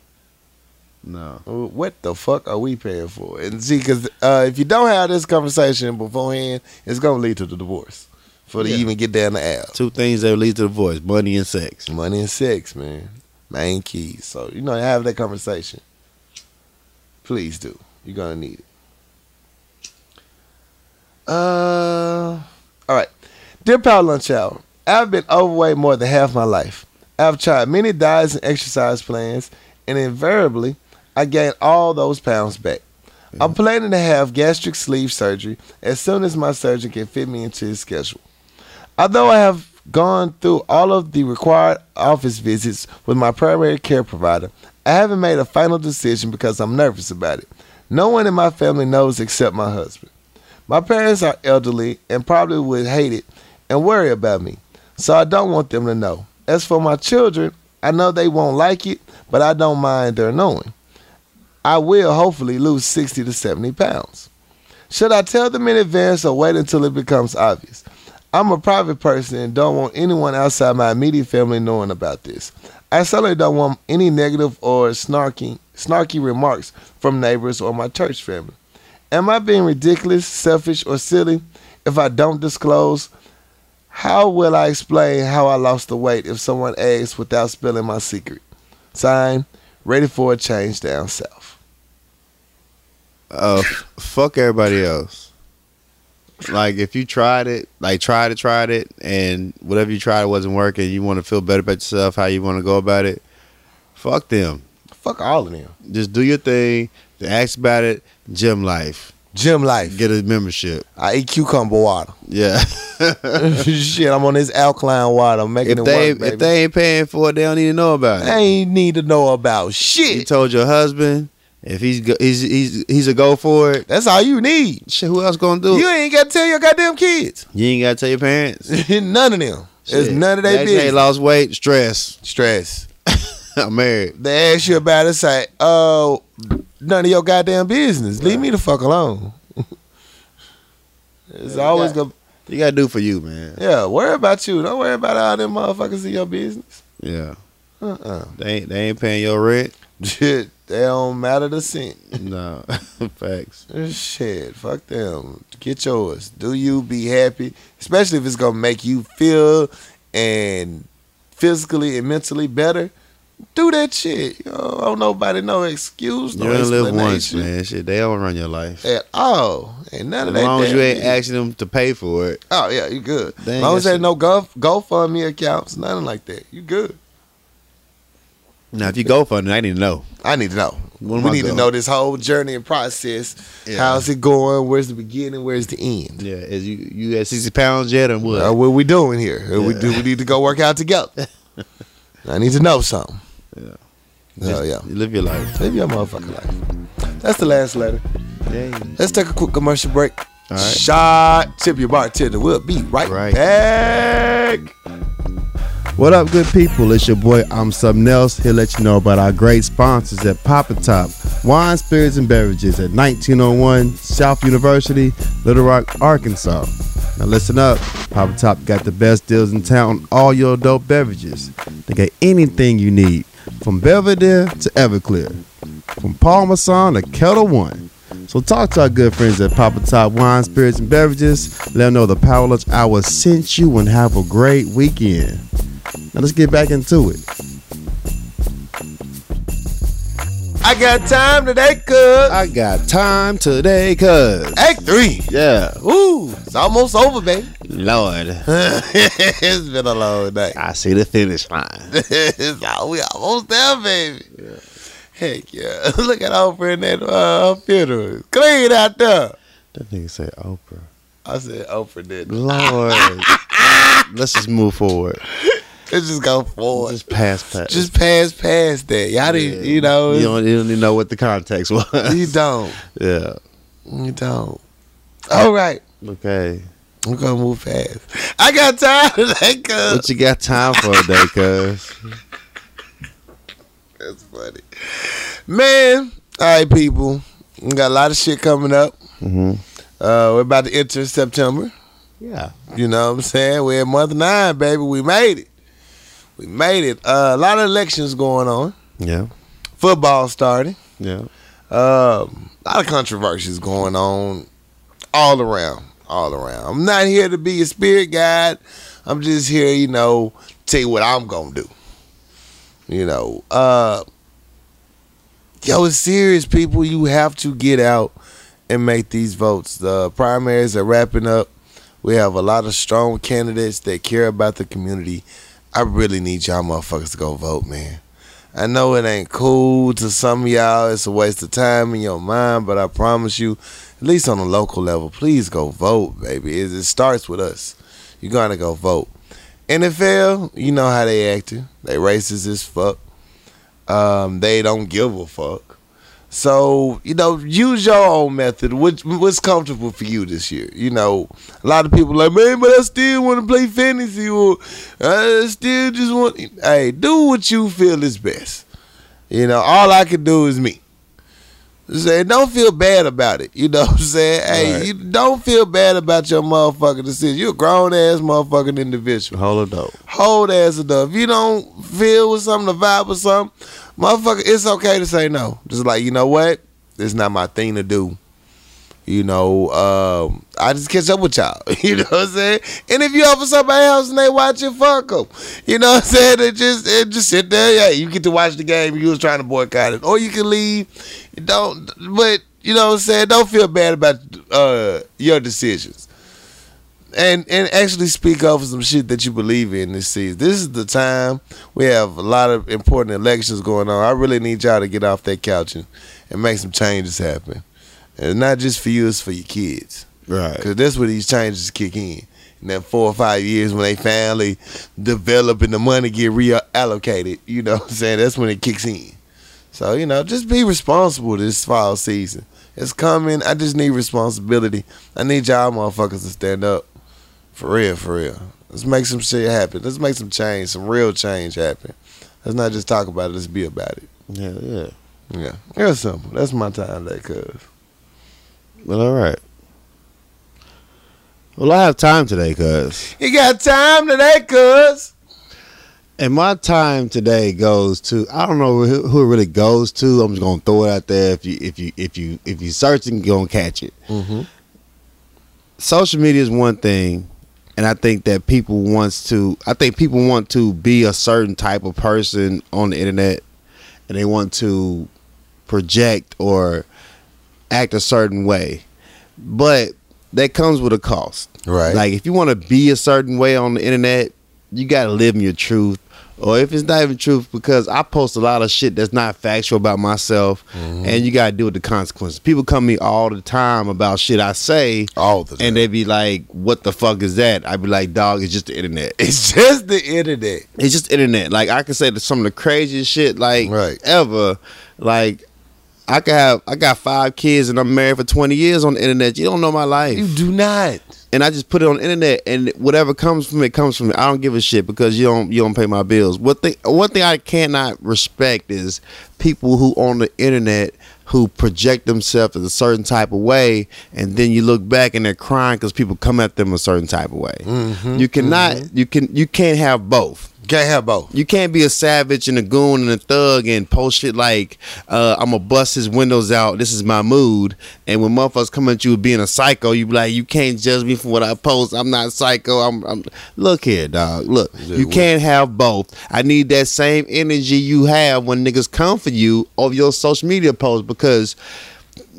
No. What the fuck are we paying for? And see, because uh, if you don't have this conversation beforehand, it's gonna lead to the divorce. For to Yeah. even get down the aisle, Two things that lead to the voice: money and sex. money and sex, man, main keys. So you know, have that conversation. Please do. You're gonna need it. Uh, all right. Dear Power Lunch Hour, I've been overweight more than half my life. I've tried many diets and exercise plans, and invariably, I gained all those pounds back. I'm planning to have gastric sleeve surgery as soon as my surgeon can fit me into his schedule. Although I have gone through all of the required office visits with my primary care provider, I haven't made a final decision because I'm nervous about it. No one in my family knows except my husband. My parents are elderly and probably would hate it and worry about me, so I don't want them to know. As for my children, I know they won't like it, but I don't mind their knowing. I will hopefully lose 60 to 70 pounds. Should I tell them in advance or wait until it becomes obvious? I'm a private person and don't want anyone outside my immediate family knowing about this. I certainly don't want any negative or snarky, snarky remarks from neighbors or my church family. Am I being ridiculous, selfish, or silly if I don't disclose? How will I explain how I lost the weight if someone asks without spilling my secret? Sign, ready for a change down south. uh, f- fuck everybody else. Like if you tried it, like tried it, tried it, and whatever you tried wasn't working, you want to feel better about yourself, how you want to go about it. Fuck them. Fuck all of them. Just do your thing. They ask about it. Gym life. Gym life. Get a membership. I eat cucumber *laughs* water. *laughs* Yeah. Shit, I'm on this alkaline water. I'm making if it they work, baby. if they ain't paying for it, they don't need to know about I it. ain't need to know about You shit. told your husband if he's go, he's he's he's a go for it. That's all you need. Shit, who else gonna do it? You ain't got to tell your goddamn kids. *laughs* You ain't gotta tell your parents. none of them. It's Shit. none of their They say business. lost weight, stress. *laughs* Stress. I'm married. They ask you about it, say, oh, none of your goddamn business. Leave me the fuck alone. *laughs* it's always got- gonna, You gotta do for you, man. yeah, worry about you. Don't worry about all them motherfuckers in your business. Yeah, Uh-uh. *laughs* they ain't, they ain't paying your rent. Shit, they don't matter to cent. No, *laughs* facts. Shit, fuck them. Get yours. Do you be happy? Especially if it's gonna make you feel and physically and mentally better. Do that shit. You know, don't nobody no excuse, You no only live once, explanation man. Shit, they don't run your life. at all. And none As of that. long as damn you ain't shit. asking them to pay for it, Oh yeah, you good. They ain't As long got as there shit. ain't no go GoFundMe accounts, nothing like that. You good. Now, if you go for it, I need to know. I need to know. What am we I need to doing? know this whole journey and process. Yeah. How's it going? Where's the beginning? Where's the end? Yeah, is you you at sixty pounds yet or what? Uh, what we doing here? Uh, We Yeah. do. We need to go work out *laughs* together. I need to know something. Yeah. Oh yeah. You live your life. Live your motherfucking life. That's the last letter. Yeah. Let's take a quick commercial break. All right. Shot. Tip your bartender. We'll be right, Right. back. What up, good people? It's your boy, I'm something else. Here to let you know about our great sponsors at Papa Top Wine, Spirits, and Beverages at 1901 South University, Little Rock, Arkansas. Now, listen up. Papa Top got the best deals in town on all your adult beverages. They got anything you need, from Belvedere to Everclear, from Parmesan to Kettle One. So talk to our good friends at Papa Top Wine, Spirits, and Beverages. Let them know the Power Lunch Hour sent you and have a great weekend. Now let's get back into it. I got time today, cuz. I got time today, cuz. Act three. Yeah. Ooh, it's almost over, baby. Lord, *laughs* it's been a long day. I see the finish line. *laughs* it's all, we almost there, baby. Heck yeah. *laughs* Look at Oprah in that uh, her funeral. It's Clean out there. That nigga said Oprah. I said Oprah did. *laughs* it. Lord. Let's just move forward. Let's just go forward. Just, Just pass past. pass past that. Y'all didn't, you know. you it's- don't, you don't even know what the context was. *laughs* You don't. *laughs* yeah. You don't. All right. Okay. I'm gonna move fast. I got time *laughs* today, cuz. What you got time for today, *laughs* cuz? That's funny. Man. All right, people. We got a lot of shit coming up. Mm-hmm. Uh, we're about to enter September. Yeah. You know what I'm saying? We're at month nine, baby. We made it. We made it. Uh, a lot of elections going on. Yeah. Football starting. Yeah. Um, a lot of controversies going on all around. All around. I'm not here to be a spirit guide. I'm just here, you know, tell you what I'm gonna do. You know, uh yo, it's serious, people. You have to get out and make these votes. The primaries are wrapping up. We have a lot of strong candidates that care about the community. I really need y'all motherfuckers to go vote, man. I know it ain't cool to some of y'all. It's a waste of time in your mind, but I promise you, at least on a local level, please go vote, baby. It, it starts with us. You're gonna go vote. NFL, you know how they acting. They racist as fuck. Um, they don't give a fuck. So you know, use your own method. Which what's comfortable for you this year? You know, a lot of people like, man, but I still want to play fantasy, or I still just want. Hey, do what you feel is best. You know, all I can do is me. Say, don't feel bad about it. You know what I'm saying? Hey, Right. you don't feel bad about your motherfucking decision. You're a grown ass motherfucking individual Hold up, though. hold ass enough. If you don't feel with something, the vibe with something, motherfucker, it's okay to say no. Just like, you know what? It's not my thing to do. You know, um, I just catch up with y'all. *laughs* You know what I'm saying? And if you over somebody else and they watch it, fuck them. You know what I'm saying? They just they just sit there. Yeah, you get to watch the game. You was trying to boycott it, or you can leave. You Don't. But you know what I'm saying? Don't feel bad about uh, your decisions and and actually speak up for some shit that you believe in this season. This is the time we have a lot of important elections going on. I really need y'all to get off that couch and, and make some changes happen. And not just for you, it's for your kids. Right. Because that's where these changes kick in. And then four or five years when they finally develop and the money get reallocated, you know what I'm saying? That's when it kicks in. So, you know, just be responsible this fall season. It's coming. I just need responsibility. I need y'all motherfuckers to stand up. For real, for real. Let's make some shit happen. Let's make some change, some real change happen. Let's not just talk about it, let's be about it. Yeah, yeah. Yeah. Real simple. That's my time that cuz. Well, all right. Well, I have time today, cuz. You got time today, cuz. And my time today goes to I don't know who, who it really goes to. I'm just gonna throw it out there. If you if you if you if you searching, you're gonna catch it. Mm-hmm. Social media is one thing, and I think that people wants to. I think people want to be a certain type of person on the internet, and they want to project or act a certain way, but that comes with a cost. Right. Like if you want to be a certain way on the internet, you got to live in your truth or if it's not even truth because I post a lot of shit that's not factual about myself, Mm-hmm. and you gotta deal with the consequences. People come to me all the time about shit I say, All the time. and they be like, "What the fuck is that?" I be like, "Dog, it's just the internet. *laughs* *laughs* it's just the internet. It's just internet. Like I can say that some of the craziest shit like Right. ever. Like I could have I got five kids and I'm married for twenty years on the internet. You don't know my life You do not. and I just put it on the internet, and whatever comes from it comes from it. I don't give a shit because you don't you don't pay my bills. What thing one thing I cannot respect is people who on the internet who project themselves as a certain type of way, and then you look back and they're crying because people come at them a certain type of way. you cannot you can you can't have both. Can't have both. You can't be a savage and a goon and a thug and post shit like uh, I'm gonna bust his windows out. This is my mood. And when motherfuckers come at you with being a psycho, you be like, you can't judge me for what I post. I'm not psycho. I'm. I'm look here, dog. Look, you what? can't have both. I need that same energy you have when niggas come for you over your social media post because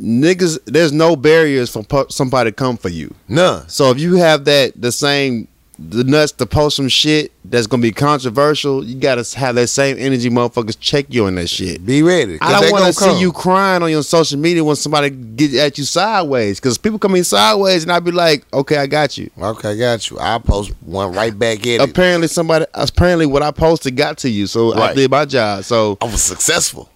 niggas, there's no barriers for pu- somebody to come for you. None. So if you have that the same the nuts to post some shit that's gonna be controversial, you gotta have that same energy motherfuckers check you on that shit. Be ready. 'cause I they don't want gonna to come. see you crying on your social media when somebody get at you sideways because people come in sideways and I'd be like, okay, I got you. Okay, got you. I'll post one right back at it. Apparently somebody apparently what I posted got to you, so I Right. did my job. So I was successful.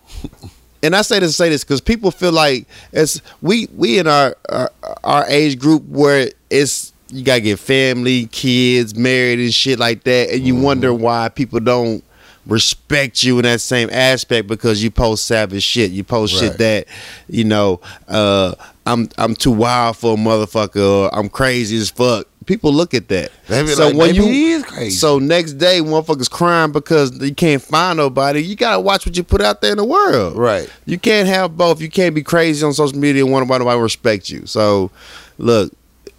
and I say this say this because people feel like it's we we in our, our our age group where it's you gotta get family, kids, married, and shit like that, and you wonder Mm-hmm. why people don't respect you in that same aspect because you post savage shit, you post shit Right. that you know uh, I'm I'm too wild for a motherfucker, or I'm crazy as fuck. People look at that. They be like, maybe he is crazy. so next day, motherfuckers crying because you can't find nobody. You gotta watch what you put out there in the world. Right. You can't have both. You can't be crazy on social media and wonder why nobody respect you. So, look,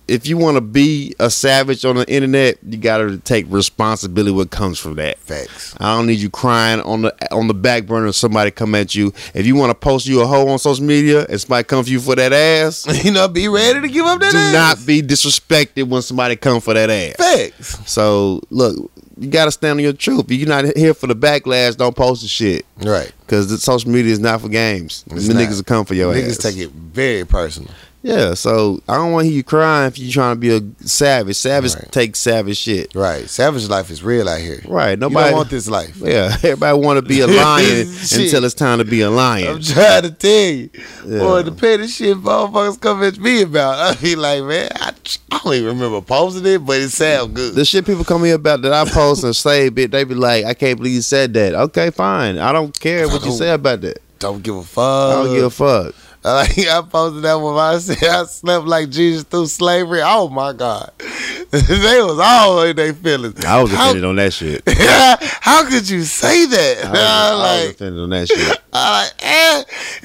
if you want to be a savage on the internet, you gotta take responsibility what comes from that. Facts. *laughs* I don't need you crying on the on the back burner. If somebody come at you. If you want to post you a hoe on social media and somebody come for you for that ass, *laughs* you know, be ready to give up that. do ass. not be disrespected when somebody come for that ass. Facts. So look, you gotta stand on your truth. If you're not here for the backlash, don't post the shit. Right. Cause the social media is not for games. It's the not. niggas will come for your Niggas ass. take it very personal. Yeah, so I don't want to hear you crying if you're trying to be a savage. Savage Right. take savage shit. Right. Savage life is real out here. Right. you Nobody don't want this *laughs* life. Yeah, everybody want to be a lion *laughs* Shit. until it's time to be a lion. I'm trying to tell you. Yeah. Boy, the petty shit motherfuckers come at me about. *laughs* I be like, man, I, I don't even remember posting it, but it sound good. the shit people come here about that I post and say, bit they be like, I can't believe you said that. Okay, fine. I don't care what you say about that. don't give a fuck. I don't give a fuck. I *laughs* Like I posted that one. I said I slept like Jesus through slavery. Oh my God, *laughs* they was all in their feelings. I was How- *laughs* offended on that shit. How could you say that? I *laughs* I was, I was like, offended on that shit. I like,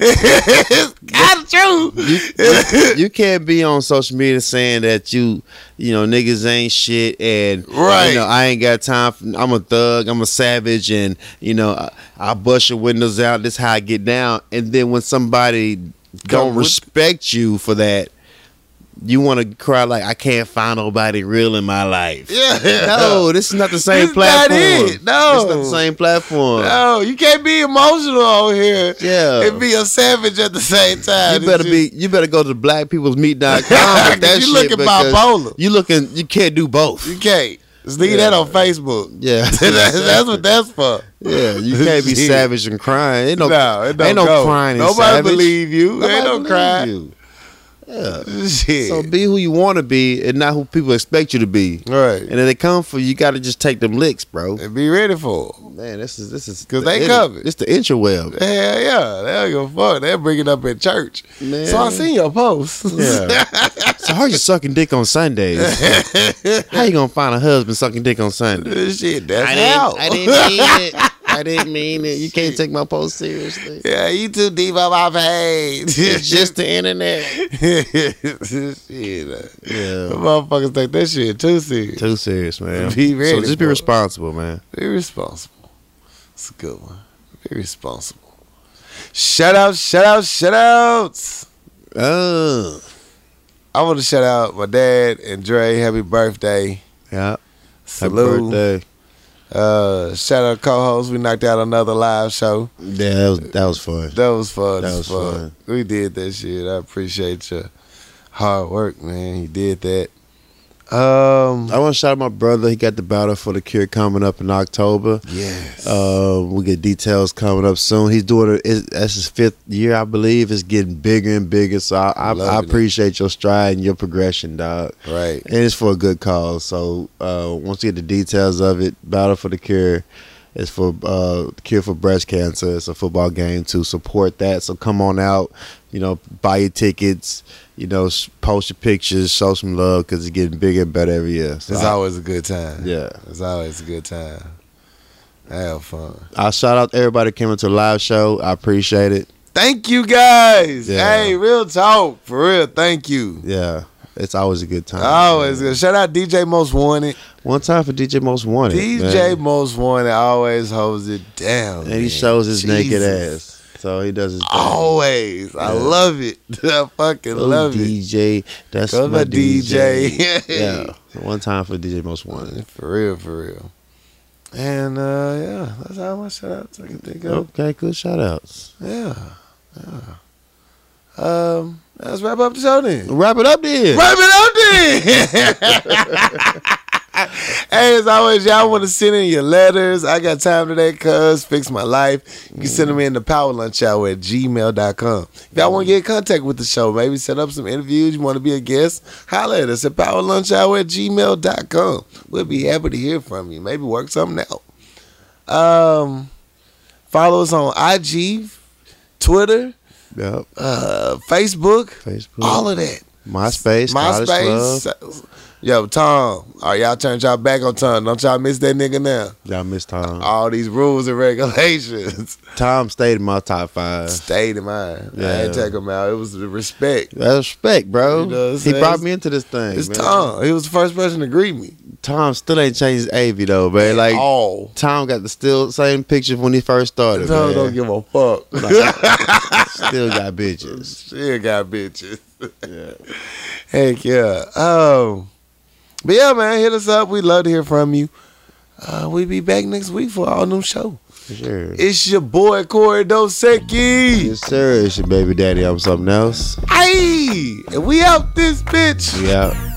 eh, *laughs* it's kind of true. *laughs* you, you- you can't be on social media saying that you you know niggas ain't shit and Right. you know I ain't got time for, I'm a thug I'm a savage and you know I, I bust your windows out this how I get down and then when somebody don't with- respect you for that you want to cry like I can't find nobody real in my life Yeah. no this is not the same *laughs* This not platform it. No. it's not the same platform No, you can't be emotional over here Yeah. and be a savage at the same time. You better It's be. You better go to blackpeoplesmeet.com. with *laughs* that You shit looking because bipolar. You looking. You can't do both. just- You can't. Just leave that on Facebook. *laughs* Yeah, that's, that's what that's for. *laughs* Yeah, you can't *laughs* be Shit. savage and crying. Ain't no, No, it don't ain't no go. crying. in Nobody savage. believe you. Nobody ain't no believe crying. you. Yeah. *laughs* Shit. So be who you want to be, and not who people expect you to be. right. And if they come for you, you got to just take them licks, bro. And be ready for it. Man, this is this is 'Cause the they inter- covered. This the interweb. Hell yeah, they don't give a fuck. They bring it up at church. Man. So I seen your post. *laughs* *laughs* Yeah. so how you sucking dick on Sundays? how you gonna find a husband sucking dick on Sunday? Shit, that's I how. didn't, I didn't mean it. I didn't mean it. You can't take my post seriously. *laughs* yeah, you too deep on my page. It's *laughs* just the internet. shit. uh, The Yeah. motherfuckers take that shit too serious. Too serious, man. Be so ready just be for it. responsible, man. Be responsible. It's a good one. Be responsible. Shout out, shout out, shout outs. Oh. I want to shout out my dad and Dre. Happy birthday. Yeah. Happy Salute. birthday. Uh, shout out co-host. We knocked out another live show. Yeah, that was that was fun. That was fun. That was as fuck. fun. We did that shit. I appreciate your hard work, man. You did that. Um. I want to shout out my brother. He got the battle for the cure coming up in October. Yes. Uh, we get details coming up soon. He's doing it. it's- That's his fifth year, I believe. It's getting bigger and bigger. So I, I, I Loving it. appreciate your stride and your progression, dog. right. And it's for a good cause. So uh, once you get the details of it, Battle for the Cure is for uh, Cure for Breast Cancer. It's a football game to support that. So come on out, you know, buy your tickets, you know, s- post your pictures, show some love because it's getting bigger and better every year. So It's I, always a good time. yeah. It's always a good time. I have fun. I shout out everybody that came into the live show. I appreciate it. Thank you guys. Yeah. Hey, real talk. For real. Thank you. Yeah. It's always a good time. Always good. Shout out DJ Most Wanted. One time for DJ Most Wanted. DJ man. Most Wanted always holds it down. And he man. shows his naked Jesus. Oh, ass. So he does his thing. Always. I Yeah. love it. *laughs* I fucking Go love it. DJ. That's Go my to DJ. *laughs* DJ. yeah. One time for DJ Most Wanted. For real, for real. And uh yeah, that's how much shout outs I can think of. Okay, good shout outs. Yeah. Yeah. Um, let's wrap up the show then. Wrap it up then. Wrap it up then. *laughs* hey, as always, y'all want to send in your letters. I got time today, cuz. Fix my life. You can send them in to powerlunchhour at gmail.com. If y'all want to get in contact with the show, maybe set up some interviews, you want to be a guest, holler at us at powerlunchhour at gmail.com. We'll be happy to hear from you. Maybe work something out. Um, follow us on IG, Twitter, Yep. uh, Facebook, Facebook. all of that. MySpace. College Club. MySpace. uh, Yo, Tom. All right, y'all turned y'all back on Tom. Don't y'all miss that nigga now. Y'all missed Tom. All these rules *laughs* and regulations Tom stayed in my top five. stayed in mind. I Yeah. ain't take him out. It was the respect. That's respect, bro. You know what I'm he saying? brought me into this thing. eh? It's man. Tom. He was the first person to greet me. Tom still ain't changed his AV though, man. Like all. Tom got the still same picture when he first started. Tom man. don't give a fuck. still got bitches. *laughs* Shit got bitches. Heck yeah. Um, but yeah, man, hit us up. We'd love to hear from you. Uh, we be back next week for our new show. For sure. It's your boy Corey Dosecki. Yes, sir. It's your baby daddy. I'm something else. Hey, and we out this bitch. We out.